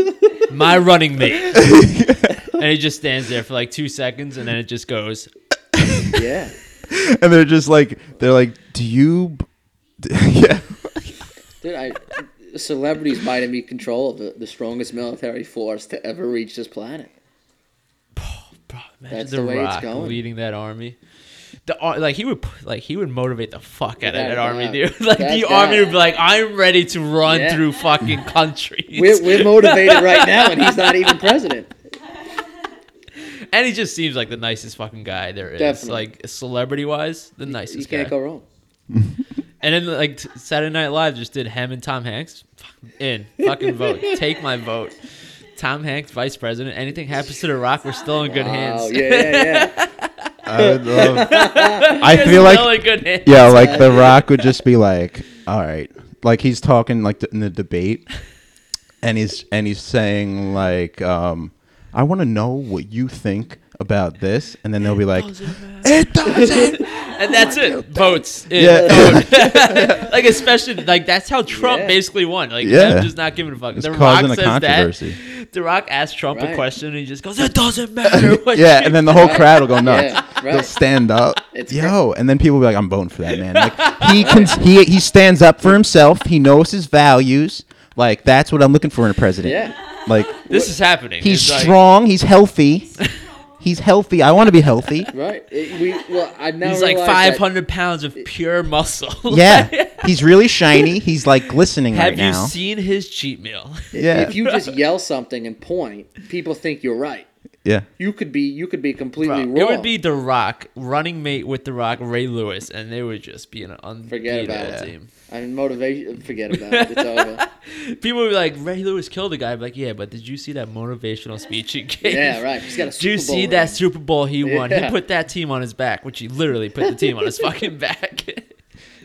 Speaker 1: my running mate. and he just stands there for like two seconds, and then it just goes.
Speaker 5: yeah.
Speaker 2: And they're just like, they're like, do you? b- d- yeah.
Speaker 5: Dude, I, celebrities might have me control of the, the strongest military force to ever reach this planet.
Speaker 1: Bro, imagine
Speaker 5: That's
Speaker 1: the,
Speaker 5: the way it's
Speaker 1: Rock
Speaker 5: going.
Speaker 1: leading that army. The ar- like he would p- like he would motivate the fuck out of
Speaker 5: Without
Speaker 1: that
Speaker 5: a
Speaker 1: army,
Speaker 5: doubt.
Speaker 1: dude. Like
Speaker 5: That's
Speaker 1: the army
Speaker 5: that.
Speaker 1: would be like, I'm ready to run
Speaker 5: Yeah.
Speaker 1: through fucking countries.
Speaker 5: We're, we're motivated right now, and he's not even president.
Speaker 1: and he just seems like the nicest fucking guy there is.
Speaker 5: Definitely.
Speaker 1: Like celebrity wise, the nicest
Speaker 5: You can't
Speaker 1: guy.
Speaker 5: go wrong.
Speaker 1: And then like t- Saturday Night Live just did him and Tom Hanks Fuck, in fucking vote. Take my vote. Tom Hanks, vice president. Anything happens to The Rock, we're still in good
Speaker 5: Wow,
Speaker 1: hands.
Speaker 5: yeah, yeah, yeah.
Speaker 2: I would love. I
Speaker 1: We're
Speaker 2: feel
Speaker 1: still
Speaker 2: like,
Speaker 1: in good hands.
Speaker 2: yeah, like The Rock would just be like, all right, like he's talking like in the debate, and he's and he's saying like, um, I want to know what you think about this, and then they'll be like, it doesn't.
Speaker 1: and that's it. Votes. In.
Speaker 2: yeah.
Speaker 1: Like especially like that's how Trump
Speaker 5: Yeah.
Speaker 1: basically won. Like
Speaker 2: Yeah.
Speaker 1: him just not giving a fuck.
Speaker 2: It's
Speaker 1: the Rock
Speaker 2: causing
Speaker 1: says
Speaker 2: a controversy.
Speaker 1: that. The Rock asked Trump a
Speaker 5: Right.
Speaker 1: question and he just goes, "It doesn't matter." What
Speaker 2: yeah,
Speaker 1: you
Speaker 2: and then the whole crowd will go nuts.
Speaker 5: Yeah,
Speaker 2: They'll
Speaker 5: right.
Speaker 2: stand up.
Speaker 5: It's
Speaker 2: Yo, and then people will be like, "I'm voting for that man." Like he can, he he stands up for himself. He knows his values. Like that's what I'm looking for in a president.
Speaker 5: Yeah.
Speaker 2: Like
Speaker 1: This is happening.
Speaker 2: he's
Speaker 1: It's like-
Speaker 2: strong. he's healthy. He's healthy. I want to be healthy.
Speaker 5: Right. It- we, well, I now
Speaker 1: He's like
Speaker 5: realize that-
Speaker 1: 500 pounds of pure muscle.
Speaker 2: Yeah. He's really shiny. He's like glistening
Speaker 1: Have
Speaker 2: right
Speaker 1: you
Speaker 2: now.
Speaker 1: seen his cheat meal?
Speaker 2: yeah.
Speaker 5: If you just yell something and point, people think you're right.
Speaker 2: yeah.
Speaker 5: You could be you could be completely
Speaker 1: Bro,
Speaker 5: wrong.
Speaker 1: it would be The Rock, running mate with The Rock, Ray Lewis, and they would just be an
Speaker 5: Forget
Speaker 1: unbeatable
Speaker 5: about it.
Speaker 1: team.
Speaker 5: I mean, motivation. Forget about it. It's over.
Speaker 1: People would be like, Ray Lewis killed a guy. I'd be like, yeah, but did you see that motivational speech he gave?
Speaker 5: Yeah, right. He's got a
Speaker 1: Did you
Speaker 5: Super Bowl
Speaker 1: see
Speaker 5: ring.
Speaker 1: that Super Bowl he won? He
Speaker 5: Yeah.
Speaker 1: put that team on his back, which he literally put the team on his fucking back.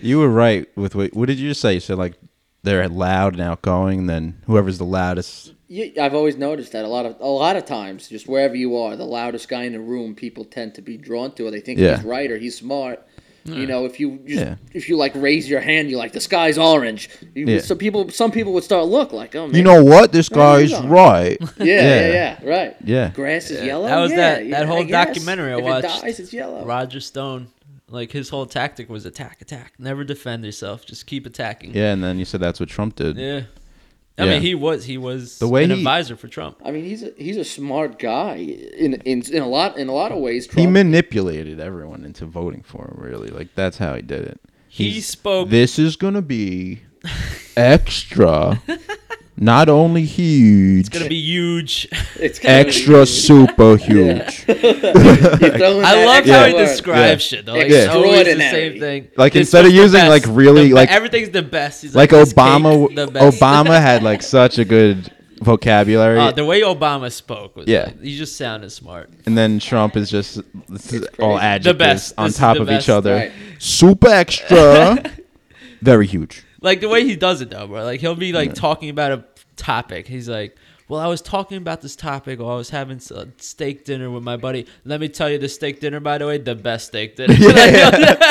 Speaker 2: You were right with what, what did you say? You said like they're loud and outgoing. And then whoever's the loudest.
Speaker 5: You, I've always noticed that a lot of a lot of times, just wherever you are, the loudest guy in the room, people tend to be drawn to, or they think
Speaker 2: Yeah.
Speaker 5: he's right or he's smart. You know, if you just,
Speaker 2: Yeah.
Speaker 5: if you like raise your hand, you're like the sky's orange. You,
Speaker 2: Yeah.
Speaker 5: So people, some people would start look like, oh, man.
Speaker 2: You know what? This
Speaker 5: No, you
Speaker 2: guy's
Speaker 5: don't.
Speaker 2: right.
Speaker 5: yeah, yeah,
Speaker 2: yeah.
Speaker 5: yeah, right,
Speaker 2: Yeah.
Speaker 5: Grass is yellow.
Speaker 1: That was
Speaker 5: oh Yeah,
Speaker 1: that- that
Speaker 5: yeah, I
Speaker 1: whole
Speaker 5: guess.
Speaker 1: documentary I
Speaker 5: if
Speaker 1: watched.
Speaker 5: It dies, it's yellow.
Speaker 1: Roger Stone, like his whole tactic was attack, attack, never defend yourself, just keep attacking.
Speaker 2: Yeah, and then you said that's what Trump did.
Speaker 1: Yeah. I
Speaker 2: Yeah.
Speaker 1: mean, he was he was
Speaker 2: The way
Speaker 1: an
Speaker 2: he-
Speaker 1: advisor for Trump.
Speaker 5: I mean, he's a, he's a smart guy in, in in a lot in a lot of ways.
Speaker 2: He
Speaker 5: Trump.
Speaker 2: manipulated everyone into voting for him, really. Like, that's how he did it.
Speaker 1: He
Speaker 2: He's-
Speaker 1: spoke
Speaker 2: This is going to be extra Not only huge,
Speaker 1: It's gonna be huge.
Speaker 5: It's gonna be-
Speaker 2: extra super huge.
Speaker 5: You're throwing
Speaker 1: I
Speaker 5: that
Speaker 1: love
Speaker 5: extra
Speaker 1: how he
Speaker 5: word.
Speaker 1: describes shit. Though. Like, it's always the
Speaker 5: Extraordinary.
Speaker 1: same thing.
Speaker 2: Like,
Speaker 1: This
Speaker 2: instead of
Speaker 1: was the
Speaker 2: using,
Speaker 1: best.
Speaker 2: like, really,
Speaker 1: The be-
Speaker 2: like-
Speaker 1: everything's the best. He's
Speaker 2: Like
Speaker 1: this
Speaker 2: Obama,
Speaker 1: cake's the best.
Speaker 2: Obama had like such a good vocabulary,
Speaker 1: Uh, the way Obama spoke was
Speaker 2: Yeah.
Speaker 1: like, he just sounded smart.
Speaker 2: and then Trump is just this is all
Speaker 5: crazy.
Speaker 1: The
Speaker 2: adjectives
Speaker 1: best.
Speaker 2: on
Speaker 1: This is
Speaker 2: top
Speaker 1: the
Speaker 2: of
Speaker 1: best.
Speaker 2: each other.
Speaker 5: Right.
Speaker 2: Super extra, very huge.
Speaker 1: Like the way he does it though, bro. Like he'll be like talking about a topic. He's like, "Well, I was talking about this topic, or I was having s- a steak dinner with my buddy. Let me tell you, the steak dinner, by the way, the best steak dinner.
Speaker 5: Yeah.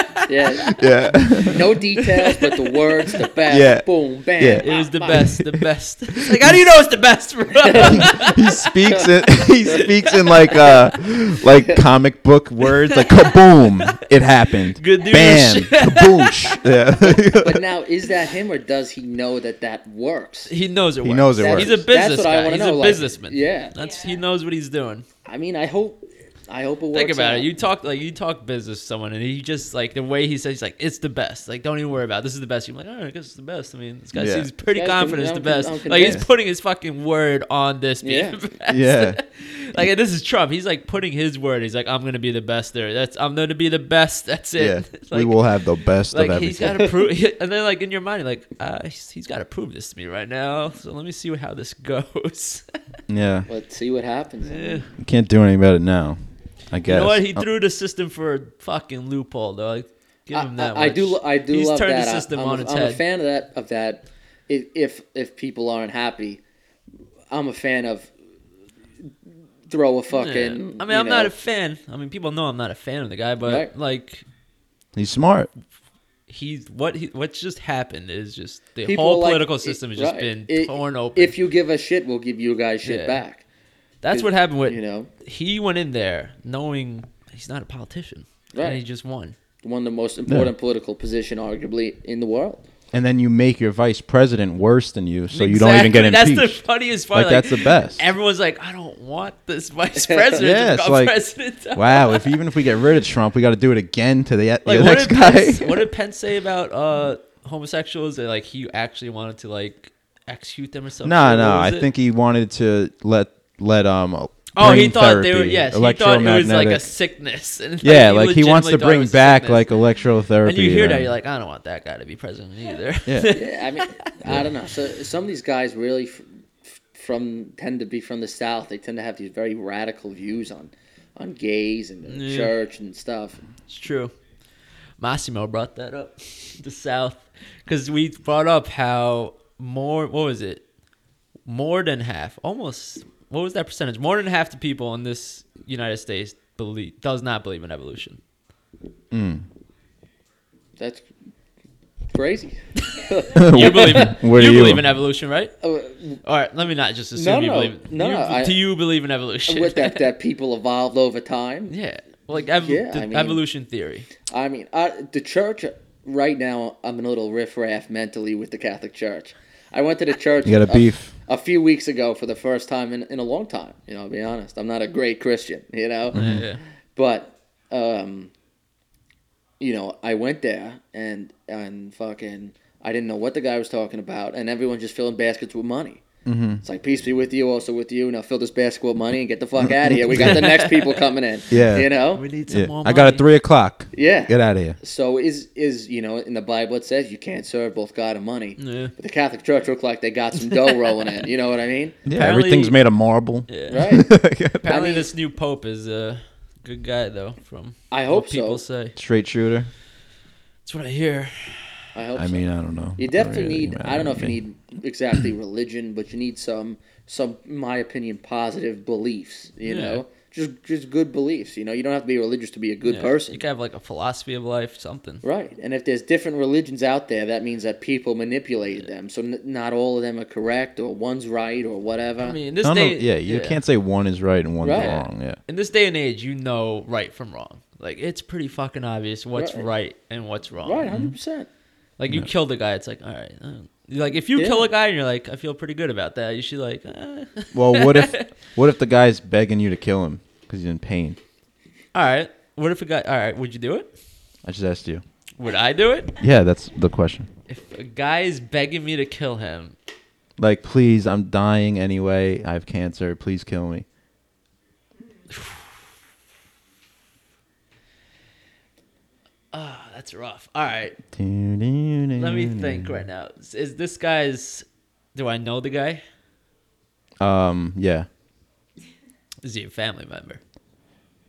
Speaker 2: Yeah,
Speaker 5: No details, but the words, the best.
Speaker 2: Yeah.
Speaker 5: Boom, bam.
Speaker 2: Yeah.
Speaker 1: it was the
Speaker 5: bop,
Speaker 1: best, the best. It's like, how do you know it's the best, bro?
Speaker 2: he speaks in he speaks in like uh like comic book words like kaboom, it happened.
Speaker 1: Good news.
Speaker 2: Bam, kaboosh. Yeah.
Speaker 5: But now, is that him or does he know that that works?
Speaker 1: he knows it.
Speaker 2: He
Speaker 1: works.
Speaker 2: knows it
Speaker 1: He's a
Speaker 2: works.
Speaker 5: That's
Speaker 1: business
Speaker 5: what I
Speaker 1: guy.
Speaker 5: wanna
Speaker 1: He's
Speaker 5: know,
Speaker 1: a
Speaker 5: like,
Speaker 1: businessman.
Speaker 5: yeah.
Speaker 1: that's he knows what he's doing.
Speaker 5: I mean, I hope, I hope it works.
Speaker 1: Think about
Speaker 5: out.
Speaker 1: it. You talk like you talk business to someone, and he just like the way he says, he's like, "It's the best. Like, don't even worry about. It. This is the best." You're like, "All right, I guess it's the best." I mean, this guy
Speaker 2: Yeah.
Speaker 1: seems pretty
Speaker 5: Guys,
Speaker 1: confident. It's
Speaker 5: I'm
Speaker 1: the
Speaker 5: con-
Speaker 1: best.
Speaker 5: I'm
Speaker 1: like, he's
Speaker 5: convinced.
Speaker 1: putting his fucking word on this. Being
Speaker 5: Yeah.
Speaker 1: the best.
Speaker 2: Yeah.
Speaker 1: like, and this is Trump. He's like putting his word. He's like, "I'm gonna be the best there. That's I'm gonna be the best. That's it."
Speaker 2: yeah.
Speaker 1: like,
Speaker 2: we will have the best of
Speaker 1: Like he's
Speaker 2: everything.
Speaker 1: got to prove, and then like in your mind, you're like uh, he's, he's got to prove this to me right now. So let me see how this goes.
Speaker 2: yeah.
Speaker 5: Let's see what happens.
Speaker 1: Yeah.
Speaker 2: You can't do anything about it now. I guess.
Speaker 1: You know what? He
Speaker 5: Uh,
Speaker 2: Oh,
Speaker 1: threw the system for a fucking loophole, though. Like, give
Speaker 5: I,
Speaker 1: him that.
Speaker 5: I, I do.
Speaker 1: much.
Speaker 5: lo- I do
Speaker 1: He's
Speaker 5: love
Speaker 1: turned
Speaker 5: that.
Speaker 1: the system
Speaker 5: I, am
Speaker 1: on
Speaker 5: a,
Speaker 1: its
Speaker 5: I'm
Speaker 1: head.
Speaker 5: a fan of that. Of that. If, if if people aren't happy, I'm a fan of throw a
Speaker 1: Yeah.
Speaker 5: fucking.
Speaker 1: I mean,
Speaker 5: you
Speaker 1: I'm not
Speaker 5: know,
Speaker 1: a fan. I mean, people know I'm not a fan of the guy, but
Speaker 5: Right.
Speaker 1: like,
Speaker 2: he's smart.
Speaker 1: he's what he what just happened is just the
Speaker 5: people
Speaker 1: whole
Speaker 5: like-
Speaker 1: political system has just
Speaker 5: right.
Speaker 1: been
Speaker 5: It-
Speaker 1: torn open.
Speaker 5: If you give us shit, we'll give you guys shit
Speaker 1: Yeah.
Speaker 5: back.
Speaker 1: That's
Speaker 5: it-
Speaker 1: what happened with
Speaker 5: You know,
Speaker 1: he went in there knowing he's not a politician,
Speaker 5: Right.
Speaker 1: and he just won.
Speaker 5: one of the most important political position, arguably, in the world.
Speaker 2: And then you make your vice president worse than you, so you don't even get
Speaker 1: Exactly.
Speaker 2: impeached.
Speaker 1: That's the funniest part.
Speaker 2: Like, that's the best.
Speaker 1: Everyone's like, I don't want this vice president.
Speaker 2: Yeah,
Speaker 1: yeah,
Speaker 2: it's like,
Speaker 1: president.
Speaker 2: wow. If even if we get rid of Trump, we got to do it again to the,
Speaker 1: like
Speaker 2: the
Speaker 1: what
Speaker 2: next
Speaker 1: did,
Speaker 2: guy.
Speaker 1: Pence, what did Pence say about uh, homosexuals? That like he actually wanted to like execute them or something.
Speaker 2: No,
Speaker 1: What
Speaker 2: no. I
Speaker 1: was it?
Speaker 2: think he wanted to let let um.
Speaker 1: Oh, he
Speaker 2: bring
Speaker 1: thought they were
Speaker 2: therapy,
Speaker 1: yes. He thought it was like a
Speaker 2: electromagnetic-
Speaker 1: sickness. And like,
Speaker 2: yeah, like he wants
Speaker 1: legitimately
Speaker 2: to
Speaker 1: thought it
Speaker 2: bring
Speaker 1: was a
Speaker 2: back
Speaker 1: sickness.
Speaker 2: like electrotherapy.
Speaker 1: And you hear that,
Speaker 2: and-
Speaker 1: you're like, I don't want that guy to be president either.
Speaker 2: Yeah.
Speaker 5: Yeah, I mean, I don't know. So some of these guys really f- f- from tend to be from the South. They tend to have these very radical views on on gays and the
Speaker 1: Yeah.
Speaker 5: church and stuff.
Speaker 1: It's true. Massimo brought that up. The South. Because we brought up how more, what was it? More than half, almost, what was that percentage? More than half the people in this United States believe, does not believe in evolution.
Speaker 5: That's crazy.
Speaker 1: You believe in,
Speaker 2: Where
Speaker 1: you
Speaker 2: uh, do you-
Speaker 1: believe in evolution, right?
Speaker 5: Uh,
Speaker 1: All right, let me not just assume
Speaker 5: No,
Speaker 1: you
Speaker 5: no,
Speaker 1: believe.
Speaker 5: no,
Speaker 1: you,
Speaker 5: no, I-
Speaker 1: do you believe in evolution?
Speaker 5: with that, that people evolved over time.
Speaker 1: yeah, like ev-
Speaker 5: Yeah,
Speaker 1: the
Speaker 5: I mean-
Speaker 1: evolution theory.
Speaker 5: I mean, I, the church right now. I'm a little riffraff mentally with the Catholic Church. I went to the church.
Speaker 2: You got a beef.
Speaker 5: A few weeks ago, for the first time in, in a long time, you know, I'll be honest, I'm not a great Christian, you know?
Speaker 2: Mm-hmm.
Speaker 1: Yeah.
Speaker 5: But um, you know, I went there and and fucking I didn't know what the guy was talking about, and everyone just filling baskets with money. Mm-hmm. It's like peace be with you, also with you. Now fill this basket with money and get the fuck out of here. We got the next people coming in.
Speaker 2: Yeah.
Speaker 5: you know.
Speaker 1: We need some
Speaker 2: Yeah.
Speaker 1: more.
Speaker 2: I got
Speaker 1: money.
Speaker 2: a three o'clock.
Speaker 5: Yeah.
Speaker 2: Get out of here.
Speaker 5: So is is you know in the Bible it says you can't serve both God and money.
Speaker 1: Yeah.
Speaker 5: But the Catholic Church looked like they got some dough rolling in. You know what I mean?
Speaker 2: Yeah,
Speaker 1: Apparently-
Speaker 2: everything's made of marble.
Speaker 1: Yeah.
Speaker 5: Right.
Speaker 1: Apparently,
Speaker 5: mean-
Speaker 1: this new pope is a good guy, though. From
Speaker 5: I
Speaker 1: what
Speaker 5: hope
Speaker 1: people
Speaker 5: so.
Speaker 1: say
Speaker 2: Straight shooter.
Speaker 1: that's what I hear.
Speaker 5: I hope.
Speaker 2: I
Speaker 5: so.
Speaker 2: mean, I don't know.
Speaker 5: You definitely
Speaker 2: Really,
Speaker 5: need.
Speaker 2: man,
Speaker 5: I don't know if you
Speaker 2: mean-
Speaker 5: need exactly religion, but you need some, some, in my opinion, positive beliefs. You
Speaker 1: Yeah.
Speaker 5: know, just just good beliefs. You know, you don't have to be religious to be a good
Speaker 1: Yeah,
Speaker 5: person,
Speaker 1: you can have like a philosophy of life, something.
Speaker 5: right? And if there's different religions out there, that means that people manipulated them. So n- not all of them are correct, or one's right, or whatever.
Speaker 1: I mean, in
Speaker 2: I
Speaker 1: this
Speaker 2: don't know.
Speaker 1: day,
Speaker 2: Yeah, you can't say one is right and one's
Speaker 5: Right.
Speaker 2: wrong. Yeah.
Speaker 1: In this day and age, you know right from wrong. Like it's pretty fucking obvious what's right,
Speaker 5: Right.
Speaker 1: and what's wrong.
Speaker 5: right, 100 percent.
Speaker 1: Like you kill the guy, it's like all right. uh, Like if you
Speaker 5: Yeah.
Speaker 1: kill a guy and you're like, I feel pretty good about that. You should like, eh.
Speaker 2: Well, what if what if the guy's begging you to kill him because he's in pain?
Speaker 1: all right. What if a guy? All right, would you do it?
Speaker 2: I just asked you.
Speaker 1: Would I do it?
Speaker 2: Yeah, that's the question.
Speaker 1: If a guy is begging me to kill him,
Speaker 2: Like, please, I'm dying anyway. I have cancer. Please kill me.
Speaker 1: Ah, that's rough. All right,
Speaker 2: Let
Speaker 1: let me
Speaker 2: me
Speaker 1: think right now. Is- Is this guy's? Do I know the guy?
Speaker 2: Um, yeah.
Speaker 1: Is he a family member?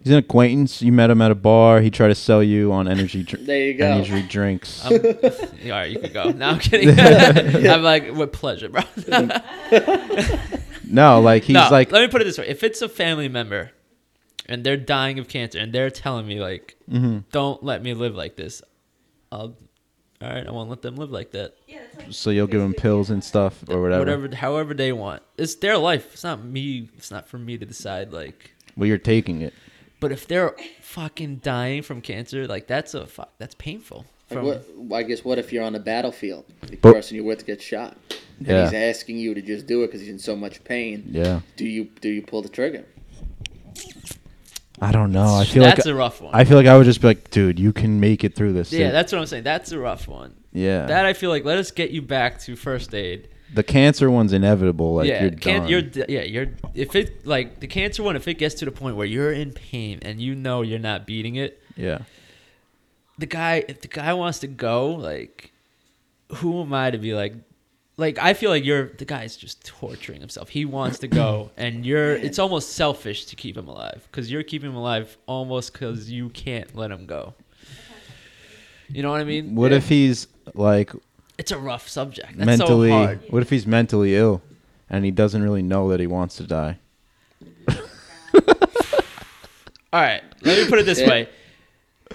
Speaker 2: He's an acquaintance. You met him at a bar. He tried to sell you on energy, dr-
Speaker 5: There you go.
Speaker 2: energy drinks.
Speaker 1: I'm, all right, you can go. No, I'm kidding. I'm like with pleasure, bro.
Speaker 2: no, like he's
Speaker 1: no,
Speaker 2: like
Speaker 1: let me put it this way: if it's a family member and they're dying of cancer and they're telling me like,
Speaker 2: Mm-hmm.
Speaker 1: "Don't let me live like this," I'll, all right, I won't let them live like that.
Speaker 6: Yeah, that's like
Speaker 2: so you'll give him pills and stuff or whatever.
Speaker 1: Whatever, however they want. It's their life. It's not me. It's not for me to decide. Like,
Speaker 2: Well, you're taking it.
Speaker 1: but if they're fucking dying from cancer, like that's a fuck. That's painful.
Speaker 5: Like
Speaker 1: From
Speaker 5: what, I guess what if you're on the battlefield? The
Speaker 2: But-
Speaker 5: person you're with gets shot. And
Speaker 2: Yeah.
Speaker 5: he's asking you to just do it because he's in so much pain.
Speaker 2: Yeah.
Speaker 5: Do you do you pull the trigger?
Speaker 2: I don't know. Oh, I feel
Speaker 1: that's
Speaker 2: like
Speaker 1: a rough one.
Speaker 2: I feel like I would just be like, dude, you can make it through this.
Speaker 1: yeah,
Speaker 2: dude."
Speaker 1: that's what I'm saying. That's a rough one.
Speaker 2: yeah.
Speaker 1: That I feel like let us get you back to first aid.
Speaker 2: the cancer one's inevitable. Like
Speaker 1: yeah,
Speaker 2: you're
Speaker 1: can-
Speaker 2: done.
Speaker 1: you're d- yeah, you're if it like the cancer one, if it gets to the point where you're in pain and you know you're not beating it,
Speaker 2: yeah.
Speaker 1: the guy if the guy wants to go, like who am I to be like like I feel like you're the guy's just torturing himself. He wants to go and you're it's almost selfish to keep him alive cuz you're keeping him alive almost cuz you can't let him go. You know what I mean?
Speaker 2: What if he's like
Speaker 1: it's a rough subject. That's
Speaker 2: mentally?
Speaker 1: so hard.
Speaker 2: what if he's mentally ill, and he doesn't really know that he wants to die?
Speaker 1: All right, let me put it this
Speaker 5: Yeah.
Speaker 1: way: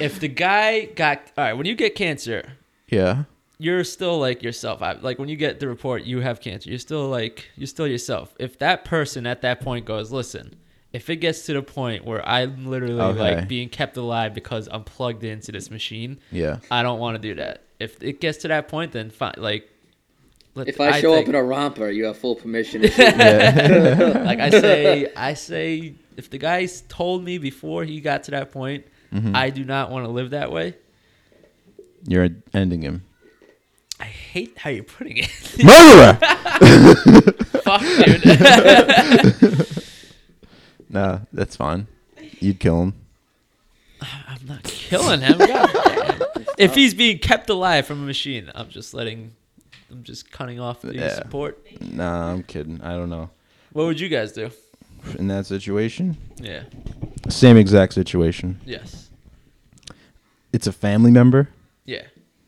Speaker 1: if the guy got all right, when you get cancer,
Speaker 2: Yeah.
Speaker 1: you're still like yourself. I, like when you get the report, you have cancer. You're still like you're still yourself. If that person at that point goes, listen, if it gets to the point where I'm literally
Speaker 2: Okay.
Speaker 1: like being kept alive because I'm plugged into this machine,
Speaker 2: Yeah.
Speaker 1: I don't want to do that. If it gets to that point, then fine. Like, let-
Speaker 5: If I, show
Speaker 1: think-
Speaker 5: up in a romper, you have full permission. To shoot.
Speaker 1: like I say, I say, if the guy's told me before he got to that point, I do not want to live that way.
Speaker 2: You're ending him.
Speaker 1: I hate how you're putting it.
Speaker 2: Murderer.
Speaker 1: Fuck, dude.
Speaker 2: no, that's fine. You'd kill him.
Speaker 1: I'm not killing him. God damn. If he's being kept alive from a machine, I'm just letting. I'm just cutting off the
Speaker 2: Yeah.
Speaker 1: support.
Speaker 2: Nah, I'm kidding. I don't know.
Speaker 1: What would you guys do?
Speaker 2: In that situation,
Speaker 1: Yeah.
Speaker 2: same exact situation.
Speaker 1: Yes.
Speaker 2: It's a family member.
Speaker 1: Yeah.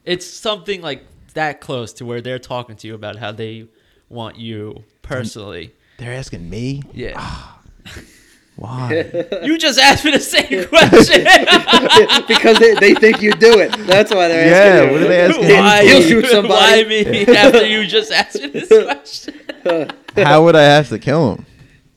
Speaker 1: It's something like that close to where they're talking to you about how they want you personally.
Speaker 2: They're asking me
Speaker 1: Yeah.
Speaker 2: why.
Speaker 1: you just asked me the same question.
Speaker 5: because they, they think you do it. That's why they're
Speaker 2: Yeah,
Speaker 5: asking you.
Speaker 2: what are they asking
Speaker 1: Why
Speaker 5: He'll
Speaker 1: me?
Speaker 5: shoot somebody.
Speaker 1: Why me after you just asked me this question?
Speaker 2: How would I have to kill him?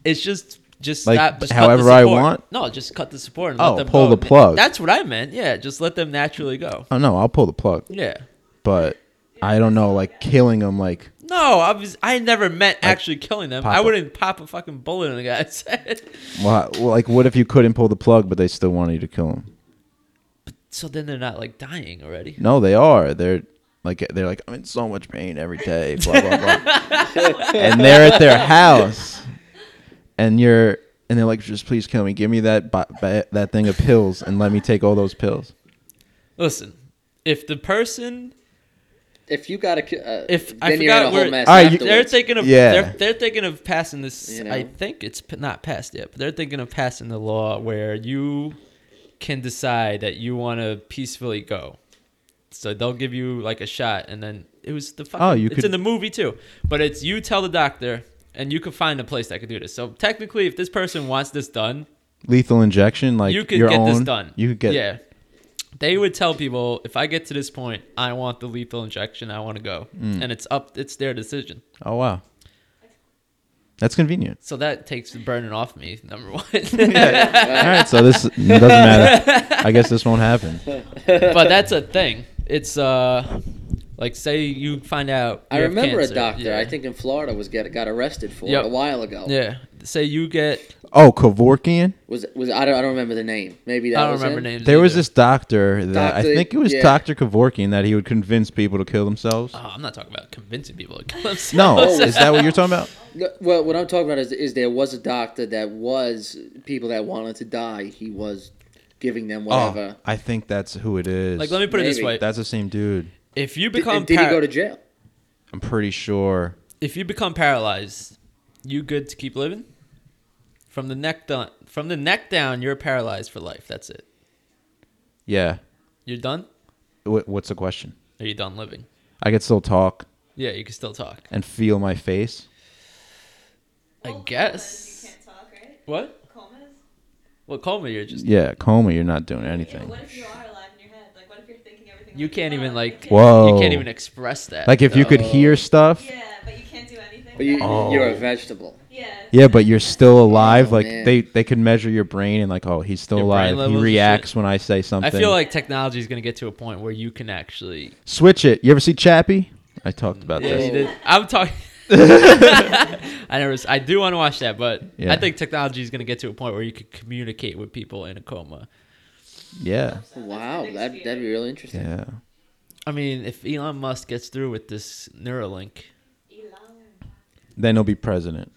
Speaker 1: It's just just
Speaker 2: Like,
Speaker 1: stop. Just cut the
Speaker 2: however I
Speaker 1: support.
Speaker 2: want?
Speaker 1: No, just cut the support and
Speaker 2: Oh,
Speaker 1: let them
Speaker 2: pull
Speaker 1: go.
Speaker 2: the plug.
Speaker 1: That's what I meant. Yeah, just let them naturally go.
Speaker 2: Oh no, I'll pull the plug.
Speaker 1: Yeah.
Speaker 2: But I don't know, like killing him, like
Speaker 1: No, I was. I never meant actually killing them.
Speaker 2: pop
Speaker 1: I
Speaker 2: it.
Speaker 1: wouldn't pop a fucking bullet in a guy's head.
Speaker 2: wha- well, like what if you couldn't pull the plug, but they still wanted you to kill him?
Speaker 1: So then they're not like dying already.
Speaker 2: No, they are. They're like they're like I'm in so much pain every day. Blah blah blah. and they're at their house, and you're and they're like, just please kill me. Give me that bi- ba- that thing of pills, and let me take all those pills.
Speaker 1: Listen, if the person,
Speaker 5: If you got a, uh,
Speaker 1: if
Speaker 5: then
Speaker 1: I
Speaker 5: you're in
Speaker 1: forgot
Speaker 5: a whole
Speaker 1: where,
Speaker 5: mess
Speaker 2: All right, you-
Speaker 5: afterwards.
Speaker 1: they're thinking of
Speaker 2: Yeah.
Speaker 1: they're, they're thinking of passing this
Speaker 5: You
Speaker 1: i
Speaker 5: know?
Speaker 1: think it's p- not passed yet but they're thinking of passing the law where you can decide that you want to peacefully go so they'll give you like a shot and then it was the fucking,
Speaker 2: Oh, you
Speaker 1: it's
Speaker 2: could-
Speaker 1: in the movie too but it's you tell the doctor and you can find a place that could do this so technically if this person wants this done
Speaker 2: Lethal injection, like
Speaker 1: you could
Speaker 2: your
Speaker 1: get
Speaker 2: own.
Speaker 1: this done
Speaker 2: You could get
Speaker 1: yeah they would tell people if i get to this point i want the lethal injection i want to go
Speaker 2: Mm.
Speaker 1: and it's up it's their decision
Speaker 2: Oh wow, that's convenient.
Speaker 1: So that takes the burden off me, number one.
Speaker 2: All right, so this doesn't matter. I guess this won't happen.
Speaker 1: but that's a thing. It's uh Like, say you find out.
Speaker 5: I
Speaker 1: you have
Speaker 5: remember
Speaker 1: cancer.
Speaker 5: a doctor
Speaker 1: Yeah.
Speaker 5: I think in Florida was get got arrested for
Speaker 1: Yep.
Speaker 5: it a while ago.
Speaker 1: Yeah. Say you get.
Speaker 2: Oh, Kevorkian.
Speaker 5: Was was I don't, I don't remember the name. Maybe that
Speaker 1: I don't
Speaker 5: was
Speaker 1: remember
Speaker 5: him.
Speaker 1: names.
Speaker 2: There was
Speaker 1: either.
Speaker 2: this doctor that I
Speaker 5: Doctor-
Speaker 2: think it was
Speaker 5: yeah.
Speaker 2: Doctor Kevorkian that he would convince people to kill themselves.
Speaker 1: Oh, I'm not talking about convincing people to kill themselves.
Speaker 2: No,
Speaker 5: Oh,
Speaker 2: is that what you're talking about?
Speaker 5: No, Well, what I'm talking about is, is there was a doctor that was people that wanted to die. He was giving them
Speaker 2: Oh,
Speaker 5: whatever.
Speaker 2: I think that's who it is.
Speaker 1: Like, let me put it this
Speaker 5: Maybe.
Speaker 1: way:
Speaker 2: That's the same dude.
Speaker 1: if you
Speaker 5: Did-
Speaker 1: become
Speaker 5: and did he
Speaker 1: par-
Speaker 5: go to jail?
Speaker 2: I'm pretty sure.
Speaker 1: if you become paralyzed, you good to keep living. From the neck down, from the neck down, you're paralyzed for life. That's it.
Speaker 2: Yeah.
Speaker 1: You're done.
Speaker 2: Wh- what's the question?
Speaker 1: Are you done living?
Speaker 2: I could still talk
Speaker 1: Yeah, you can still talk.
Speaker 2: and feel my face.
Speaker 1: I
Speaker 6: Well,
Speaker 1: guess.
Speaker 6: Oh, You can't talk, right?
Speaker 1: What?
Speaker 6: Comas?
Speaker 1: Well, coma, you're just.
Speaker 2: Yeah, coma. You're not doing
Speaker 6: Yeah, but
Speaker 2: anything.
Speaker 6: what if you are alive in your head? Like, what if you're thinking everything?
Speaker 1: You
Speaker 6: like,
Speaker 1: can't even
Speaker 6: oh,
Speaker 1: like.
Speaker 6: you can't-
Speaker 2: Whoa.
Speaker 1: You can't even express that.
Speaker 2: Like if you could
Speaker 1: though.
Speaker 2: hear stuff.
Speaker 6: Yeah, but you can't do anything.
Speaker 5: But you,
Speaker 6: That-
Speaker 2: Oh.
Speaker 5: You're a vegetable.
Speaker 6: Yeah.
Speaker 2: Yeah, but you're still alive.
Speaker 5: Oh,
Speaker 2: like
Speaker 5: man.
Speaker 2: they they can measure your brain and like, oh, he's still
Speaker 1: Your brain
Speaker 2: alive.
Speaker 1: levels
Speaker 2: He
Speaker 1: and
Speaker 2: reacts when I say
Speaker 1: I
Speaker 2: something.
Speaker 1: feel like technology is gonna get to a point where you can actually.
Speaker 2: switch it. You ever see Chappie? I talked about
Speaker 1: Yeah,
Speaker 2: this.
Speaker 1: you did. I'm talking. I never. s- I do want to watch that, but
Speaker 2: Yeah.
Speaker 1: I think technology is going to get to a point where you could communicate with people in a coma.
Speaker 2: Yeah,
Speaker 5: Wow, that that'd be really interesting.
Speaker 2: yeah.
Speaker 1: I mean, if Elon Musk gets through with this Neuralink,
Speaker 6: Elon.
Speaker 2: Then he'll be president.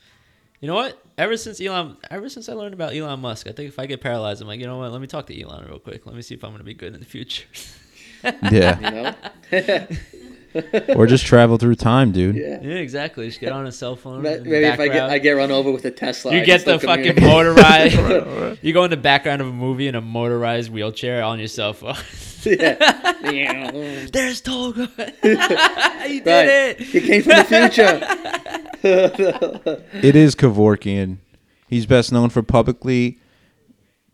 Speaker 1: you know what? Ever since Elon, ever since I learned about Elon Musk, I think if I get paralyzed, I'm like, you know what? Let me talk to Elon real quick. Let me see if I'm going to be good in the future.
Speaker 2: Yeah,
Speaker 5: You know?
Speaker 2: or just travel through time, dude.
Speaker 5: yeah.
Speaker 1: yeah, exactly. Just get on a cell phone.
Speaker 5: Ma-
Speaker 1: in the
Speaker 5: Maybe if I get
Speaker 1: background.
Speaker 5: I get run over with a Tesla. I
Speaker 1: you
Speaker 5: can
Speaker 1: get
Speaker 5: still
Speaker 1: the fucking
Speaker 5: communicate.
Speaker 1: motorized. you go in the background of a movie in a motorized wheelchair on your cell phone.
Speaker 5: Yeah. Yeah.
Speaker 1: There's Tolga. you did it.
Speaker 5: Right. He came from the future.
Speaker 2: It is Kevorkian. He's best known for publicly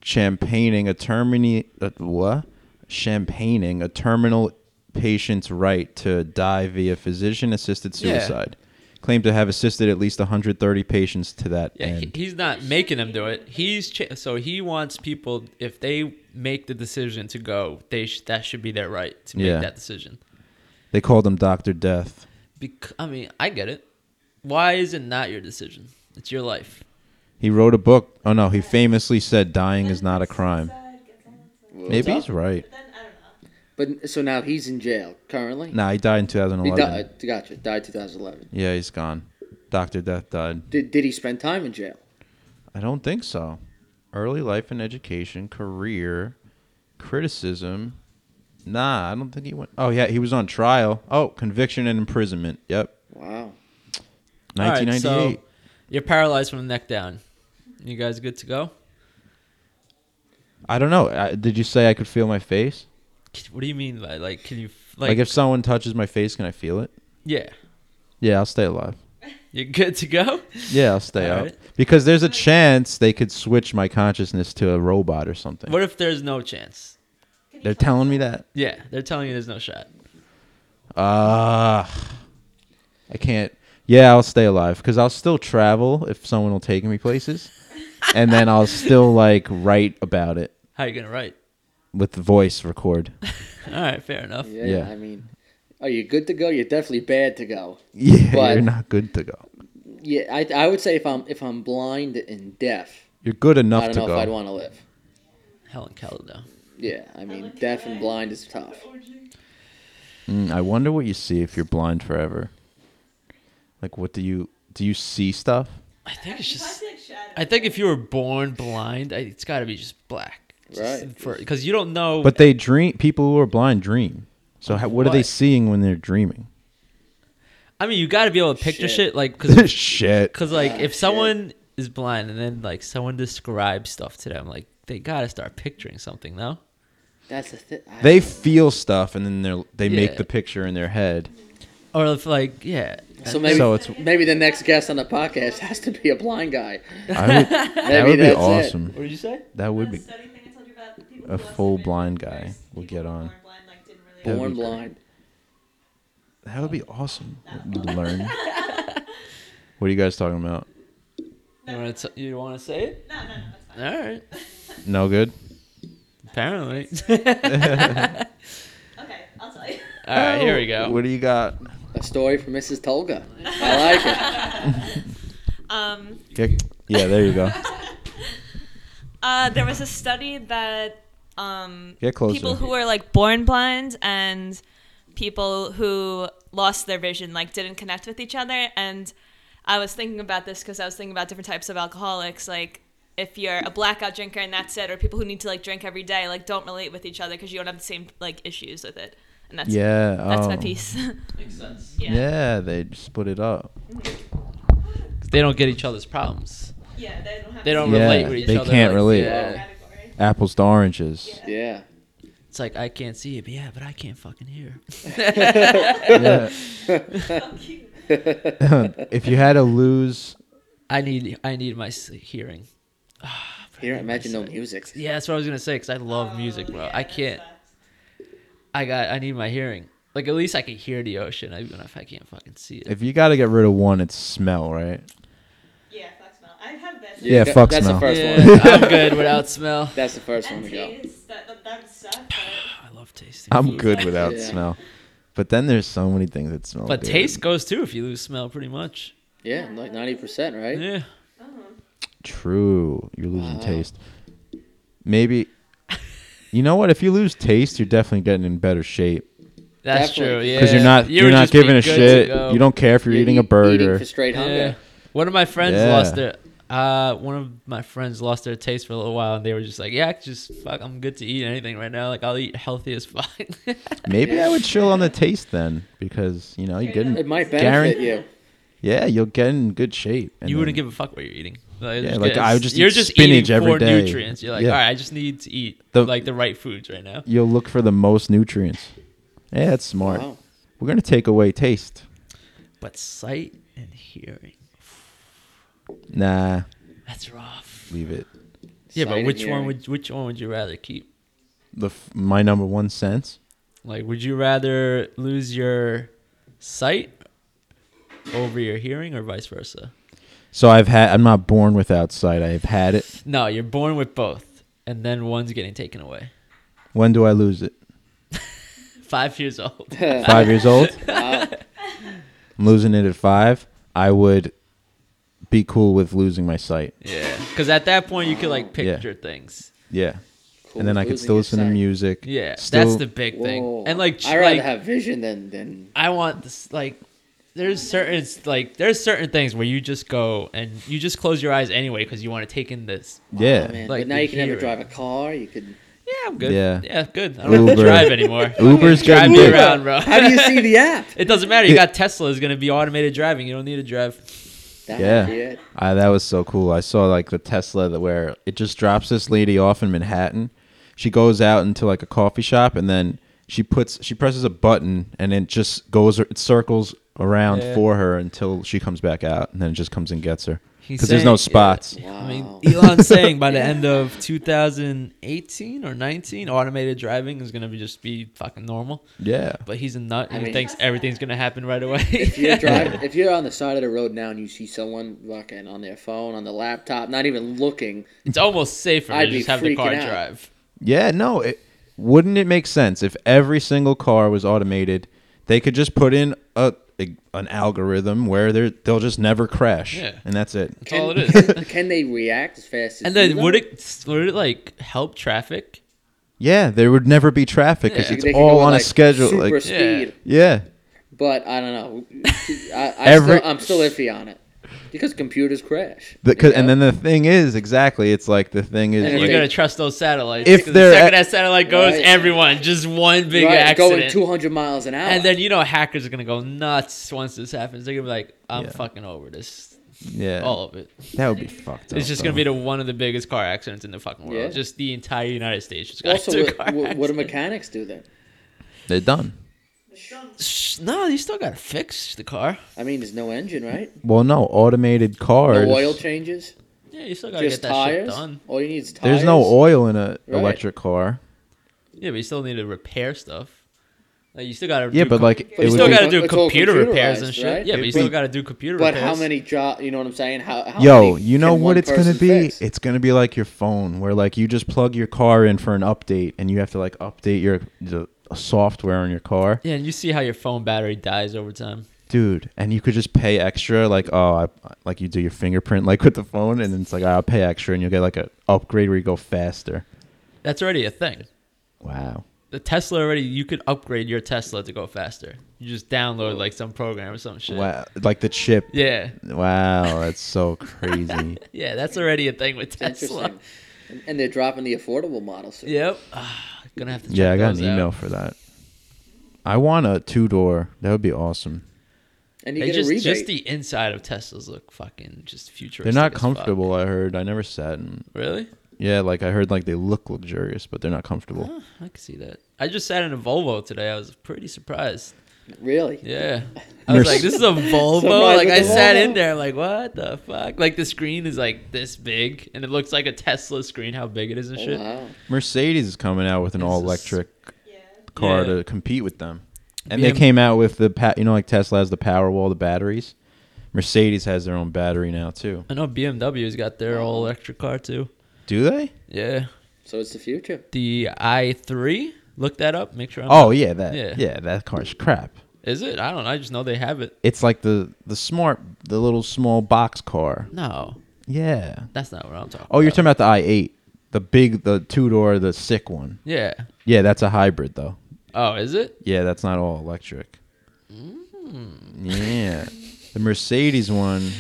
Speaker 2: champagning a termini uh, what? Champagning a terminal patient's right to die via physician-assisted
Speaker 1: Yeah.
Speaker 2: suicide. Claimed to have assisted at least 130 patients to that
Speaker 1: Yeah, he,
Speaker 2: end.
Speaker 1: he's not making them do it. He's cha- so he wants people if they make the decision to go, they sh- that should be their right to make
Speaker 2: Yeah.
Speaker 1: that decision.
Speaker 2: They called him Doctor Death.
Speaker 1: Bec- I mean, I get it. Why is it not your decision? It's your life.
Speaker 2: He wrote a book. Oh no, he famously said dying is not a crime.
Speaker 6: Side gets on side.
Speaker 2: Maybe he's right.
Speaker 6: Then I don't know.
Speaker 5: But so now he's in jail currently.
Speaker 2: Nah, he died in
Speaker 5: He
Speaker 2: 2011.
Speaker 5: died. Gotcha. Died 2011.
Speaker 2: Yeah, he's gone. Doctor Death died.
Speaker 5: Did did he spend time in jail?
Speaker 2: I don't think so. Early life and education, career, criticism. Nah, I don't think he went. Oh yeah, he was on trial. Oh, conviction and imprisonment. Yep,
Speaker 5: Wow.
Speaker 1: All right,
Speaker 2: 1998.
Speaker 1: so you're paralyzed from the neck down. You guys good to go?
Speaker 2: I don't know. I, did you say I could feel my face?
Speaker 1: What do you mean by like? Can you f-
Speaker 2: Like,
Speaker 1: like?
Speaker 2: if someone touches my face, can I feel it?
Speaker 1: yeah,
Speaker 2: Yeah, I'll stay alive.
Speaker 1: you're good to go.
Speaker 2: Yeah, I'll stay
Speaker 1: All
Speaker 2: up
Speaker 1: right.
Speaker 2: because there's a chance they could switch my consciousness to a robot or something.
Speaker 1: What if there's no chance?
Speaker 2: They're telling me that.
Speaker 1: Yeah, they're telling you there's no shot.
Speaker 2: Ah, I can't. Yeah, I'll stay alive because I'll still travel if someone will take me places, and then I'll still like write about it
Speaker 1: How you gonna write?
Speaker 2: with the voice record.
Speaker 1: All right, fair enough.
Speaker 5: Yeah,
Speaker 2: Yeah.
Speaker 5: I mean, are you good to go? You're definitely bad to go.
Speaker 2: Yeah,
Speaker 5: But-
Speaker 2: you're not good to go.
Speaker 5: Yeah, I, I would say if I'm if I'm blind and deaf,
Speaker 2: You're good
Speaker 5: I
Speaker 2: enough
Speaker 5: don't
Speaker 2: to
Speaker 5: know if I'd
Speaker 2: go.
Speaker 5: want to live.
Speaker 1: Helen Keller though.
Speaker 5: Yeah, I mean,
Speaker 6: like
Speaker 5: deaf
Speaker 6: that.
Speaker 5: and blind is tough.
Speaker 2: Mm, I wonder what you see if you're blind forever. Like, what do you do? You see stuff?
Speaker 1: I think it's
Speaker 6: It's
Speaker 1: just.
Speaker 6: like shadow.
Speaker 1: I think if you were born blind, I, it's got to be just black,
Speaker 5: Right.
Speaker 1: Because you don't know.
Speaker 2: But they dream. People who are blind dream. So how, what are they
Speaker 1: What?
Speaker 2: seeing when they're dreaming?
Speaker 1: I mean, you got to be able to picture
Speaker 5: Shit.
Speaker 1: shit, like because
Speaker 2: Shit.
Speaker 1: like
Speaker 5: Yeah,
Speaker 1: if someone is blind and then like someone describes stuff to them, like they got to start picturing something, no?
Speaker 5: That's the thing. I-
Speaker 2: They feel stuff and then they they make
Speaker 1: Yeah.
Speaker 2: the picture in their head.
Speaker 1: Or if like yeah,
Speaker 5: so maybe
Speaker 2: So it's-
Speaker 5: maybe the next guest on the podcast has to be a blind guy.
Speaker 2: I would, that
Speaker 5: Maybe
Speaker 2: would be
Speaker 5: that's it.
Speaker 2: awesome.
Speaker 1: what did you say?
Speaker 2: That would be.
Speaker 6: That study thing I told you about, the people
Speaker 2: a
Speaker 6: who lost
Speaker 2: full
Speaker 6: their
Speaker 2: blind
Speaker 6: vision
Speaker 2: guy
Speaker 6: first,
Speaker 2: will
Speaker 6: people
Speaker 2: get
Speaker 6: who
Speaker 2: on.
Speaker 6: born blind, like, didn't really
Speaker 2: That'd
Speaker 5: Born
Speaker 2: be great.
Speaker 5: blind.
Speaker 2: That would be awesome. Learn. What are you guys talking about?
Speaker 1: You want to you want to say it?
Speaker 6: No, no, no, that's fine.
Speaker 1: All right.
Speaker 2: No good.
Speaker 1: Apparently.
Speaker 6: Okay, I'll tell you.
Speaker 1: Uh,
Speaker 7: All right, here we go.
Speaker 2: What do you got?
Speaker 5: A story from Mrs. Tolga. I like it.
Speaker 7: Um,
Speaker 2: Kick- Yeah, there you go.
Speaker 7: uh, there was a study that um,
Speaker 2: Get closer.
Speaker 7: people who were like born blind and people who lost their vision like didn't connect with each other and i was thinking about this because i was thinking about different types of alcoholics like if you're a blackout drinker and that's it or people who need to like drink every day like don't relate with each other because you don't have the same like issues with it and that's
Speaker 2: yeah.
Speaker 7: that's my
Speaker 2: oh.
Speaker 7: piece
Speaker 1: Makes sense.
Speaker 7: yeah.
Speaker 2: Yeah. they split it up.
Speaker 1: They don't get each other's problems.
Speaker 6: Yeah, they don't have
Speaker 1: They don't
Speaker 2: Yeah,
Speaker 1: relate with each
Speaker 2: they
Speaker 1: other.
Speaker 2: can't
Speaker 1: like,
Speaker 2: relate.
Speaker 1: yeah.
Speaker 6: category.
Speaker 2: Apples to oranges.
Speaker 5: Yeah.
Speaker 1: It's like I can't see it, but yeah, but I can't fucking hear.
Speaker 2: Yeah.
Speaker 6: So cute.
Speaker 2: if you had to lose,
Speaker 1: I need I need my s- hearing. Ah, but I
Speaker 5: Here,
Speaker 1: need my
Speaker 5: imagine no
Speaker 1: sight.
Speaker 5: music.
Speaker 1: Yeah, that's what I was gonna say. Cause I love music, bro. I can't. I got. I need my hearing. Like at least I can hear the ocean, even if I can't fucking see it.
Speaker 2: if you got to get rid of one, it's smell, right?
Speaker 6: Yeah, fuck smell. I have that.
Speaker 2: Yeah,
Speaker 5: that-
Speaker 2: fuck
Speaker 5: that's
Speaker 2: smell.
Speaker 5: the first
Speaker 1: yeah,
Speaker 5: one.
Speaker 1: I'm good without smell.
Speaker 5: That's the first one
Speaker 6: And
Speaker 5: to go.
Speaker 6: taste. That, that, that sucks. but-
Speaker 1: I love tasting.
Speaker 2: I'm
Speaker 1: food.
Speaker 2: good without
Speaker 5: Yeah.
Speaker 2: smell. But then there's so many things that smell.
Speaker 1: But
Speaker 2: good.
Speaker 1: taste goes too if you lose smell, pretty much.
Speaker 5: Yeah, like ninety percent, right?
Speaker 1: Yeah.
Speaker 2: True. You're losing
Speaker 1: Mm-hmm.
Speaker 5: Wow.
Speaker 2: taste. Maybe. You know what? If you lose taste, you're definitely getting in better shape
Speaker 1: That's
Speaker 5: Definitely.
Speaker 1: true. Yeah.
Speaker 2: because you're not
Speaker 1: You
Speaker 2: you're
Speaker 1: would
Speaker 2: not
Speaker 1: just be
Speaker 2: giving a
Speaker 1: good to
Speaker 2: shit.
Speaker 1: go.
Speaker 2: You don't care if you're
Speaker 5: You're
Speaker 2: eating
Speaker 5: eat-
Speaker 2: a burger.
Speaker 5: for straight
Speaker 1: Yeah.
Speaker 5: hunger.
Speaker 1: One of my friends
Speaker 2: Yeah.
Speaker 1: lost their. Uh, one of my friends lost their taste for a little while, and they were just like, "Yeah, I could just fuck, I'm good to eat anything right now. Like, I'll eat healthy as fuck."
Speaker 2: Maybe I would chill on the taste then because you know you're
Speaker 5: It
Speaker 2: getting
Speaker 5: might benefit
Speaker 2: Guaran-
Speaker 5: you.
Speaker 2: yeah you'll get in good shape. and
Speaker 1: you wouldn't
Speaker 2: then
Speaker 1: give a fuck what you're eating. Like,
Speaker 2: Yeah,
Speaker 1: just
Speaker 2: like,
Speaker 1: get-
Speaker 2: I would just
Speaker 1: you're
Speaker 2: eat
Speaker 1: just
Speaker 2: spinach
Speaker 1: eating
Speaker 2: every
Speaker 1: for
Speaker 2: day.
Speaker 1: nutrients. You're like,
Speaker 2: Yeah.
Speaker 1: all right, I just need to eat
Speaker 2: The-
Speaker 1: like the right foods right now.
Speaker 2: You'll look for the most nutrients. Yeah, that's smart.
Speaker 5: Wow.
Speaker 2: We're gonna take away taste.
Speaker 1: But sight and hearing,
Speaker 2: Nah,
Speaker 1: that's rough.
Speaker 2: leave it.
Speaker 1: Yeah,
Speaker 5: Sight
Speaker 1: but
Speaker 5: and
Speaker 1: which one
Speaker 5: hearing.
Speaker 1: would which one would you rather keep?
Speaker 2: The f- my number one sense.
Speaker 1: Like, would you rather lose your sight over your hearing, or vice versa?
Speaker 2: So I've had. I'm not born without sight. I've had it.
Speaker 1: No, you're born with both, and then one's getting taken away.
Speaker 2: When do I lose it?
Speaker 1: Five years old.
Speaker 2: Five years old. I'm losing it at five. I would be cool with losing my sight.
Speaker 1: yeah, because at that point you could like
Speaker 2: Yeah.
Speaker 1: picture things.
Speaker 2: Yeah,
Speaker 5: Cool,
Speaker 2: and then I could
Speaker 5: losing
Speaker 2: still
Speaker 5: your
Speaker 2: listen to
Speaker 5: sight.
Speaker 2: music.
Speaker 1: Yeah, that's
Speaker 2: Still-
Speaker 1: the big
Speaker 5: Whoa.
Speaker 1: thing. And like, ch-
Speaker 5: I'd rather
Speaker 1: like
Speaker 5: have vision than than
Speaker 1: I want this like. There's certain like there's certain things where you just go and you just close your eyes anyway because you want to take in this.
Speaker 2: yeah.
Speaker 5: Oh, man.
Speaker 1: Like
Speaker 5: but now you
Speaker 1: the
Speaker 5: can never
Speaker 1: hearing.
Speaker 5: drive a car. You could.
Speaker 1: Yeah, I'm good.
Speaker 2: Yeah.
Speaker 1: yeah, good. I don't have to
Speaker 2: Uber.
Speaker 1: drive anymore.
Speaker 2: Uber's
Speaker 1: drive
Speaker 2: getting
Speaker 1: me
Speaker 2: big.
Speaker 1: around, bro.
Speaker 5: How do you see the app?
Speaker 1: It doesn't matter. You got Tesla is gonna be automated driving. You don't need to drive.
Speaker 5: That
Speaker 2: Yeah.
Speaker 5: might be it.
Speaker 2: I, Ah, that was so cool. I saw like the Tesla that where it just drops this lady off in Manhattan. She goes out into like a coffee shop and then she puts she presses a button and it just goes it circles around
Speaker 1: Yeah.
Speaker 2: for her until she comes back out and then it just comes and gets her
Speaker 1: He's
Speaker 2: because there's no
Speaker 1: saying-
Speaker 2: spots.
Speaker 1: I mean,
Speaker 5: Wow.
Speaker 1: Elon's saying by the end of 2018 or 19, automated driving is gonna be just be fucking normal.
Speaker 2: Yeah,
Speaker 1: But he's a nut who
Speaker 5: mean-
Speaker 1: thinks everything's gonna happen right away.
Speaker 5: If you're driving, if you're on the side of the road now and you see someone fucking on their phone, on the laptop, not even looking,
Speaker 1: it's almost safer
Speaker 5: I'd
Speaker 1: to
Speaker 5: be
Speaker 1: just have the car
Speaker 5: freaking out.
Speaker 1: drive.
Speaker 2: yeah. No, it, wouldn't it make sense if every single car was automated? They could just put in a, a an algorithm where they they'll just never crash,
Speaker 1: Yeah.
Speaker 2: and that's it.
Speaker 1: That's all it is.
Speaker 5: can they react as fast as?
Speaker 1: And then
Speaker 5: you
Speaker 1: would
Speaker 5: though?
Speaker 1: it would it like help traffic?
Speaker 2: Yeah, there would never be traffic because
Speaker 1: Yeah.
Speaker 2: it's
Speaker 5: They can go
Speaker 2: all
Speaker 5: at,
Speaker 2: on
Speaker 5: like,
Speaker 2: a schedule.
Speaker 5: Super
Speaker 2: Like,
Speaker 5: speed.
Speaker 2: yeah,
Speaker 5: But I don't know. I, I
Speaker 2: Every-
Speaker 5: still, I'm still iffy on it because computers crash.
Speaker 2: The- 'cause-
Speaker 5: you
Speaker 2: and
Speaker 5: know?
Speaker 2: then the thing is exactly. It's like the thing is
Speaker 5: And
Speaker 1: You're
Speaker 5: if
Speaker 2: like,
Speaker 1: gonna trust those satellites.
Speaker 2: If
Speaker 1: 'cause
Speaker 2: they're
Speaker 1: the second
Speaker 2: at-
Speaker 1: that satellite goes,
Speaker 5: Right.
Speaker 1: everyone just one big
Speaker 5: right,
Speaker 1: accident.
Speaker 5: going 200 miles an hour.
Speaker 1: and then you know hackers are gonna go nuts once this happens. They're gonna be like, I'm
Speaker 2: Yeah.
Speaker 1: fucking over this,
Speaker 2: yeah,
Speaker 1: all of it.
Speaker 2: that would be fucked.
Speaker 1: It's just gonna be the one of the biggest car accidents in the fucking world.
Speaker 5: Yeah.
Speaker 1: Just the entire United States just got
Speaker 5: also,
Speaker 1: into a
Speaker 5: what,
Speaker 1: car
Speaker 5: what, what do
Speaker 1: accident.
Speaker 5: mechanics do then?
Speaker 2: they're done.
Speaker 1: Shh, No, you still gotta fix the car.
Speaker 5: I mean, there's no engine, right?
Speaker 2: Well, no automated cars.
Speaker 5: No oil changes.
Speaker 1: Yeah, you still gotta
Speaker 5: Just
Speaker 1: get that shit
Speaker 5: tires.
Speaker 1: done.
Speaker 5: All you need is tires.
Speaker 2: There's no oil in a
Speaker 5: Right.
Speaker 2: electric car.
Speaker 1: Yeah, but you still need to repair stuff. Like, you still gotta
Speaker 2: Yeah,
Speaker 1: do
Speaker 2: but
Speaker 1: com-
Speaker 2: like
Speaker 1: you
Speaker 2: it
Speaker 1: still
Speaker 2: would be-
Speaker 1: gotta do
Speaker 5: It's all
Speaker 1: computer repairs
Speaker 5: computerized,
Speaker 1: and shit.
Speaker 5: right?
Speaker 1: Yeah, but you
Speaker 2: But-
Speaker 1: still gotta do computer
Speaker 5: But
Speaker 1: repairs.
Speaker 5: how many job? You know what I'm saying? How? how
Speaker 2: Yo,
Speaker 5: many
Speaker 2: you know
Speaker 5: can
Speaker 2: what
Speaker 5: one
Speaker 2: it's gonna
Speaker 5: person
Speaker 2: be?
Speaker 5: fix?
Speaker 2: It's gonna be like your phone, where like you just plug your car in for an update, and you have to like update your the uh, software on your car,
Speaker 1: Yeah, and you see how your phone battery dies over time.
Speaker 2: dude, and you could just pay extra, like oh, I, like you do your fingerprint like with the phone, and it's like I'll pay extra, and you'll get like a upgrade where you go faster.
Speaker 1: That's already a thing.
Speaker 2: Wow.
Speaker 1: The Tesla already, you could upgrade your Tesla to go faster. You just download like some program or some shit.
Speaker 2: Wow, like the chip.
Speaker 1: Yeah,
Speaker 2: Wow, that's so crazy.
Speaker 1: yeah, that's already a thing with Tesla.
Speaker 5: Interesting. And- And they're dropping the affordable model soon.
Speaker 1: Yep. Ah, gonna have to. Check
Speaker 2: yeah, I got an
Speaker 1: those
Speaker 2: email
Speaker 1: out.
Speaker 2: for that. I want a two door. That would be awesome.
Speaker 5: And you
Speaker 1: They
Speaker 5: get a
Speaker 1: just,
Speaker 5: rebate.
Speaker 1: just the inside of Teslas look fucking just
Speaker 2: They're
Speaker 1: futuristic.
Speaker 2: not
Speaker 1: as fuck.
Speaker 2: comfortable. I heard. I never sat in.
Speaker 1: Really?
Speaker 2: Yeah, like I heard, like they look luxurious, but they're not comfortable.
Speaker 1: Huh, I can see that. I just sat in a Volvo today. I was pretty surprised.
Speaker 5: really?
Speaker 1: Yeah. I was
Speaker 2: You're
Speaker 1: like,
Speaker 2: s-
Speaker 1: this is a Volvo.
Speaker 5: Surprised
Speaker 1: Like
Speaker 5: with
Speaker 1: I
Speaker 5: the
Speaker 1: sat
Speaker 5: Volvo.
Speaker 1: in there like, what the fuck? Like the screen is like this big and it looks like a Tesla screen, how big it is and shit.
Speaker 5: Oh, Wow.
Speaker 2: Mercedes is coming out with an
Speaker 1: This
Speaker 2: all electric
Speaker 6: Yeah.
Speaker 2: car
Speaker 1: Yeah.
Speaker 2: to compete with them, and
Speaker 1: Yeah.
Speaker 2: they came out with the pa- you know like Tesla has the Powerwall, the batteries. Mercedes has their own battery now too.
Speaker 1: I know BMW's got their all electric car too.
Speaker 2: Do they?
Speaker 1: Yeah.
Speaker 5: So it's the future.
Speaker 1: The i3, look that up, make sure I'm
Speaker 2: Oh yeah, that
Speaker 1: Yeah.
Speaker 2: yeah, that car's crap.
Speaker 1: Is it? I don't know. I just know they have it.
Speaker 2: It's like the the smart the little small box car.
Speaker 1: No.
Speaker 2: Yeah.
Speaker 1: That's not what I'm talking
Speaker 2: Oh, you're
Speaker 1: about.
Speaker 2: talking about the i8, the big, the two door, the sick one.
Speaker 1: Yeah.
Speaker 2: Yeah, that's a hybrid though.
Speaker 1: Oh, is it?
Speaker 2: Yeah, that's not all electric.
Speaker 1: Mm-hmm.
Speaker 2: Yeah, the Mercedes one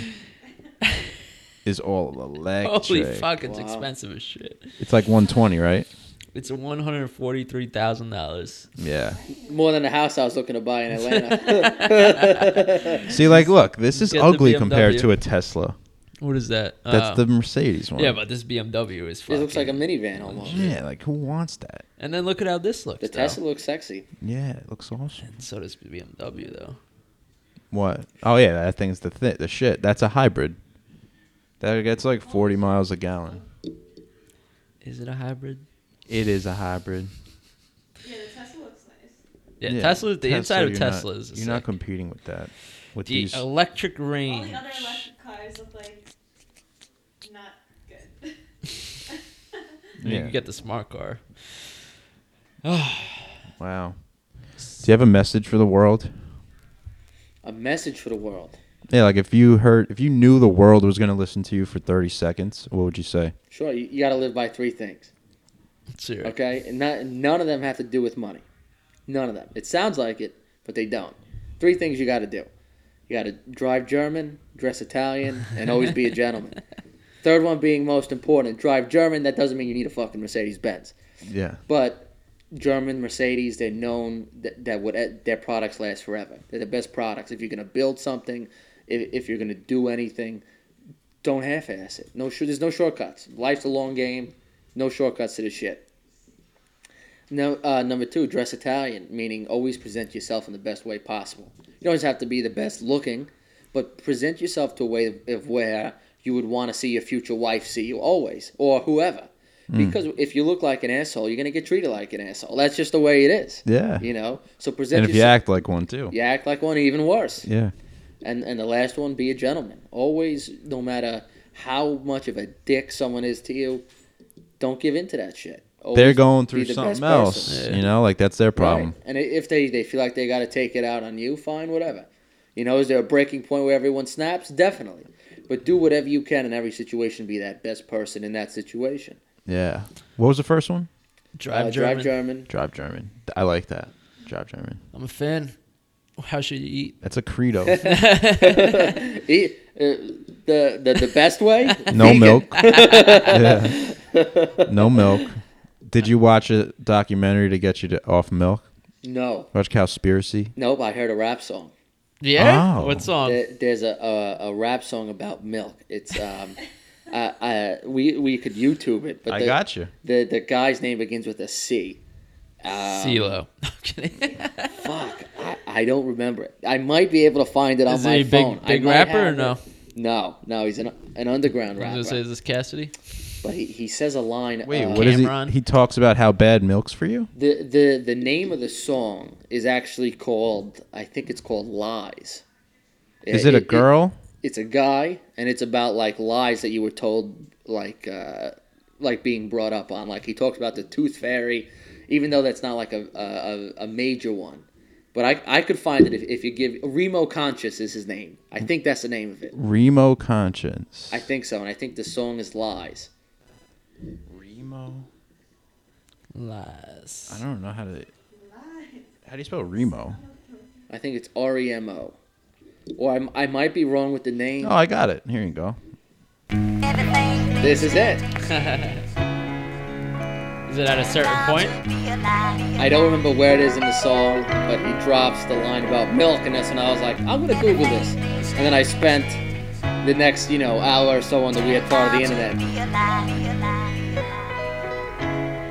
Speaker 2: is all electric.
Speaker 1: Holy fuck, it's
Speaker 5: Wow.
Speaker 1: expensive as shit.
Speaker 2: It's like 120, right?
Speaker 1: It's one hundred forty three thousand dollars.
Speaker 2: Yeah.
Speaker 5: More than a house I was looking to buy in Atlanta.
Speaker 2: See, like, look, this is
Speaker 1: Get the
Speaker 2: ugly
Speaker 1: BMW.
Speaker 2: compared to a Tesla.
Speaker 1: What is that?
Speaker 2: That's
Speaker 1: Oh.
Speaker 2: the Mercedes one.
Speaker 1: Yeah, but this BMW is
Speaker 5: it
Speaker 1: fucking.
Speaker 5: looks like a minivan almost.
Speaker 2: yeah, like who wants that?
Speaker 1: And then look at how this looks.
Speaker 5: The
Speaker 1: though.
Speaker 5: Tesla looks sexy.
Speaker 2: Yeah, it looks awesome.
Speaker 1: So does the BMW though.
Speaker 2: What? Oh yeah, that thing's the thi- the shit. That's a hybrid. That gets like 40 miles a gallon.
Speaker 1: Is it a hybrid?
Speaker 2: It is a hybrid.
Speaker 6: Yeah, the Tesla looks nice.
Speaker 1: Yeah, Tesla. The inside of Tesla is.
Speaker 2: You're not
Speaker 1: sick.
Speaker 2: competing with that. With
Speaker 1: the
Speaker 2: these,
Speaker 1: electric
Speaker 6: All
Speaker 1: range.
Speaker 6: the other electric cars look like not good.
Speaker 1: You
Speaker 2: yeah.
Speaker 1: can get the smart car. Oh,
Speaker 2: wow. Do you have a message for the world?
Speaker 5: A message for the world.
Speaker 2: Yeah, like if you heard, if you knew the world was gonna listen to you for 30 seconds, what would you say?
Speaker 5: Sure, you, you got to live by three things.
Speaker 1: Sure.
Speaker 5: Okay, and not, none of them have to do with money. None of them. It sounds like it, but they don't. Three things you got to do: you got to drive German, dress Italian, and always be a gentleman. Third one being most important: drive German. That doesn't mean you need a fucking Mercedes Benz,
Speaker 2: Yeah.
Speaker 5: but German Mercedes, they're known that, that would their products last forever. They're the best products. If you're gonna build something, if, if you're gonna do anything, don't half-ass it. No, sh- there's no shortcuts. Life's a long game. No shortcuts to this shit. No, uh, number two, dress Italian, meaning always present yourself in the best way possible. You don't just have to be the best looking, but present yourself to a way of, of where you would want to see your future wife see you always, or whoever.
Speaker 2: Hmm.
Speaker 5: Because if you look like an asshole, you're gonna get treated like an asshole. That's just the way it is.
Speaker 2: Yeah.
Speaker 5: You know. So present
Speaker 2: And if you
Speaker 5: yourself.
Speaker 2: act like one too.
Speaker 5: you act like one, even worse.
Speaker 2: Yeah.
Speaker 5: And and the last one, be a gentleman. Always, no matter how much of a dick someone is to you, don't give in to that shit. Always
Speaker 2: They're going
Speaker 5: be
Speaker 2: through
Speaker 5: the best
Speaker 2: something
Speaker 5: person.
Speaker 2: else. You know, like that's their problem.
Speaker 5: Right. And i- if they, they feel like they got to take it out on you, fine, whatever. You know, is there a breaking point where everyone snaps? Definitely. But do whatever you can in every situation. Be that best person in that situation.
Speaker 2: Yeah. What was the first one?
Speaker 1: Drive
Speaker 5: Uh,
Speaker 1: German.
Speaker 5: Drive German.
Speaker 2: Drive German. I like that. Drive German.
Speaker 1: I'm a fan. How should you eat?
Speaker 2: That's a credo. no
Speaker 5: E- uh, the, the the best way. Vegan.
Speaker 2: milk. yeah. No milk. Did you watch a documentary to get you to off milk?
Speaker 5: No.
Speaker 2: Watch Cowspiracy.
Speaker 5: Nope. I heard a rap song.
Speaker 1: Yeah.
Speaker 2: Oh.
Speaker 1: What song?
Speaker 5: There- there's a, a a rap song about milk. It's um, uh, uh, we we could YouTube it, but
Speaker 2: I
Speaker 5: the,
Speaker 2: got you.
Speaker 5: the the guy's name begins with a C. Um,
Speaker 1: CeeLo. I'm kidding.
Speaker 5: Fuck, I, I don't remember it. I might be able to find it on
Speaker 1: Is
Speaker 5: my
Speaker 1: he a
Speaker 5: phone.
Speaker 1: big
Speaker 5: I
Speaker 1: big
Speaker 5: might
Speaker 1: rapper or
Speaker 5: have
Speaker 1: no?
Speaker 5: it. No, no, he's an an underground
Speaker 1: I was
Speaker 5: rapper.
Speaker 1: gonna say, is this Cassidy?
Speaker 5: but he, he says a line.
Speaker 2: Wait,
Speaker 5: uh,
Speaker 2: what is
Speaker 1: Cameron.
Speaker 2: he? He talks about how bad milk's for you.
Speaker 5: the the the name of the song is actually called. I think it's called Lies.
Speaker 2: Is it a girl?
Speaker 5: it's a guy, and it's about like lies that you were told, like uh, like being brought up on. Like he talks about the tooth fairy even though that's not like a a, a- a major one. But I, I could find it if, if you give Remo Conscious is his name. I think that's the name of it.
Speaker 2: Remo Conscience.
Speaker 5: I think so, and I think the song is Lies.
Speaker 2: Remo.
Speaker 1: Lies.
Speaker 2: I don't know how to. How do you spell Remo?
Speaker 5: I think it's R E M O, or I'm, I might be wrong with the name.
Speaker 2: Oh, I got it. Here you go.
Speaker 5: This is it.
Speaker 1: Is it at a certain point?
Speaker 5: I don't remember where it is in the song, but he drops the line about milk, and that's when I was like, I'm gonna Google this. And then I spent the next, you know, hour or so on the weird part of the internet.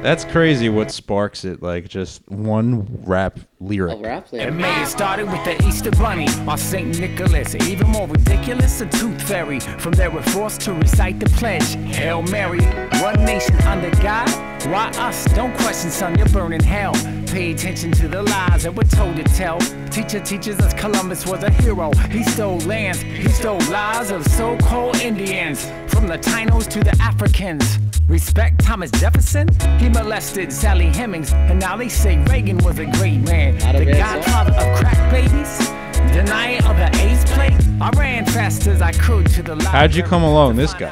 Speaker 2: That's crazy. What sparks it? Like just one rap lyric.
Speaker 5: A rap
Speaker 8: It
Speaker 5: there.
Speaker 8: may have started with the Easter Bunny or St. Nicholas. Even more ridiculous, a tooth fairy. From there, we're forced to recite the pledge Hail Mary, one nation under God. Why us? Don't question, son, you're burning hell. Pay attention to the lies that we're told to tell. Teacher teaches us Columbus was a hero. He stole lands, he stole lives of so called Indians. From Latinos to the Africans. Respect Thomas Jefferson? He molested Sally Hemings, and now they say Reagan was a great man.
Speaker 5: Not a
Speaker 8: The
Speaker 5: bad
Speaker 8: God-
Speaker 5: song.
Speaker 8: father of crack babies, denier of the ace plate. I ran fast as I could to the library.
Speaker 2: How'd you come along, this guy?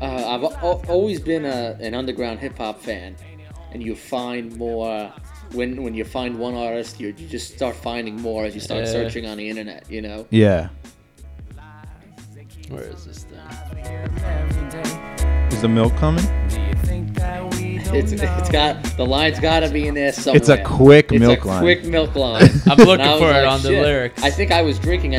Speaker 5: Uh, I've al- always been a, an underground hip hop fan, and you find more. When, when you find one artist, you, you just start finding more as you start
Speaker 1: Yeah.
Speaker 5: searching on the internet, you know?
Speaker 2: Yeah.
Speaker 1: Where is this thing?
Speaker 2: Is the milk coming?
Speaker 8: Oh,
Speaker 5: It's, it's got, the line's gotta be in there somewhere.
Speaker 2: quick
Speaker 5: It's
Speaker 2: milk
Speaker 5: a
Speaker 2: line.
Speaker 5: quick milk line.
Speaker 1: I'm looking
Speaker 5: And I was
Speaker 1: for it
Speaker 5: like,
Speaker 1: on the
Speaker 5: "Shit."
Speaker 1: lyrics.
Speaker 5: I think I was drinking a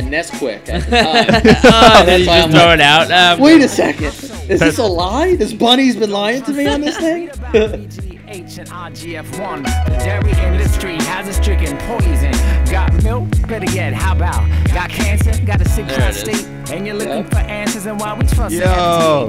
Speaker 5: Nesquik at the time.
Speaker 1: oh,
Speaker 5: That's
Speaker 1: did you
Speaker 5: why
Speaker 1: just
Speaker 5: I'm
Speaker 1: throw
Speaker 5: like-
Speaker 1: it out? Um,
Speaker 5: Wait a second. Is this a lie? This bunny's been lying to me on this thing?
Speaker 8: EGH E and RGF1. The dairy industry has us drinking poison. Got milk? Better yet, how about? Got cancer? Got a sick
Speaker 1: There it is.
Speaker 8: prostate? And you're looking
Speaker 5: Yeah.
Speaker 8: for answers and why we trust the
Speaker 2: Yo.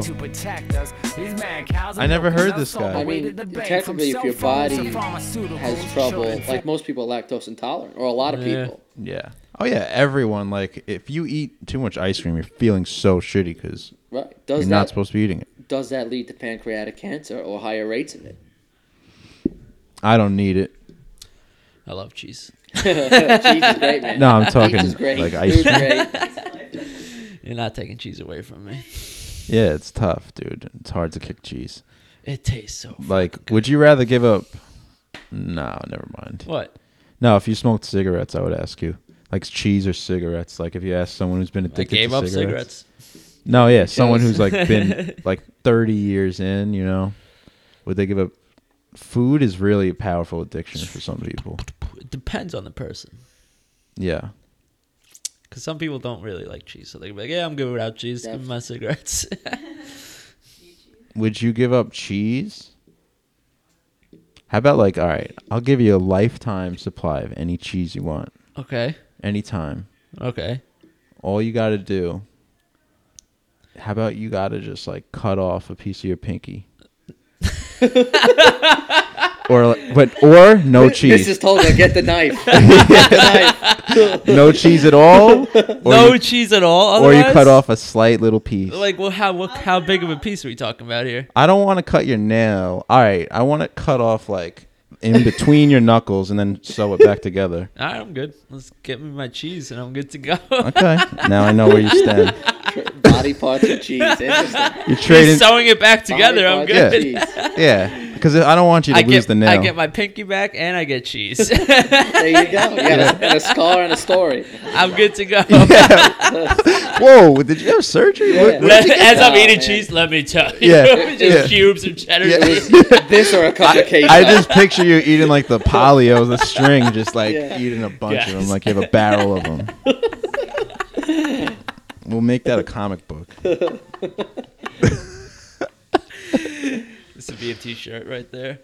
Speaker 8: FDA to protect us. These mad cows are
Speaker 2: I never
Speaker 8: milking
Speaker 2: heard
Speaker 8: us
Speaker 2: this
Speaker 8: all
Speaker 2: guy.
Speaker 8: the
Speaker 5: I
Speaker 8: way
Speaker 5: mean,
Speaker 8: to the bank,
Speaker 5: technically,
Speaker 8: from
Speaker 5: if your
Speaker 8: cell phones to
Speaker 5: body
Speaker 8: pharmaceuticals,
Speaker 5: Has trouble.
Speaker 8: children
Speaker 5: Like most people are lactose intolerant, or a lot of
Speaker 1: Yeah.
Speaker 5: people.
Speaker 2: Yeah. Oh yeah. Everyone like if you eat too much ice cream, you're feeling so shitty because
Speaker 5: Right?
Speaker 2: you're
Speaker 5: Does
Speaker 2: not
Speaker 5: that
Speaker 2: supposed to be eating it.
Speaker 5: does that lead to pancreatic cancer or higher rates of it?
Speaker 2: I don't need it.
Speaker 1: I love cheese.
Speaker 5: Cheese is great, man.
Speaker 2: No, I'm talking
Speaker 5: Cheese is great.
Speaker 2: like
Speaker 5: Food's
Speaker 2: ice cream.
Speaker 5: great.
Speaker 1: You're not taking cheese away from me.
Speaker 2: Yeah, it's tough, dude. It's hard to kick cheese.
Speaker 1: It tastes so. f-
Speaker 2: Like, would you rather give up? No, never mind.
Speaker 1: What?
Speaker 2: No, if you smoked cigarettes, I would ask you. Like cheese or cigarettes. Like if you ask someone who's been
Speaker 1: I
Speaker 2: addicted
Speaker 1: gave
Speaker 2: to
Speaker 1: up
Speaker 2: cigarettes.
Speaker 1: cigarettes.
Speaker 2: No, yeah, someone
Speaker 5: Yes.
Speaker 2: who's like been like 30 years in, you know, would they give up? Food is really a powerful addiction for some people.
Speaker 1: It depends on the person.
Speaker 2: Yeah.
Speaker 1: Because some people don't really like cheese, so they're like, "Yeah, I'm good without cheese. Give me my cigarettes."
Speaker 2: Would you give up cheese? How about like, all right, I'll give you a lifetime supply of any cheese you want,
Speaker 1: okay.
Speaker 2: anytime.
Speaker 1: Okay.
Speaker 2: All you got to do. How about you got to just like cut off a piece of your pinky? or like, but or no
Speaker 5: This
Speaker 2: cheese.
Speaker 5: is told to get the knife. Get the knife.
Speaker 2: no cheese at all. Or
Speaker 1: no
Speaker 2: you,
Speaker 1: cheese at all.
Speaker 2: or you cut
Speaker 1: otherwise?
Speaker 2: off a slight little piece.
Speaker 1: Like, well, how what, how big of a piece are we talking about here?
Speaker 2: I don't want to cut your nail. All right, I want to cut off like in between your knuckles and then sew it back together.
Speaker 1: All right, I'm good. Let's get me my cheese, and I'm good to go.
Speaker 2: Okay, now I know where you stand.
Speaker 5: Body parts of cheese. Interesting.
Speaker 2: You're
Speaker 1: He's
Speaker 2: trading,
Speaker 1: sewing it back together.
Speaker 5: Body
Speaker 1: I'm
Speaker 5: parts
Speaker 1: good.
Speaker 5: of
Speaker 2: good.
Speaker 5: cheese.
Speaker 2: yeah, because I don't want you to
Speaker 1: I
Speaker 2: lose
Speaker 1: get
Speaker 2: the nail.
Speaker 1: I get my pinky back, and I get cheese.
Speaker 5: There you go. You got a, and a scar and a story.
Speaker 1: I'm good to go.
Speaker 2: Whoa, did you have surgery? What-
Speaker 5: Yeah.
Speaker 2: what-
Speaker 1: Let- as I'm
Speaker 5: Oh,
Speaker 1: eating
Speaker 5: man.
Speaker 1: cheese, let me tell you,
Speaker 2: Yeah,
Speaker 1: just
Speaker 2: yeah.
Speaker 1: cubes and cheddar.
Speaker 2: Yeah.
Speaker 1: cheese.
Speaker 5: This or a cup of cake.
Speaker 2: I just picture you eating like the polio, the string, just like
Speaker 5: Yeah.
Speaker 2: eating a bunch of them,
Speaker 1: Guys.
Speaker 2: like you have a barrel of them. we'll make that a comic book.
Speaker 1: This would be a T-shirt right there.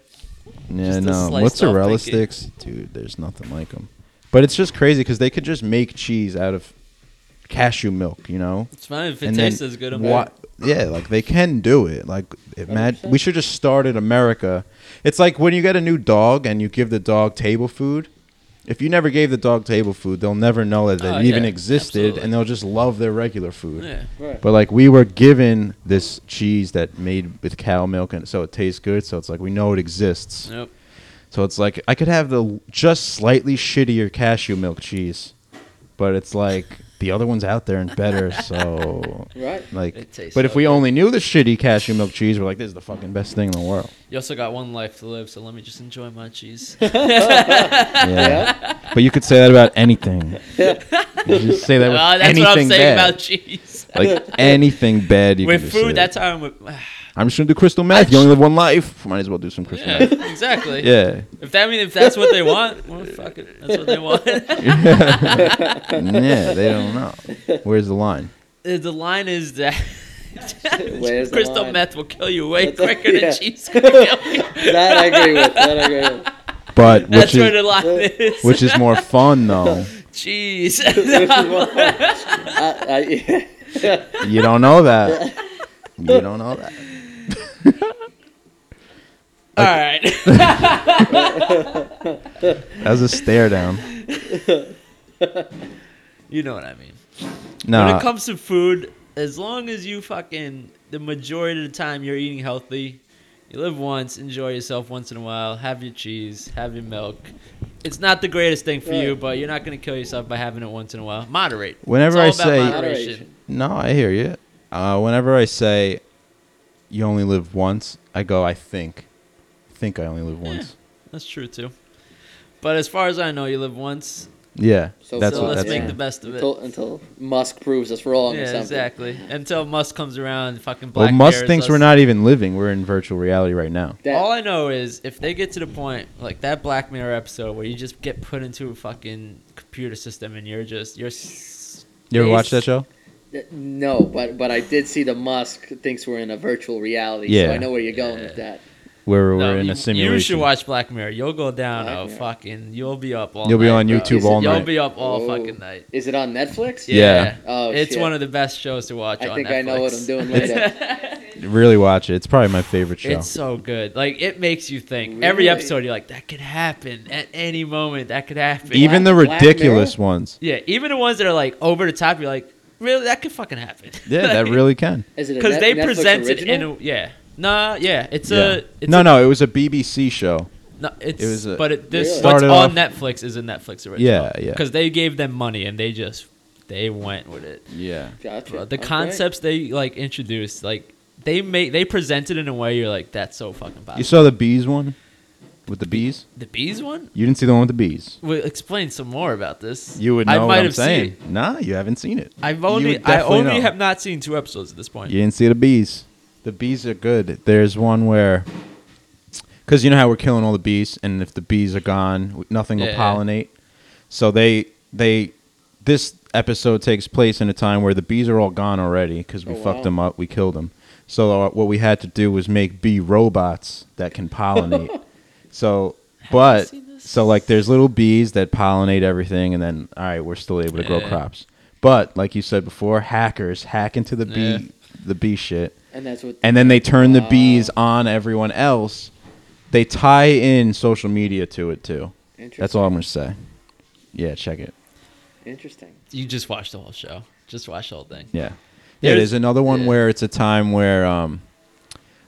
Speaker 2: Yeah,
Speaker 1: Just a
Speaker 2: no,
Speaker 1: sliced
Speaker 2: mozzarella
Speaker 1: off pinky.
Speaker 2: sticks, dude. There's nothing like them. But it's just crazy because they could just make cheese out of cashew milk, you know.
Speaker 1: It's fine if it
Speaker 2: And then
Speaker 1: tastes as good. I'm
Speaker 2: wha-
Speaker 1: good.
Speaker 2: Yeah, like they can do it. Like imagine, we should just start in America. It's like when you get a new dog and you give the dog table food. If you never gave the dog table food, they'll never know that it
Speaker 1: Oh,
Speaker 2: even
Speaker 1: yeah,
Speaker 2: existed,
Speaker 1: absolutely.
Speaker 2: and they'll just love their regular food.
Speaker 1: Yeah.
Speaker 2: But like we were given this cheese that made with cow milk, and so it tastes good. So it's like we know it exists.
Speaker 1: Nope.
Speaker 2: So it's like I could have the just slightly shittier cashew milk cheese, but it's like the other one's out there and better. So
Speaker 5: Right.
Speaker 2: like,
Speaker 1: It tastes
Speaker 2: but if
Speaker 1: so
Speaker 2: we only knew the shitty cashew milk cheese, we're like, this is the fucking best thing in the world.
Speaker 1: You also got one life to live, so let me just enjoy my cheese.
Speaker 2: Yeah. but you could say that about anything. You just say that with
Speaker 1: Well, Oh, that's
Speaker 2: anything
Speaker 1: what I'm saying
Speaker 2: bad.
Speaker 1: about cheese.
Speaker 2: like anything bad you
Speaker 1: with
Speaker 2: can just
Speaker 1: food,
Speaker 2: say.
Speaker 1: that's how I'm. With,
Speaker 2: I'm just gonna do crystal meth. You only live one life. Might as well do some crystal
Speaker 1: yeah,
Speaker 2: meth.
Speaker 1: exactly.
Speaker 2: Yeah.
Speaker 1: If that I mean if that's what they want, well, fuck it. That's what they want.
Speaker 2: yeah, they don't know. Where's the line?
Speaker 1: Uh, the line is that
Speaker 5: Where's the
Speaker 1: crystal
Speaker 5: line?
Speaker 1: meth will kill you way
Speaker 5: That's a-
Speaker 1: quicker
Speaker 5: yeah.
Speaker 1: than cheese will kill you.
Speaker 5: That I agree with. That I agree with.
Speaker 2: But
Speaker 1: That's
Speaker 2: which
Speaker 1: where the
Speaker 2: is
Speaker 1: line is.
Speaker 2: which is more fun though?
Speaker 1: cheese?
Speaker 5: I, I, yeah.
Speaker 2: You don't know that. You don't know that.
Speaker 1: All right.
Speaker 2: That was a stare down.
Speaker 1: you know what I mean. When
Speaker 2: No,
Speaker 1: it comes to food, as long as you fucking the majority of the time you're eating healthy, you live once, enjoy yourself once in a while, have your cheese, have your milk. It's not the greatest thing for you,
Speaker 5: Right.
Speaker 1: but you're not gonna kill yourself by having it once in a while. Moderate. It's
Speaker 2: Whenever
Speaker 1: all
Speaker 2: I
Speaker 1: about
Speaker 2: say-
Speaker 1: moderation.
Speaker 2: no, I hear you. Uh, whenever I say you only live once, I go. I think, I think I only live once.
Speaker 1: that's true too. But as far as I know, you live once,
Speaker 2: Yeah,
Speaker 5: So-
Speaker 2: that's
Speaker 1: so
Speaker 2: what.
Speaker 1: let's
Speaker 2: That's
Speaker 1: make
Speaker 2: it.
Speaker 1: the best of it.
Speaker 5: Until, until Musk proves us wrong or
Speaker 1: yeah,
Speaker 5: something.
Speaker 1: exactly. Until Musk comes around, and fucking
Speaker 2: well,
Speaker 1: black.
Speaker 2: Musk thinks we're not even living. We're in virtual reality right now.
Speaker 5: That-
Speaker 1: All I know is if they get to the point like that Black Mirror episode where you just get put into a fucking computer system and you're just you're. s-
Speaker 2: You ever watch that
Speaker 1: based-
Speaker 2: show?
Speaker 5: No, but but I did see the Musk thinks we're in a virtual reality, so
Speaker 2: Yeah.
Speaker 5: I know where you're going with that.
Speaker 2: Where we're
Speaker 1: No,
Speaker 2: in
Speaker 1: you,
Speaker 2: a simulation.
Speaker 1: You should watch Black Mirror. You'll go down
Speaker 5: Black
Speaker 1: a
Speaker 5: Mirror.
Speaker 1: fucking. You'll be up all.
Speaker 2: You'll be
Speaker 1: night,
Speaker 2: on
Speaker 1: bro.
Speaker 2: YouTube all
Speaker 1: You'll
Speaker 2: night.
Speaker 1: be up all
Speaker 5: Oh.
Speaker 1: fucking night.
Speaker 5: Is it on Netflix?
Speaker 2: Yeah.
Speaker 5: Oh,
Speaker 1: it's
Speaker 5: shit.
Speaker 1: one of the best shows to watch.
Speaker 5: I
Speaker 1: on
Speaker 5: think I know what
Speaker 1: Netflix.
Speaker 5: I'm doing later.
Speaker 2: Really watch it. It's probably my favorite show.
Speaker 1: It's so good. Like it makes you think. Every
Speaker 5: Really?
Speaker 1: episode, you're like, that could happen at any moment. That could happen.
Speaker 2: Even the
Speaker 5: Black- Black
Speaker 2: ridiculous ones.
Speaker 1: yeah, even the ones that are like over the top, you're like, really, that could fucking happen.
Speaker 2: Yeah, that
Speaker 1: Like-
Speaker 2: really can.
Speaker 5: Is it a
Speaker 1: because
Speaker 5: Net-
Speaker 1: they
Speaker 5: Netflix
Speaker 1: present it
Speaker 5: original?
Speaker 1: in a yeah. Nah, yeah, it's
Speaker 2: Yeah.
Speaker 1: a it's
Speaker 2: no,
Speaker 1: a,
Speaker 2: no, it was a BBC show.
Speaker 1: no, it's
Speaker 2: it was a-
Speaker 1: but it,
Speaker 5: Really?
Speaker 1: this what's
Speaker 2: Started
Speaker 1: on
Speaker 2: off-
Speaker 1: Netflix is a Netflix original.
Speaker 2: Yeah, yeah.
Speaker 1: Because they gave them money and they just they went with it.
Speaker 2: Yeah.
Speaker 5: Gotcha.
Speaker 1: Bro, the
Speaker 5: Okay.
Speaker 1: concepts they like introduced, like they make they presented in a way you're like that's so fucking bad.
Speaker 2: You saw the bees one with the bees?
Speaker 1: the bees one?
Speaker 2: You didn't see the one with the bees.
Speaker 1: Well, explain some more about this.
Speaker 2: You would know
Speaker 1: I
Speaker 2: what
Speaker 1: might
Speaker 2: I'm
Speaker 1: have
Speaker 2: saying.
Speaker 1: seen.
Speaker 2: Nah, you haven't seen it.
Speaker 1: I've
Speaker 2: You
Speaker 1: only
Speaker 2: would
Speaker 1: I
Speaker 2: definitely
Speaker 1: only
Speaker 2: know.
Speaker 1: have not seen two episodes at this point.
Speaker 2: You didn't see the bees. The bees are good. There's one where, because you know how we're killing all the bees, and if the bees are gone, w- nothing will
Speaker 1: Yeah.
Speaker 2: pollinate. So they they this episode takes place in a time where the bees are all gone already because we
Speaker 5: Oh, wow.
Speaker 2: fucked them up, we killed them. So uh, what we had to do was make bee robots that can pollinate. so, but
Speaker 1: seen this?
Speaker 2: so like there's little bees that pollinate everything, and then all right, we're still able to grow
Speaker 1: Yeah.
Speaker 2: crops. But like you said before, hackers hack into the bee
Speaker 1: Yeah.
Speaker 2: the bee shit.
Speaker 5: And that's what.
Speaker 2: And then they turn the bees on everyone else. They tie in social media to it too. That's all I'm gonna say. Yeah, check it.
Speaker 5: Interesting.
Speaker 1: You just watched the whole show. Just watch the whole thing.
Speaker 2: Yeah. Yeah,
Speaker 1: There's-
Speaker 2: there's another one
Speaker 1: yeah.
Speaker 2: where it's a time where um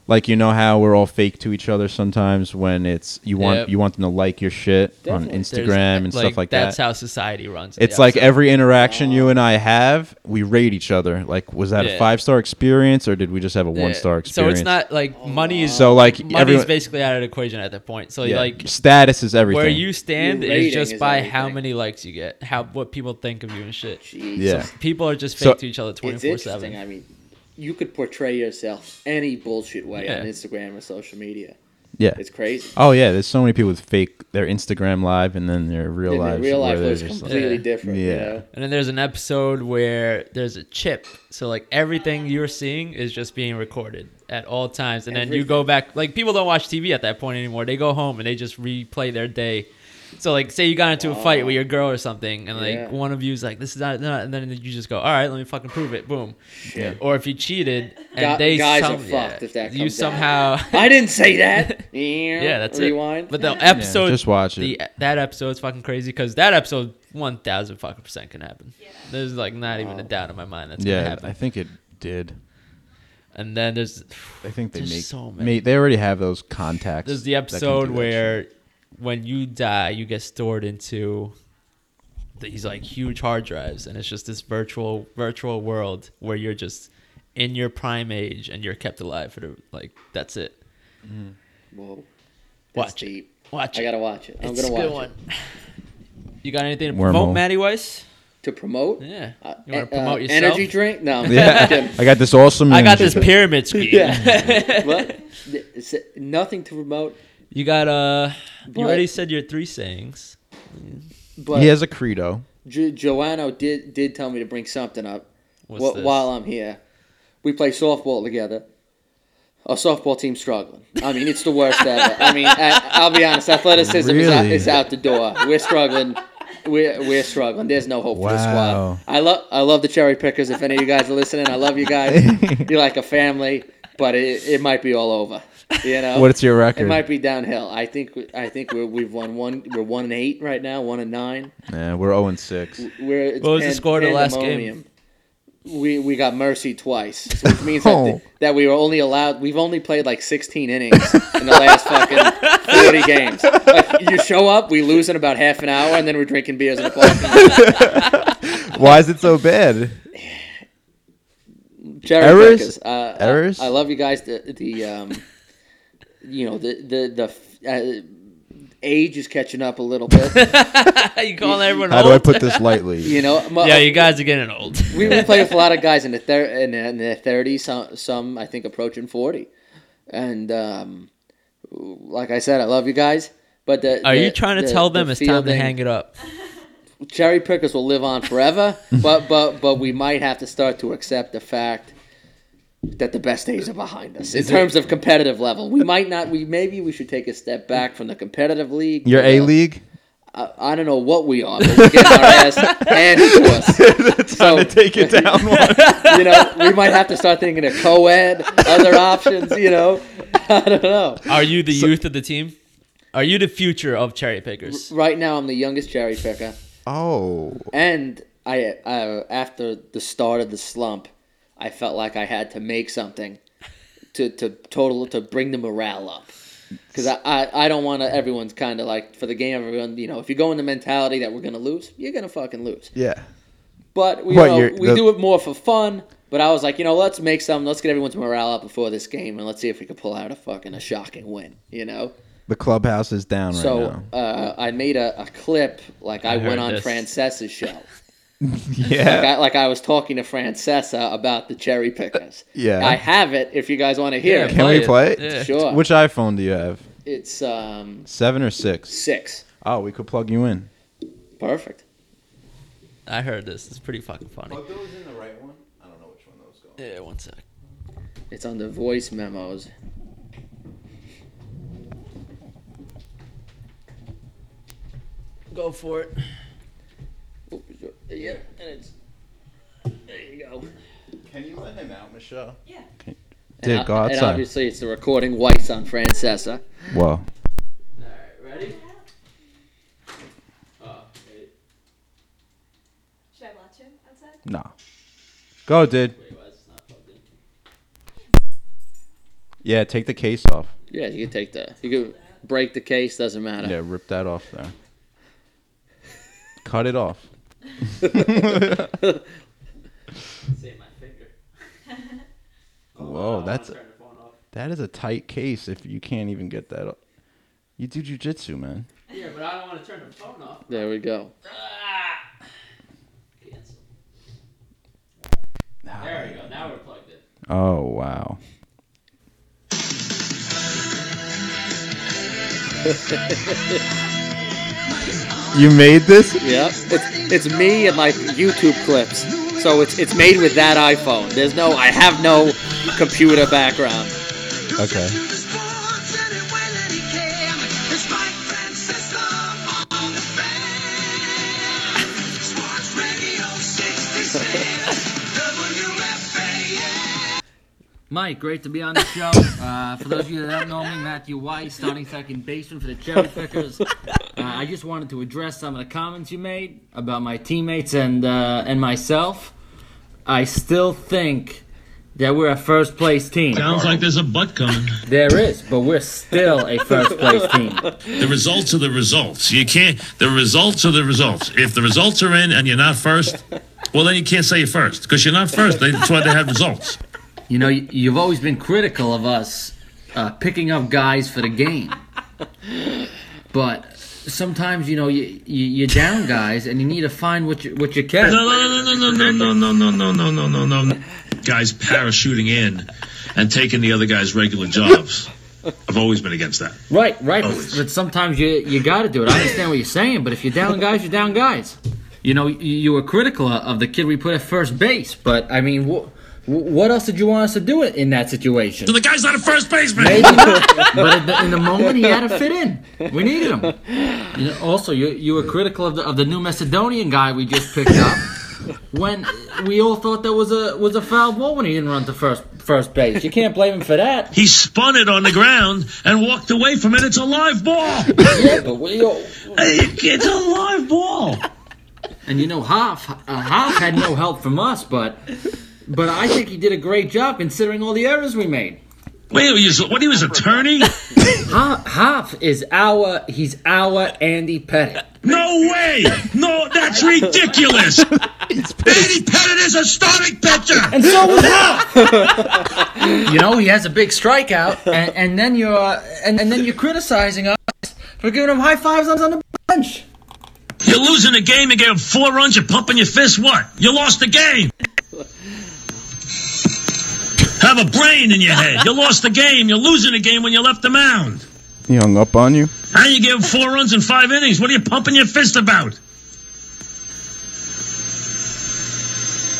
Speaker 2: like you know how we're all fake to each other sometimes when it's you want
Speaker 1: Yep.
Speaker 2: you want them to like your shit
Speaker 5: Definitely.
Speaker 2: on
Speaker 5: There's,
Speaker 2: Instagram and stuff like that.
Speaker 1: That's how society runs.
Speaker 2: It's
Speaker 1: Yeah.
Speaker 2: like every interaction you and I have, we rate each other. Like, was that
Speaker 1: Yeah.
Speaker 2: a five star experience or did we just have a
Speaker 1: Yeah.
Speaker 2: one star
Speaker 1: So
Speaker 2: experience?
Speaker 1: it's not like money is
Speaker 2: So, like,
Speaker 1: money's
Speaker 2: everyone-
Speaker 1: basically out of the equation at that point. So
Speaker 2: Yeah.
Speaker 1: like
Speaker 2: status is everything.
Speaker 1: where you stand
Speaker 5: Your
Speaker 1: is
Speaker 5: rating
Speaker 1: just
Speaker 5: is
Speaker 1: by how
Speaker 5: everything.
Speaker 1: many likes you get, how what people think of you and shit.
Speaker 5: Jeez.
Speaker 2: Yeah.
Speaker 1: People are just fake
Speaker 2: So-
Speaker 1: to each other twenty
Speaker 5: It's
Speaker 1: four
Speaker 5: interesting.
Speaker 1: seven.
Speaker 5: I mean, you could portray yourself any bullshit way
Speaker 1: Yeah.
Speaker 5: on Instagram or social media.
Speaker 2: yeah.
Speaker 5: It's crazy.
Speaker 2: Oh yeah, there's so many people with fake their Instagram live and then their real
Speaker 5: Then their
Speaker 2: lives.
Speaker 5: real
Speaker 2: where
Speaker 5: life
Speaker 2: they're
Speaker 5: was
Speaker 2: just like-
Speaker 5: completely
Speaker 1: Yeah.
Speaker 5: different.
Speaker 2: Yeah.
Speaker 5: You know?
Speaker 1: And then there's an episode where there's a chip. So like everything you're seeing is just being recorded at all times. And then you
Speaker 5: Everything.
Speaker 1: go back like people don't watch TV at that point anymore. They go home and they just replay their day. So like say you got into a fight with your girl or something and like
Speaker 5: Yeah.
Speaker 1: one of you's like this is not, not and then you just go all right let me fucking prove it boom. Or if you cheated and
Speaker 5: Gu-
Speaker 1: they
Speaker 5: guys
Speaker 1: some-
Speaker 5: are fucked if that
Speaker 1: you
Speaker 5: comes out.
Speaker 1: somehow
Speaker 5: I didn't say that.
Speaker 1: yeah that's
Speaker 5: Rewind.
Speaker 1: it. But the episode
Speaker 2: just watch it.
Speaker 1: the that episode's fucking crazy because that episode one thousand fucking percent can happen. There's like not even a doubt in my mind that's gonna
Speaker 2: yeah,
Speaker 1: happen.
Speaker 2: I think it did.
Speaker 1: and then there's
Speaker 2: I think they
Speaker 1: There's
Speaker 2: make
Speaker 1: so many.
Speaker 2: ma- they already have those contacts.
Speaker 1: there's the
Speaker 2: that can do
Speaker 1: episode
Speaker 2: that
Speaker 1: where when you die, you get stored into these like huge hard drives, and it's just this virtual virtual world where you're just in your prime age and you're kept alive for the like that's it.
Speaker 5: Whoa. That's
Speaker 1: Watch it.
Speaker 5: deep.
Speaker 1: Watch
Speaker 5: I
Speaker 1: it.
Speaker 5: gotta watch it. I'm
Speaker 1: It's
Speaker 5: gonna
Speaker 1: a
Speaker 5: watch
Speaker 1: good
Speaker 5: it.
Speaker 1: one. You got anything to
Speaker 2: Wormhole.
Speaker 1: promote, Matty Weiss?
Speaker 5: To promote?
Speaker 1: Yeah.
Speaker 5: Uh,
Speaker 1: You want
Speaker 5: uh,
Speaker 1: to promote yourself?
Speaker 5: Energy drink? No. I'm
Speaker 2: Yeah,
Speaker 5: kidding.
Speaker 2: I got this awesome.
Speaker 1: I got
Speaker 2: energy
Speaker 1: this
Speaker 2: drink.
Speaker 1: pyramid scheme.
Speaker 5: What? Th- s- Nothing to promote.
Speaker 1: You got uh.
Speaker 5: But-
Speaker 1: you already said your three sayings.
Speaker 5: But
Speaker 2: He has a credo.
Speaker 5: jo- Joanno did did tell me to bring something up
Speaker 1: What's
Speaker 5: wh-
Speaker 1: this?
Speaker 5: while I'm here. We play softball together. Our softball team's struggling. I mean, it's the worst ever. I mean, I, I'll be honest. Athleticism is, out,
Speaker 2: Really?
Speaker 5: is out the door. We're struggling. We're, we're struggling. There's no hope for the
Speaker 2: Wow.
Speaker 5: squad. I love I love the cherry pickers. If any of you guys are listening, I love you guys. You're like a family, but it, it might be all over. You know.
Speaker 2: What's your record?
Speaker 5: It might be downhill. I think I think we're, we've won one. We're one and eight right now. One and nine.
Speaker 2: yeah, we're 0 and 6.
Speaker 5: We're, it's
Speaker 1: What was the score to last game?
Speaker 5: pandemonium. We we got mercy twice, which means that,
Speaker 2: Oh.
Speaker 5: that we were only allowed. We've only played like 16 innings in the last fucking 40 games. Like, you show up, we lose in about half an hour, and then we're drinking beers in the parking lot.
Speaker 2: Why is it so bad?
Speaker 5: Jerry
Speaker 2: Errors?
Speaker 5: Pickers, uh,
Speaker 2: Errors?
Speaker 5: I, I love you guys. The the um, you know the the the. Uh, Age is catching up a little bit,
Speaker 1: you calling everyone
Speaker 2: How
Speaker 1: old?
Speaker 2: do I put this lightly?
Speaker 5: you know. mu-
Speaker 1: yeah, you guys are getting old.
Speaker 5: we, we play with a lot of guys in the thir- in, the- in their thirties, some, some I think approaching forty, and um, like I said, I love you guys. But the,
Speaker 1: Are
Speaker 5: the-
Speaker 1: you trying to
Speaker 5: the-
Speaker 1: tell them
Speaker 5: the
Speaker 1: it's time to
Speaker 5: fielding-
Speaker 1: hang it up?
Speaker 5: Cherry pickers will live on forever, but but but we might have to start to accept the fact that the best days are behind us in terms of competitive level. We might not. We maybe we should take a step back from the competitive league.
Speaker 2: Your
Speaker 5: to the-
Speaker 2: A league?
Speaker 5: I, I don't know what we are, but we're getting our ass handed to us. so,
Speaker 2: Take it down one.
Speaker 5: you know, we might have to start thinking of co-ed, other options, you know. I don't know.
Speaker 1: Are you the youth of the team? Are you the future of cherry pickers?
Speaker 5: Right now, I'm the youngest cherry picker,
Speaker 2: Oh.
Speaker 5: and I, I after the start of the slump, I felt like I had to make something to to total to bring the morale up. Because I, I, I don't want to, everyone's kind of like, for the game, everyone, you know, if you go in the mentality that we're going to lose, you're going to fucking lose.
Speaker 2: Yeah.
Speaker 5: But we,
Speaker 2: What,
Speaker 5: know,
Speaker 2: you're-
Speaker 5: we
Speaker 2: the-
Speaker 5: do it more for fun. But I was like, you know, let's make some. Let's get everyone's morale up before this game, and let's see if we can pull out a fucking a shocking win. You know.
Speaker 2: The clubhouse is down right
Speaker 5: so
Speaker 2: now.
Speaker 5: uh, I made a, a clip like I,
Speaker 1: heard
Speaker 5: went on
Speaker 1: this.
Speaker 5: Francesa's show.
Speaker 2: Yeah.
Speaker 5: Like I, like I was talking to Francesa about the cherry pickers.
Speaker 2: Yeah.
Speaker 5: I have it. If you guys want to hear
Speaker 2: Can we play it?
Speaker 1: Yeah.
Speaker 5: Sure.
Speaker 2: Which iPhone do you have?
Speaker 5: it, it's um
Speaker 2: Seven or six?
Speaker 5: six.
Speaker 2: Oh, we could plug you in.
Speaker 5: Perfect.
Speaker 1: I heard this. It's pretty fucking funny.
Speaker 2: those in the right one. I don't know which one those go.
Speaker 1: Yeah, one sec.
Speaker 5: It's on the voice memos.
Speaker 1: Go for it.
Speaker 5: Yeah, and it's there you go.
Speaker 2: Can you let him out, Michelle?
Speaker 6: Yeah.
Speaker 2: Dude,
Speaker 5: and,
Speaker 2: go
Speaker 5: and
Speaker 2: outside.
Speaker 5: obviously, it's the recording whites on Francesa.
Speaker 2: Whoa.
Speaker 1: Ready?
Speaker 6: Should I watch him outside?
Speaker 2: Nah. Go, dude. Yeah, take the case off.
Speaker 5: Yeah, you can take the. You can break the case. Doesn't matter.
Speaker 2: Yeah, rip that off there. Cut it off.
Speaker 1: Save my finger.
Speaker 2: Whoa, that's that is a tight case. If you can't even get that, up. you do jujitsu, man.
Speaker 1: Yeah, but I don't want to turn the phone off.
Speaker 5: There we go.
Speaker 1: Cancel. There we go. Now we're plugged in.
Speaker 2: Oh wow. you made this?
Speaker 5: Yep. It's, it's me and my YouTube clips. So it's it's made with that iPhone. There's no. I have no computer background.
Speaker 2: Okay.
Speaker 9: Mike, great to be on the show. Uh, for those of you that don't know me, Matthew White, starting second baseman for the Cherry Pickers. Uh, I just wanted to address some of the comments you made about my teammates and uh, and myself. I still think
Speaker 5: that we're a first place team.
Speaker 10: Sounds like there's a butt coming.
Speaker 5: There is, but we're still a first place team.
Speaker 10: The results are the results. You can't. The results are the results. If the results are in and you're not first, well then you can't say you're first because you're not first. They- That's why they have results.
Speaker 5: You know, y- you've always been critical of us uh, picking up guys for the game, but sometimes you know you, you you're down guys and you need to find what you what you
Speaker 10: No,
Speaker 5: can.
Speaker 10: no, no, no, no, no, no, no, no, no, no, no, no, no. Guys parachuting in and taking the other guy's regular jobs. I've always been against that.
Speaker 5: Right, right. But, but sometimes you you got to do it. I understand what you're saying, but if you're down guys, you're down guys. You know, you, you were critical of the kid we put at first base, but I mean, wh- wh- what else did you want us to do in that situation?
Speaker 10: So the guy's not a first baseman.
Speaker 5: Maybe not, but in the, in the moment he had to fit in. We needed him. You know, also, you you were critical of the of the new Macedonian guy we just picked up. When we all thought that was a was a foul ball when he didn't run to first first base, you can't blame him for that.
Speaker 10: He spun it on the ground and walked away from it. It's a live ball.
Speaker 5: Yeah, but we all,
Speaker 10: It's a live ball.
Speaker 5: and you know Hoff uh, Hoff had no help from us, but but I think he did a great job considering all the errors we made.
Speaker 10: Wait, he was, what? He was attorney?
Speaker 5: Hoff, Hoff is our he's our Andy Pettit.
Speaker 10: No way! No, that's ridiculous. Andy Pettit is a starting pitcher.
Speaker 5: So was you know, he has a big strikeout, and, and then you're uh, and, and then you're criticizing us for giving him high fives on the bench.
Speaker 10: You're losing the game. You gave up four runs. You're pumping your fist. What? You lost the game. Have a brain in your head. You lost the game. You're losing the game when you left the mound.
Speaker 2: He hung up on you.
Speaker 10: How you give four runs in five innings? What are you pumping your fist about?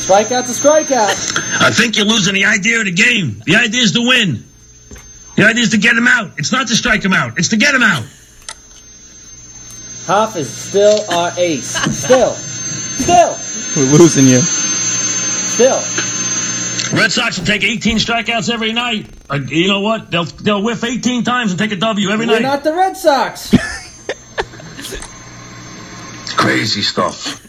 Speaker 5: Strikeout to strikeout.
Speaker 10: I think you're losing the idea of the game. The idea is to win. The idea is to get him out. It's not to strike him out. It's to get him out.
Speaker 5: Hoff is still our ace. Still, still,
Speaker 2: We're losing you.
Speaker 5: still.
Speaker 10: Red Sox will take 18 strikeouts every night. Uh, you know what? They'll they'll whiff 18 times and take a W every
Speaker 5: We're
Speaker 10: night.
Speaker 5: not the Red Sox.
Speaker 10: Crazy stuff.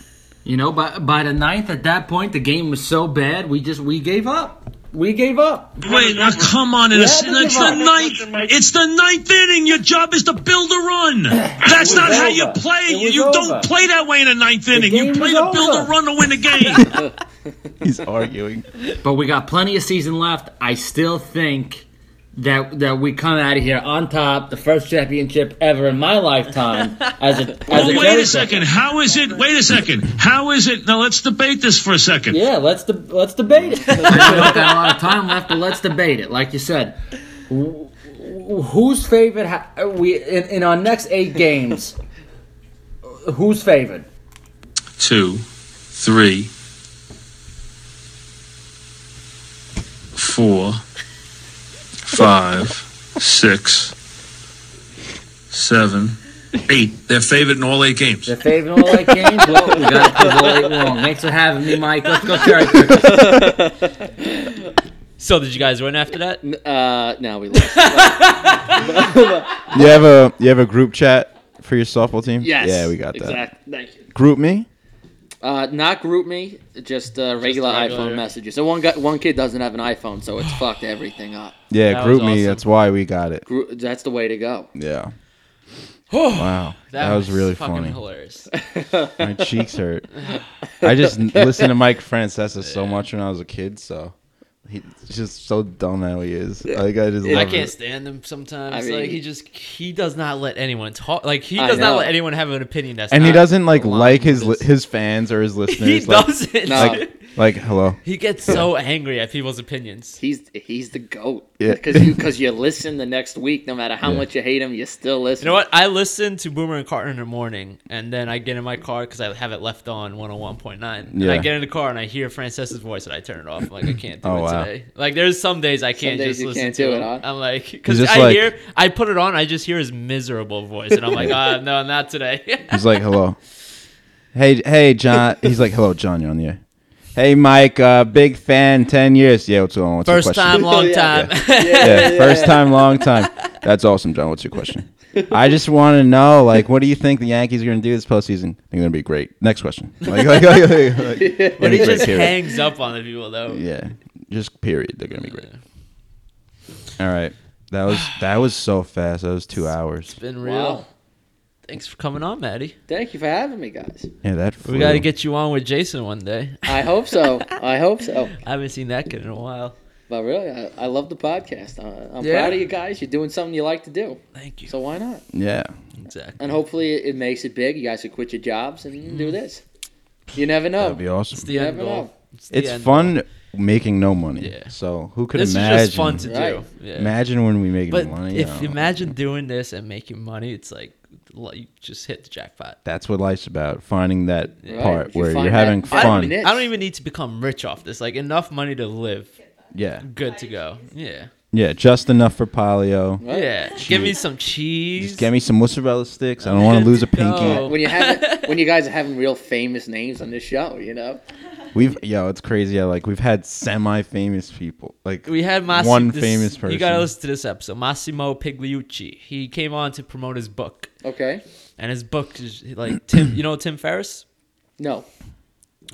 Speaker 5: You know, by by the ninth, at that point, the game was so bad we just we gave up. We gave up.
Speaker 10: Wait, now come on! It is,
Speaker 5: Yeah, but
Speaker 10: it's
Speaker 5: give
Speaker 10: the
Speaker 5: up.
Speaker 10: ninth. It's the ninth inning. Your job is to build a run. That's not how you
Speaker 5: over.
Speaker 10: play.
Speaker 5: It was
Speaker 10: You
Speaker 5: over.
Speaker 10: don't play that way in the ninth inning. You
Speaker 5: game
Speaker 10: play
Speaker 5: was
Speaker 10: to build a
Speaker 5: over.
Speaker 10: run to win the game.
Speaker 2: He's arguing.
Speaker 5: But we got plenty of season left. I still think that that we come out of here on top, the first championship ever in my lifetime. As a, as
Speaker 10: well,
Speaker 5: a
Speaker 10: wait
Speaker 5: Jersey-
Speaker 10: a second. How is it? Wait a second. How is it? Now let's debate this for a second.
Speaker 5: Yeah, let's de- let's debate it. I don't got a lot of time left, but let's debate it. Like you said, Wh- wh- who's favored? Ha- we in, in our next eight games, who's favored?
Speaker 10: two, three, four, five, six, seven, eight. They're favored in all eight games.
Speaker 5: They're favored in all eight games. Well, we got it all eight long. Thanks for having me, Mike. Let's go, Terry.
Speaker 1: So did you guys win after that?
Speaker 11: Uh, now we lost.
Speaker 2: You have a you have a group chat for your softball team.
Speaker 11: Yes.
Speaker 2: Yeah, we got that.
Speaker 11: Exactly. Thank you.
Speaker 2: Group me.
Speaker 11: Uh, not group me, just uh, regular
Speaker 1: regular.
Speaker 11: iPhone messages. So one guy, one kid doesn't have an iPhone, so it's fucked everything up.
Speaker 2: Yeah,
Speaker 1: That was
Speaker 2: group me.
Speaker 1: awesome.
Speaker 2: That's why we got it.
Speaker 11: Gru- That's the way to go.
Speaker 2: Yeah. wow, that, was, really
Speaker 1: fucking
Speaker 2: funny.
Speaker 1: hilarious.
Speaker 2: My cheeks hurt. I just n- listened to Mike Francesa so much when I was a kid, so he's just so dumb how he is. Like I just love
Speaker 1: I can't
Speaker 2: it.
Speaker 1: stand him sometimes.
Speaker 11: I mean-
Speaker 1: like he just he does not let anyone talk. Like he
Speaker 11: I
Speaker 1: does
Speaker 11: know.
Speaker 1: not let anyone have an opinion. That's
Speaker 2: And he
Speaker 1: not
Speaker 2: doesn't like
Speaker 1: aligned
Speaker 2: like his li-
Speaker 1: with
Speaker 2: his fans or his listeners.
Speaker 1: He
Speaker 2: like,
Speaker 1: doesn't.
Speaker 11: No.
Speaker 2: Like, like hello.
Speaker 1: He gets so angry at people's opinions.
Speaker 11: He's he's the goat.
Speaker 2: Yeah.
Speaker 11: Because you because you listen the next week, no matter how
Speaker 2: Yeah.
Speaker 11: much you hate him, you still listen.
Speaker 1: You know what? I listen to Boomer and Carter in the morning, and then I get in my car because I have it left on 101.9. And I
Speaker 2: Yeah.
Speaker 1: get in the car and I hear Francesa's voice, and I turn it off. I'm like, I can't do
Speaker 2: Oh,
Speaker 1: it
Speaker 2: wow.
Speaker 1: today. Like, there's some days I can't
Speaker 11: days
Speaker 1: just
Speaker 11: you
Speaker 1: listen
Speaker 11: can't
Speaker 1: to
Speaker 11: do it,
Speaker 1: him.
Speaker 11: huh?
Speaker 1: I'm like, because
Speaker 2: just
Speaker 1: I
Speaker 2: like-
Speaker 1: hear, I put it on, I just hear his miserable voice, and I'm like, ah, no, not today.
Speaker 2: He's like hello. Hey hey John. He's like hello John. You're on the air. Hey Mike, uh, big fan, ten years. Yeah, what's going on? What's your
Speaker 1: First
Speaker 2: question?
Speaker 1: time, long time.
Speaker 2: yeah, first time, long time. That's awesome, John. What's your question? I just want to know, like, what do you think the Yankees are going to do this postseason? They're going to be great. Next question. Like, like, like, like, like,
Speaker 1: But he
Speaker 2: great
Speaker 1: just
Speaker 2: here.
Speaker 1: hangs up on the people though.
Speaker 2: Yeah, Just period. They're gonna be great. All right. That was that was so fast. That was two hours.
Speaker 1: It's been real.
Speaker 5: Wow.
Speaker 1: Thanks for coming on, Maddie.
Speaker 5: Thank you for having me, guys.
Speaker 2: Yeah, that
Speaker 1: We
Speaker 2: flew.
Speaker 1: got to get you on with Jason one day.
Speaker 5: I hope so. I hope so.
Speaker 1: I haven't seen that kid in a while.
Speaker 5: But really, I, I love the podcast. I, I'm
Speaker 1: Yeah.
Speaker 5: proud of you guys. You're doing something you like to do.
Speaker 1: Thank you.
Speaker 5: So why not?
Speaker 2: yeah.
Speaker 1: exactly.
Speaker 5: And hopefully it it makes it big. You guys could quit your jobs and do this. You never know.
Speaker 2: That'd be awesome.
Speaker 1: It's Mm. the end
Speaker 5: Never
Speaker 1: goal.
Speaker 5: know.
Speaker 1: the
Speaker 2: It's
Speaker 1: end
Speaker 2: fun making no money.
Speaker 1: Yeah.
Speaker 2: So who could
Speaker 1: Goal. This
Speaker 2: imagine?
Speaker 1: is just fun to
Speaker 5: Right.
Speaker 1: do. Yeah.
Speaker 2: Imagine when we make
Speaker 1: but
Speaker 2: money.
Speaker 1: if
Speaker 2: uh,
Speaker 1: you imagine doing this and making money, it's like like, you just hit the jackpot.
Speaker 2: that's what life's about. Finding that
Speaker 5: Right,
Speaker 2: part
Speaker 5: if you
Speaker 2: where
Speaker 5: find
Speaker 2: you're having
Speaker 5: that-
Speaker 1: I
Speaker 2: fun.
Speaker 1: don't, I don't even need to become rich off this. Like enough money to live,
Speaker 2: Yeah.
Speaker 1: good to go. Yeah,
Speaker 2: Yeah. Just enough for polio.
Speaker 5: Right.
Speaker 1: yeah. Give me some cheese.
Speaker 2: Just get me some mozzarella sticks. I don't want
Speaker 1: Good
Speaker 2: to lose a
Speaker 1: to
Speaker 2: pinky.
Speaker 1: go.
Speaker 5: When you have when you guys are having real famous names on this show, you know.
Speaker 2: We've yo, it's crazy. how, Like we've had semi-famous people. Like
Speaker 1: We had Massimo.
Speaker 2: one famous person.
Speaker 1: You gotta listen to this episode. Massimo Pigliucci. He came on to promote his book,
Speaker 5: Okay.
Speaker 1: and his book is like Tim. You know Tim Ferriss.
Speaker 5: No.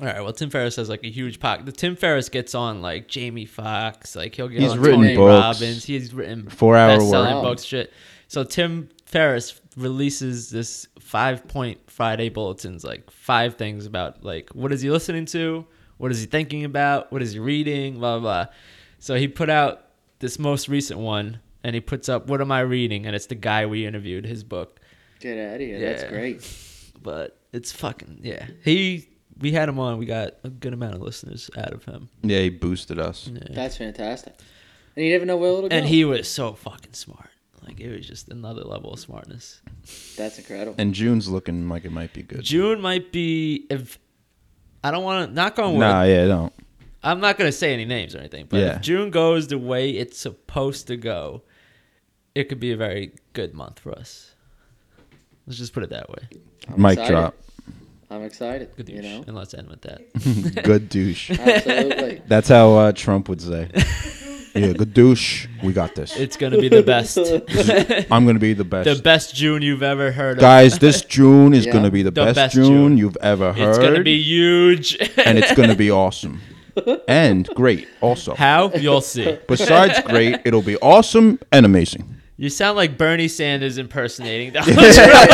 Speaker 1: All right. Well, Tim Ferriss has like a huge pocket. The Tim Ferriss gets on like Jamie Foxx. Like he'll get
Speaker 2: He's
Speaker 1: on
Speaker 2: written
Speaker 1: Tony
Speaker 2: books.
Speaker 1: Robbins. He's written
Speaker 2: Four-hour
Speaker 1: best-selling
Speaker 5: work.
Speaker 1: books, shit. So Tim Ferriss releases this five-point Friday bulletins, like five things about like what is he listening to, what is he thinking about, what is he reading, blah blah. blah. So he put out this most recent one, and he puts up what am I reading, and it's the guy we interviewed, his book
Speaker 5: Get out of here. That's
Speaker 1: Yeah.
Speaker 5: great.
Speaker 1: but it's fucking yeah. He we had him on. We got a good amount of listeners out of him,
Speaker 2: yeah, he boosted us.
Speaker 5: That's fantastic. And you never know where it'll go.
Speaker 1: and he was so fucking smart. Like it was just another level of smartness.
Speaker 5: That's incredible.
Speaker 2: And June's looking like it might be good.
Speaker 1: June might be if I don't want to knock on wood.
Speaker 2: Nah, yeah, don't.
Speaker 1: I'm not gonna say any names or anything, but
Speaker 2: Yeah.
Speaker 1: if June goes the way it's supposed to go, it could be a very good month for us. Let's just put it that way.
Speaker 2: Mic
Speaker 5: excited.
Speaker 2: drop.
Speaker 5: I'm excited.
Speaker 1: Good
Speaker 5: You
Speaker 1: douche.
Speaker 5: know?
Speaker 1: And let's end with that.
Speaker 2: good douche.
Speaker 5: Absolutely.
Speaker 2: That's how uh, Trump would say. yeah, good douche. We got this.
Speaker 1: It's gonna be the best, the
Speaker 2: I'm gonna be the best.
Speaker 1: best June you've ever heard of.
Speaker 2: Guys, this June is
Speaker 5: Yeah.
Speaker 2: gonna be the,
Speaker 1: The
Speaker 2: best,
Speaker 1: best
Speaker 2: June,
Speaker 1: June.
Speaker 2: you've ever heard,
Speaker 1: it's gonna be huge.
Speaker 2: and it's gonna be awesome and great. Also,
Speaker 1: How? You'll see.
Speaker 2: besides great, it'll be awesome and amazing.
Speaker 1: You sound like Bernie Sanders impersonating. Donald Trump.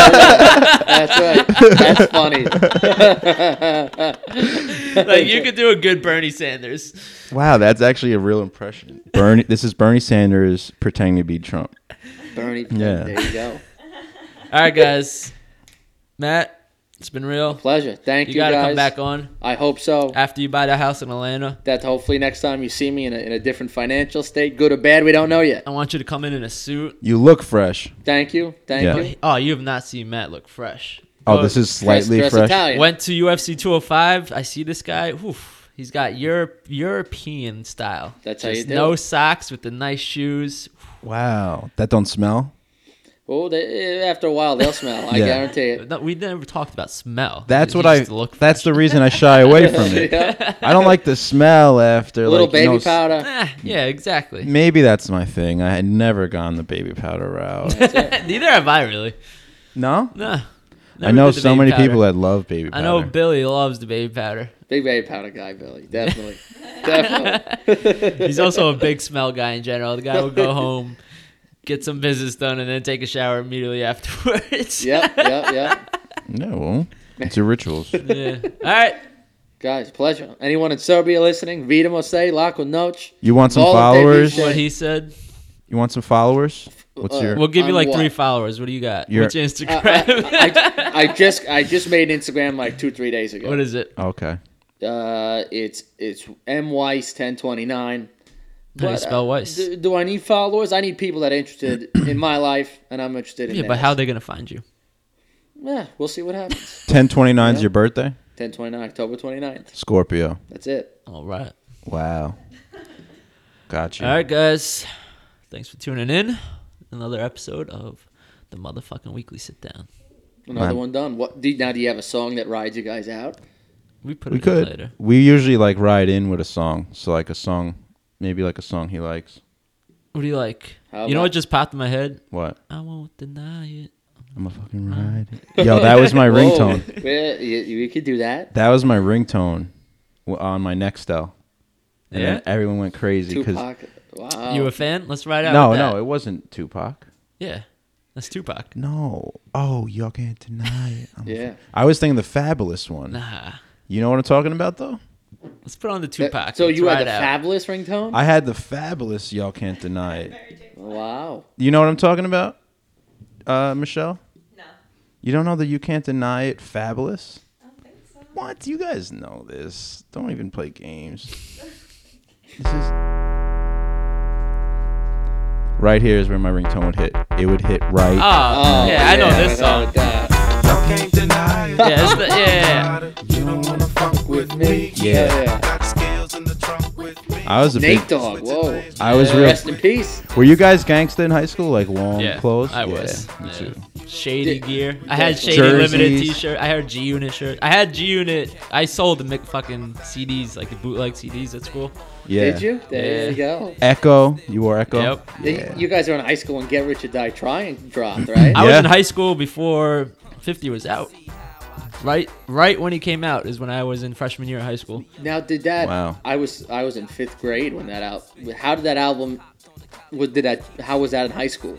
Speaker 5: That's right. That's funny.
Speaker 1: like you could do a good Bernie Sanders.
Speaker 2: Wow, that's actually a real impression. Bernie, this is Bernie Sanders pretending to be Trump.
Speaker 5: Bernie.
Speaker 2: Yeah.
Speaker 5: There you go.
Speaker 1: All right, guys. Matt, it's been real.
Speaker 5: Pleasure. Thank
Speaker 1: You
Speaker 5: you,
Speaker 1: gotta
Speaker 5: guys.
Speaker 1: come back Uh, on
Speaker 5: I hope so.
Speaker 1: after you buy the house in Atlanta.
Speaker 5: That hopefully next time you see me in a, in a different financial state, good or bad, we don't know yet.
Speaker 1: I want you to come in in a suit.
Speaker 2: You look fresh.
Speaker 5: Thank you. Thank
Speaker 2: Yeah.
Speaker 5: you.
Speaker 1: Oh, you have not seen Matt look fresh.
Speaker 2: Oh, this is slightly
Speaker 5: dress,
Speaker 2: fresh.
Speaker 5: Italian.
Speaker 1: Went to UFC 205. I see this guy. Oof. He's got Europe European style.
Speaker 5: That's how
Speaker 1: Just
Speaker 5: you do
Speaker 1: No
Speaker 5: it.
Speaker 1: socks with the nice shoes.
Speaker 2: Wow, that don't smell.
Speaker 5: Oh, they, after a while they'll smell. I
Speaker 2: Yeah.
Speaker 5: guarantee it.
Speaker 1: No, we never talked about smell.
Speaker 2: That's
Speaker 1: You
Speaker 2: what I.
Speaker 1: just look
Speaker 2: that's the reason I shy away from it.
Speaker 5: Yeah.
Speaker 2: I don't like the smell after
Speaker 5: Little
Speaker 2: like, you
Speaker 5: baby
Speaker 2: know, s-
Speaker 5: powder.
Speaker 1: Ah, yeah, exactly.
Speaker 2: Maybe that's my thing. I had never gone the baby powder route.
Speaker 1: Neither have I really.
Speaker 2: no,
Speaker 1: No.
Speaker 2: Mm. I know so many people that love baby
Speaker 1: I
Speaker 2: powder.
Speaker 1: know Billy loves the baby powder.
Speaker 5: Big baby powder guy, Billy. Definitely. Definitely.
Speaker 1: He's also a big smell guy in general. The guy will go home, get some business done, and then take a shower immediately afterwards.
Speaker 5: Yep, yep, yep.
Speaker 2: No, it's your rituals.
Speaker 1: Yeah. All right.
Speaker 5: Guys, pleasure. Anyone in Serbia listening? Vida Mose, Lako Noć.
Speaker 2: You want some
Speaker 5: All of baby
Speaker 2: followers?
Speaker 5: shit.
Speaker 1: What he said.
Speaker 2: You want some followers? What's
Speaker 5: Uh,
Speaker 2: your?
Speaker 1: We'll give you
Speaker 5: On
Speaker 1: like
Speaker 5: what?
Speaker 1: three followers. What do you got?
Speaker 2: Your-
Speaker 1: What's your
Speaker 5: I,
Speaker 1: Instagram?
Speaker 5: I, I, I just I just made Instagram like two three days ago.
Speaker 1: what is it?
Speaker 2: okay.
Speaker 5: Uh, it's it's M Weiss ten twenty nine.
Speaker 1: How do you
Speaker 2: uh,
Speaker 1: spell Weiss?
Speaker 5: Do, do I need followers? I need people that are interested in my life, and I'm interested in.
Speaker 1: yeah, but
Speaker 5: theirs.
Speaker 1: how are they gonna find you?
Speaker 5: Yeah, we'll see what happens.
Speaker 2: Ten twenty nine is
Speaker 5: Yeah.
Speaker 2: your birthday.
Speaker 5: ten twenty nine, October 29th.
Speaker 2: Scorpio.
Speaker 5: That's it.
Speaker 1: All right.
Speaker 2: Wow. Gotcha.
Speaker 1: All right, guys. Thanks for tuning in. Another episode of the motherfucking weekly sit down.
Speaker 5: Another
Speaker 2: Man.
Speaker 5: one done. What? Do, now, do you have a song that rides you guys out?
Speaker 1: We put
Speaker 2: We
Speaker 1: it
Speaker 2: could.
Speaker 1: in later.
Speaker 2: We usually like ride in with a song. So like a song, maybe like a song he likes.
Speaker 1: What do you like?
Speaker 5: How
Speaker 1: you know
Speaker 5: about-
Speaker 1: what just popped in my head?
Speaker 2: What?
Speaker 1: I won't deny it.
Speaker 2: I'm a fucking ride. it. Yo, that was my ringtone.
Speaker 5: Oh, Whoa. yeah, you, you could do that.
Speaker 2: That was my ringtone w- on my Nextel. and
Speaker 1: Yeah?
Speaker 2: then everyone went crazy because
Speaker 5: Tupac. Wow.
Speaker 1: You a fan? Let's ride out.
Speaker 2: no,
Speaker 1: with that.
Speaker 2: no, it wasn't Tupac.
Speaker 1: Yeah, that's Tupac.
Speaker 2: No, oh, y'all can't deny it. I'm a
Speaker 5: Yeah.
Speaker 2: fa- I was thinking the Fabulous one.
Speaker 1: Nah,
Speaker 2: You know what I'm talking about though?
Speaker 1: let's put on the Tupac.
Speaker 5: That, Eh, so
Speaker 1: Let's
Speaker 5: you
Speaker 1: ride
Speaker 5: had the
Speaker 1: out.
Speaker 5: fabulous ringtone?
Speaker 2: I had the Fabulous. Y'all can't deny it.
Speaker 5: wow.
Speaker 2: You know what I'm talking about, uh, Michelle?
Speaker 7: No.
Speaker 2: You don't know that you can't deny it. Fabulous.
Speaker 6: I don't think so.
Speaker 2: What? You guys know this. Don't even play games. This is Right here is where my ringtone would hit. It would hit right.
Speaker 1: Oh, yeah, I know this
Speaker 5: without
Speaker 1: song.
Speaker 5: a doubt.
Speaker 4: can't deny it.
Speaker 1: Yeah, it's the, yeah, yeah,
Speaker 4: You don't wanna fuck with me.
Speaker 2: Yeah.
Speaker 4: Got scales in the trunk with me.
Speaker 2: I was a big.
Speaker 5: Nate Dogg. Whoa.
Speaker 2: I was real.
Speaker 5: Rest in peace.
Speaker 2: Were you guys gangsta in high school? Like long
Speaker 1: yeah. yeah.
Speaker 2: clothes?
Speaker 1: I
Speaker 2: Yeah,
Speaker 1: was.
Speaker 2: me
Speaker 1: Yeah.
Speaker 2: too.
Speaker 1: Shady
Speaker 5: Did-
Speaker 1: gear. I had Shady Limited
Speaker 2: Jerseys.
Speaker 1: T-shirt. I had G Unit shirt. I had G Unit. I sold the mic fucking CDs, like the bootleg CDs at school.
Speaker 2: Yeah.
Speaker 5: Did you? There
Speaker 1: Yeah.
Speaker 5: you go.
Speaker 2: Echo. You wore Echo?
Speaker 1: Yep.
Speaker 2: Yeah.
Speaker 5: You guys are in high school and Get Rich or Die Trying dropped, right?
Speaker 1: I was
Speaker 2: Yeah.
Speaker 1: in high school before 50 was out. Right, right when he came out is when I was in freshman year of high school.
Speaker 5: Now, did that?
Speaker 2: Wow.
Speaker 5: I was I was in fifth grade when that out. How did that album? What did that? How was that in high school?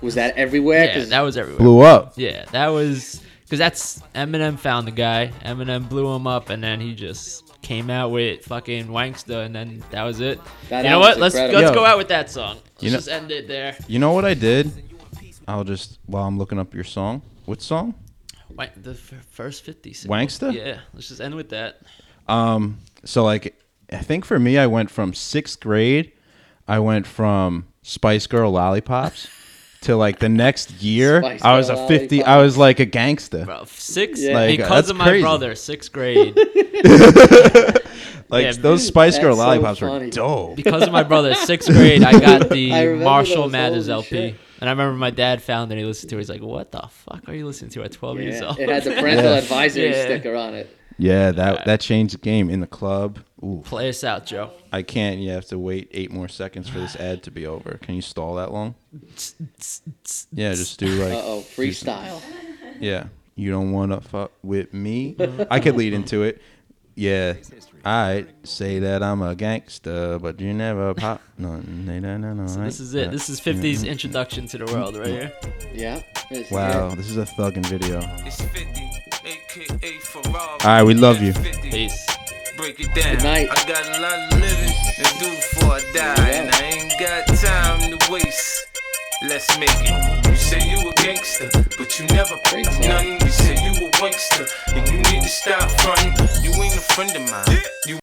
Speaker 5: Was that everywhere?
Speaker 1: Yeah,
Speaker 5: 'Cause
Speaker 1: that was everywhere.
Speaker 2: Blew up.
Speaker 1: Yeah, that was because that's Eminem found the guy. Eminem blew him up, and then he just came out with fucking Wanksta, and then that was it.
Speaker 5: That
Speaker 1: you know
Speaker 5: album's
Speaker 1: what? Let's
Speaker 5: incredible.
Speaker 1: let's
Speaker 2: Yo.
Speaker 1: go out with that song. Let's
Speaker 2: You know-
Speaker 1: just end it there.
Speaker 2: You know what I did? I'll just, while I'm looking up your song. What song?
Speaker 1: Wank, the f- first fifty. Single.
Speaker 2: Wanksta?
Speaker 1: Yeah, let's just end with that.
Speaker 2: Um, so like, I think for me, I went from sixth grade, I went from Spice Girl lollipops to like the next year.
Speaker 5: Spice
Speaker 2: I was a
Speaker 5: Girl
Speaker 2: fifty. I was like a gangster.
Speaker 1: Bro, Uh, six
Speaker 5: Yeah.
Speaker 2: Like,
Speaker 1: because
Speaker 2: that's
Speaker 1: of my
Speaker 2: crazy.
Speaker 1: brother, sixth grade.
Speaker 2: Like
Speaker 1: Yeah,
Speaker 2: those Spice Girl
Speaker 5: that's so
Speaker 2: lollipops were
Speaker 5: funny.
Speaker 2: dope.
Speaker 1: because of my brother, sixth grade, I got the
Speaker 5: I remember
Speaker 1: Marshall
Speaker 5: those,
Speaker 1: Mathers
Speaker 5: holy
Speaker 1: LP,
Speaker 5: shit.
Speaker 1: and I remember my dad found it. and He listened to it. He's like, "What the fuck are you listening to at twelve years
Speaker 5: Yeah,
Speaker 1: old?"
Speaker 5: it had the parental
Speaker 2: Yeah.
Speaker 5: advisory
Speaker 1: Yeah.
Speaker 5: sticker on it.
Speaker 2: Yeah, that that changed the game in the club. Ooh,
Speaker 1: Play us out, Joe.
Speaker 2: I can't. You have to wait eight more seconds for this ad to be over. Can you stall that long? Yeah, just do like.
Speaker 5: Uh oh, freestyle.
Speaker 2: Yeah. You don't want to fuck with me. I could lead into it. Yeah. I say that I'm a gangster, but you never pop. No, no, no, no, no.
Speaker 1: This is it. This is 50's introduction to the world right here.
Speaker 5: Yeah. this is
Speaker 2: Wow,
Speaker 5: it.
Speaker 2: this is a thugging video. All
Speaker 4: It's 50, aka Ferrari.
Speaker 2: right, we love you.
Speaker 4: 50.
Speaker 1: Peace.
Speaker 4: Break it down.
Speaker 5: Good night.
Speaker 4: I got a lot of living to do before I die, and I ain't got time to waste. Let's make it. You say you a gangster, but you never break
Speaker 5: Great song.
Speaker 4: none. You say you a wankster, and you need to stop fronting. You ain't a friend of mine. You